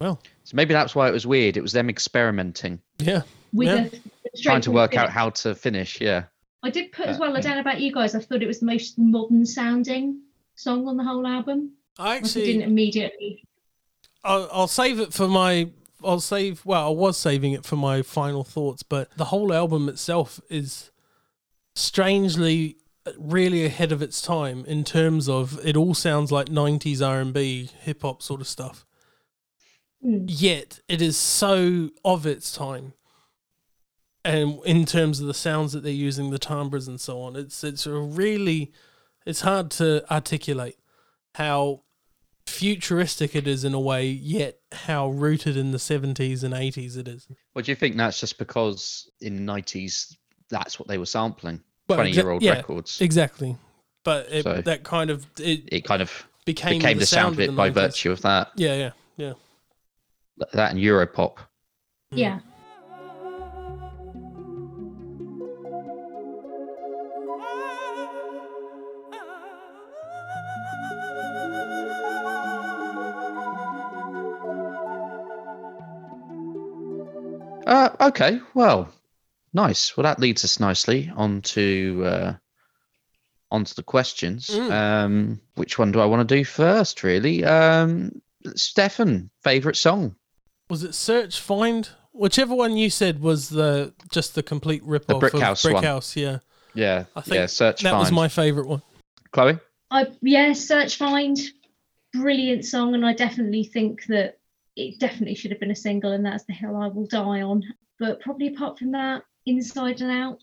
Speaker 3: Well.
Speaker 4: so maybe that's why it was weird. It was them experimenting,
Speaker 3: Yeah.
Speaker 5: With
Speaker 3: Yeah.
Speaker 5: a
Speaker 4: trying to work
Speaker 5: straightforward
Speaker 4: out how to finish. Yeah,
Speaker 5: I did put as
Speaker 4: Uh,
Speaker 5: well. I don't know about you guys. I thought it was the most modern sounding song on the whole album.
Speaker 3: I
Speaker 5: I
Speaker 3: actually
Speaker 5: didn't immediately.
Speaker 3: I'll, I'll save it for my. I'll save. Well, I was saving it for my final thoughts, but the whole album itself is strangely really ahead of its time in terms of it all sounds like 90s R&B hip hop sort of stuff
Speaker 5: Hmm.
Speaker 3: yet it is so of its time and in terms of the sounds that they're using, the timbres and so on, it's it's a really it's hard to articulate how futuristic it is in a way, yet how rooted in the seventies and eighties it is.
Speaker 4: Well, do you think that's just because in the nineties that's what they were sampling?
Speaker 3: Well,
Speaker 4: Twenty year old
Speaker 3: exa- yeah,
Speaker 4: records.
Speaker 3: Exactly, but it,
Speaker 4: So-
Speaker 3: that kind of it
Speaker 4: it kind of
Speaker 3: became,
Speaker 4: became, the, sound of it
Speaker 3: the
Speaker 4: by
Speaker 3: 90s.
Speaker 4: virtue of that.
Speaker 3: Yeah, yeah, yeah.
Speaker 4: That and Europop.
Speaker 5: Yeah.
Speaker 4: Uh, okay, well, nice. Well, that leads us nicely onto uh, onto the questions.
Speaker 3: Mm.
Speaker 4: Um, which one do I want to do first? Really, um, Stefan, favorite song,
Speaker 3: Was it search find? Whichever one you said was the just the complete rip
Speaker 4: The
Speaker 3: off
Speaker 4: Brick
Speaker 3: of
Speaker 4: House
Speaker 3: Brick
Speaker 4: one.
Speaker 3: House. Yeah,
Speaker 4: yeah,
Speaker 3: I think
Speaker 4: yeah, search
Speaker 3: that
Speaker 4: find.
Speaker 3: was my favorite one.
Speaker 4: Chloe,
Speaker 5: I yeah, search find, brilliant song, and I definitely think that it definitely should have been a single, and that's the hill I will die on. But probably apart from that, inside and out,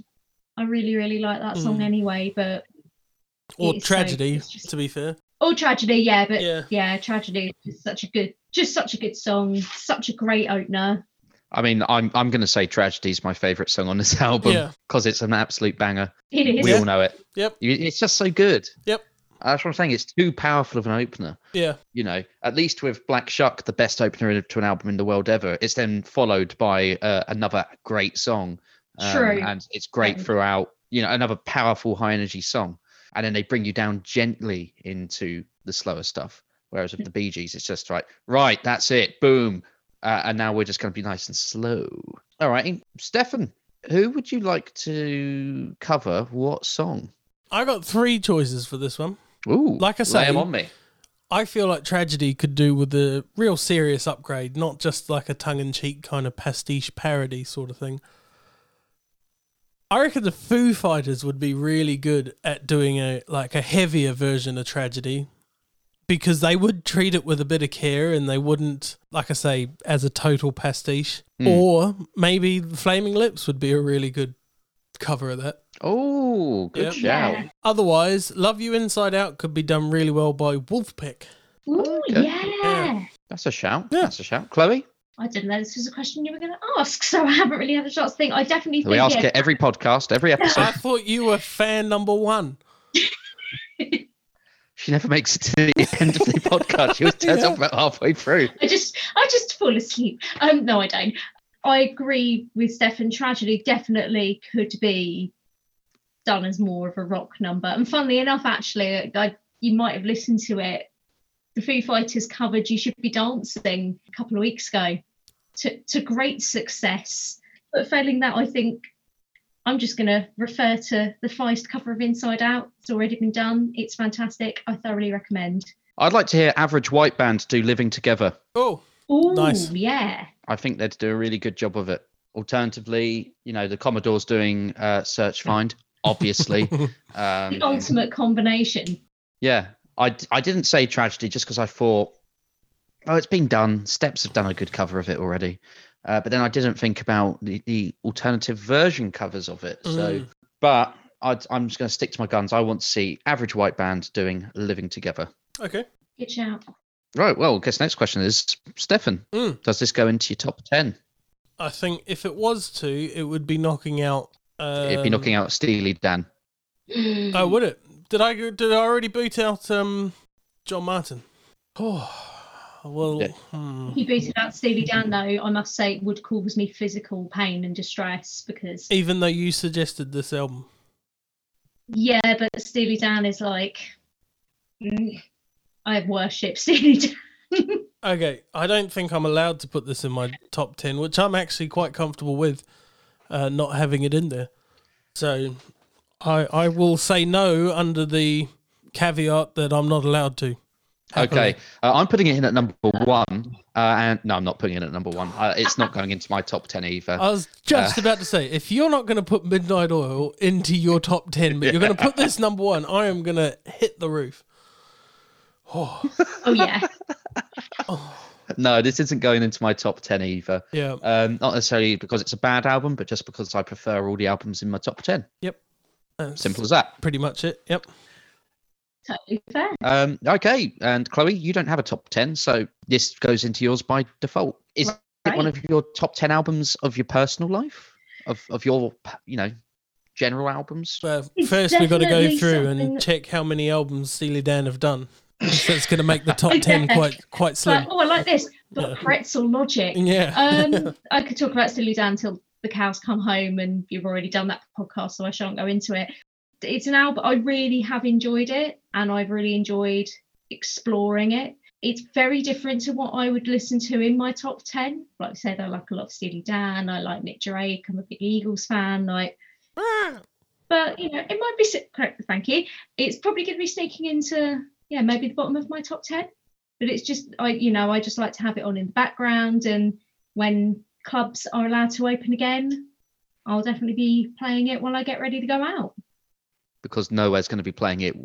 Speaker 5: I really really like that song
Speaker 3: Mm.
Speaker 5: anyway. But
Speaker 3: Or
Speaker 5: It's so-
Speaker 3: tragedy,
Speaker 5: it's just-
Speaker 3: to be fair.
Speaker 5: oh, tragedy, yeah, but
Speaker 3: Yeah.
Speaker 5: yeah, tragedy is such a good, just such a good song, such a great opener.
Speaker 4: I mean, I'm I'm gonna say Tragedy's my favorite song on this album
Speaker 3: Yeah.
Speaker 4: because it's an absolute banger.
Speaker 5: It is.
Speaker 4: We all know it.
Speaker 3: Yep.
Speaker 4: You- It's just so good.
Speaker 3: Yep.
Speaker 4: That's what I'm saying. It's too powerful of an opener.
Speaker 3: Yeah.
Speaker 4: you know, at least with Black Shuck, the best opener to an album in the world ever, it's then followed by uh, another great song. Um,
Speaker 5: True.
Speaker 4: And it's great
Speaker 5: Yeah.
Speaker 4: throughout, you know, another powerful, high energy song. And then they bring you down gently into the slower stuff. Whereas with the Bee Gees, it's just like, right, that's it, boom. Uh, and now we're just going to be nice and slow. All right. Stefan, who would you like to cover what song?
Speaker 3: I got three choices for this one.
Speaker 4: Ooh,
Speaker 3: Like I
Speaker 4: lay 'em
Speaker 3: say,
Speaker 4: on me.
Speaker 3: I feel like tragedy could do with a real serious upgrade, not just like a tongue in cheek kind of pastiche parody sort of thing. I reckon the Foo Fighters would be really good at doing a like a heavier version of tragedy because they would treat it with a bit of care and they wouldn't like I say as a total pastiche or maybe the Flaming Lips would be a really good cover of that.
Speaker 4: Oh, good
Speaker 3: Yep.
Speaker 4: shout.
Speaker 5: Yeah.
Speaker 3: Otherwise, Love You Inside Out could be done really well by Wolfpack.
Speaker 5: Ooh,
Speaker 4: Okay.
Speaker 5: yeah.
Speaker 4: That's a shout.
Speaker 3: Yeah.
Speaker 4: That's a shout. Chloe,
Speaker 5: I didn't know this was a question you were going to ask, so I haven't really had a chance to think. I definitely think
Speaker 4: we ask
Speaker 5: yeah,
Speaker 4: it every podcast, every
Speaker 3: I
Speaker 4: episode.
Speaker 3: thought you were fan number one.
Speaker 4: she never makes it to the end of the podcast. She always turns up about halfway through.
Speaker 5: I just I just fall asleep. Um, no, I don't. I agree with Stefan. Tragedy definitely could be done as more of a rock number. And funnily enough, actually, I, you might have listened to it. The Foo Fighters covered "You Should Be Dancing" a couple of weeks ago, to to great success. But failing that, I think I'm just going to refer to the Feist cover of "Inside Out." It's already been done. It's fantastic. I thoroughly recommend.
Speaker 4: I'd like to hear Average White Band do Living Together.
Speaker 3: Oh,
Speaker 5: Oh,
Speaker 3: Nice.
Speaker 5: yeah.
Speaker 4: I think they'd do a really good job of it. Alternatively, you know, the Commodore's doing uh, Search Find, obviously.
Speaker 5: The
Speaker 4: um,
Speaker 5: ultimate combination.
Speaker 4: yeah, I, d- I didn't say tragedy just because I thought, oh, it's been done. Steps have done a good cover of it already. Uh, but then I didn't think about the, the alternative version covers of it. So,
Speaker 3: Mm.
Speaker 4: but I'd, I'm just going to stick to my guns. I want to see Average White Band doing Living Together.
Speaker 3: okay.
Speaker 5: Good shout.
Speaker 4: Right. Well, I guess next question is Stefan,
Speaker 3: Mm.
Speaker 4: does this go into your top 10?
Speaker 3: I think if it was to, it would be knocking out. Um,
Speaker 4: It'd be knocking out Steely Dan.
Speaker 3: Oh, would it? Did I go- did I already boot out um, John Martin? Oh, well,
Speaker 4: Yeah.
Speaker 3: hmm.
Speaker 5: If you booted out Steely Dan, though, I must say it would cause me physical pain and distress because,
Speaker 3: even though you suggested this album,
Speaker 5: yeah, but Steely Dan is like, mm, I worship Steely Dan.
Speaker 3: okay, I don't think I'm allowed to put this in my top ten, which I'm actually quite comfortable with, uh, not having it in there. So, I I will say no under the caveat that I'm not allowed to. Happily.
Speaker 4: Okay, uh, I'm putting it in at number one, uh, and no, I'm not putting it at number one. Uh, it's not going into my top ten either.
Speaker 3: I was just about to say, if you're not going to put Midnight Oil into your top 10, but you're going to put this number one, I am going to hit the roof.
Speaker 5: Oh, yeah.
Speaker 10: no, this isn't going into my top 10 either.
Speaker 3: Yeah.
Speaker 10: Um, not necessarily because it's a bad album, but just because I prefer all the albums in my top 10.
Speaker 3: Yep. That's
Speaker 10: Simple as that.
Speaker 3: Pretty much it. Yep.
Speaker 5: Totally fair.
Speaker 10: Um, okay. And Chloe, you don't have a top 10, so this goes into yours by default. Is it one
Speaker 5: Right.
Speaker 10: of your top 10 albums of your personal life? Of, of your, you know, general albums?
Speaker 3: But
Speaker 5: It's
Speaker 3: first, we've got to go
Speaker 5: definitely
Speaker 3: through
Speaker 5: something-
Speaker 3: and check how many albums Steely Dan have done. so it's going to make the top
Speaker 5: Yeah.
Speaker 3: 10 quite quite
Speaker 5: It's like,
Speaker 3: slim.
Speaker 5: oh, I like this, but
Speaker 3: Yeah.
Speaker 5: pretzel logic.
Speaker 3: Yeah.
Speaker 5: Um, I could talk about Steely Dan till the cows come home, and you've already done that podcast, so I shan't go into it. It's an album I really have enjoyed it, and I've really enjoyed exploring it. It's very different to what I would listen to in my top ten. Like I said, I like a lot of Steely Dan. I like Nick Drake. I'm a big Eagles fan. Like but you know it might be si- correct thank you it's probably going to be sneaking into yeah maybe the bottom of my top 10 but it's just i you know i just like to have it on in the background and when clubs are allowed to open again i'll definitely be playing it while i get ready to go out
Speaker 10: Because nowhere's going to be playing it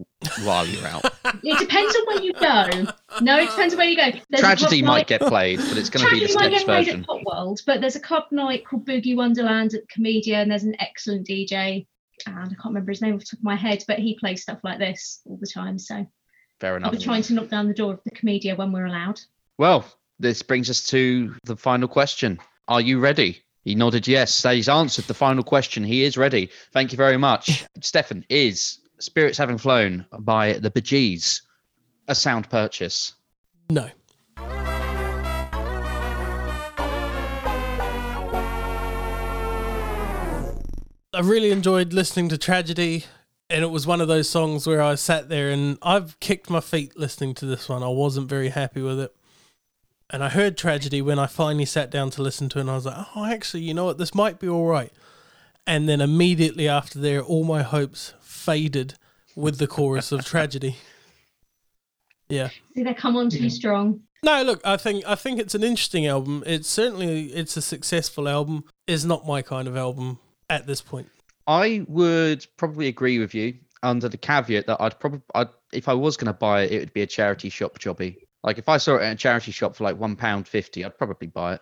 Speaker 10: while you're out.
Speaker 5: it depends on where you go no it depends on where you go There's a club
Speaker 10: Tragedy might
Speaker 5: night-
Speaker 10: get played, but it's going to be
Speaker 5: Tragedy
Speaker 10: the
Speaker 5: might
Speaker 10: Steps
Speaker 5: get played
Speaker 10: version.
Speaker 5: at Pop World, but there's a club night called Boogie Wonderland at Comedia, and there's an excellent DJ, and I can't remember his name off the top of my head, but he plays stuff like this all the time. So
Speaker 10: Fair
Speaker 5: I'll
Speaker 10: enough.
Speaker 5: be trying to knock down the door of the Comedia when we're allowed.
Speaker 10: Well, this brings us to the final question. Are you ready? He nodded yes. So he's answered the final question. He is ready. Thank you very much. Stefan, is Spirits Having Flown by the Bee Gees a sound purchase?
Speaker 3: no. I really enjoyed listening to Tragedy, and it was one of those songs where I sat there and I've kicked my feet listening to this one. I wasn't very happy with it. And I heard Tragedy when I finally sat down to listen to it, and I was like, oh, actually, you know what? This might be all right. And then immediately after there, all my hopes faded with the chorus of Tragedy. Yeah.
Speaker 5: See, they come on too strong.
Speaker 3: No, look, I think I think it's an interesting album. It's certainly it's a successful album. It's not my kind of album at this point.
Speaker 10: I would probably agree with you under the caveat that I'd probably, I'd, if I was going to buy it, it would be a charity shop jobby. Like if I saw it at a charity shop for like £1.50, I'd probably buy it.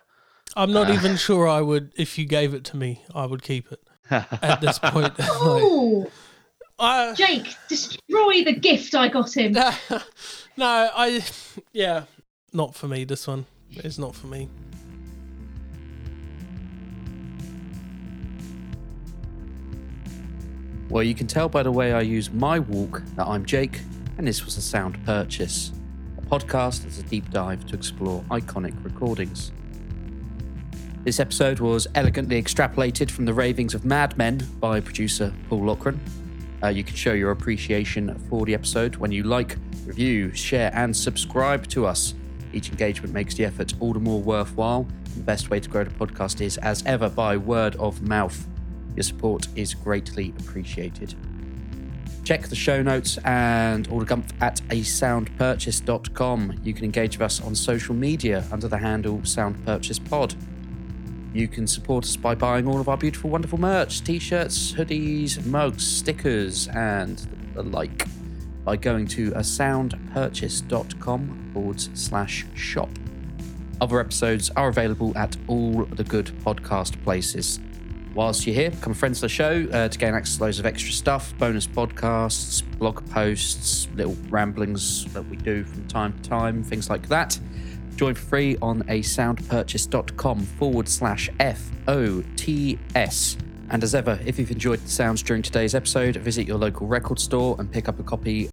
Speaker 3: I'm not even sure I would if you gave it to me, I would keep it at this point. like,
Speaker 5: Oh,
Speaker 3: I,
Speaker 5: Jake, destroy the gift I got him.
Speaker 3: no, I yeah, not for me this one. It's not for me.
Speaker 4: Well, you can tell by the way I use my walk that I'm Jake, and this was a sound purchase, a podcast that's a deep dive to explore iconic recordings. This episode was elegantly extrapolated from the ravings of Mad Men by producer Paul Lochran. Uh, you can show your appreciation for the episode when you like, review, share, and subscribe to us. Each engagement makes the effort all the more worthwhile. The best way to grow the podcast is, as ever, by word of mouth. Your support is greatly appreciated. Check the show notes and all the gumph at asoundpurchase.com. You can engage with us on social media under the handle Sound Purchase Pod. You can support us by buying all of our beautiful, wonderful merch t shirts, hoodies, mugs, stickers, and the like by going to asoundpurchase.com forward slash shop. Other episodes are available at all the good podcast places. Whilst you're here, become friends of the show uh, to gain access to loads of extra stuff, bonus podcasts, blog posts, little ramblings that we do from time to time, things like that. Join for free on a soundpurchase.com forward slash F O T S. And as ever, if you've enjoyed the sounds during today's episode, visit your local record store and pick up a copy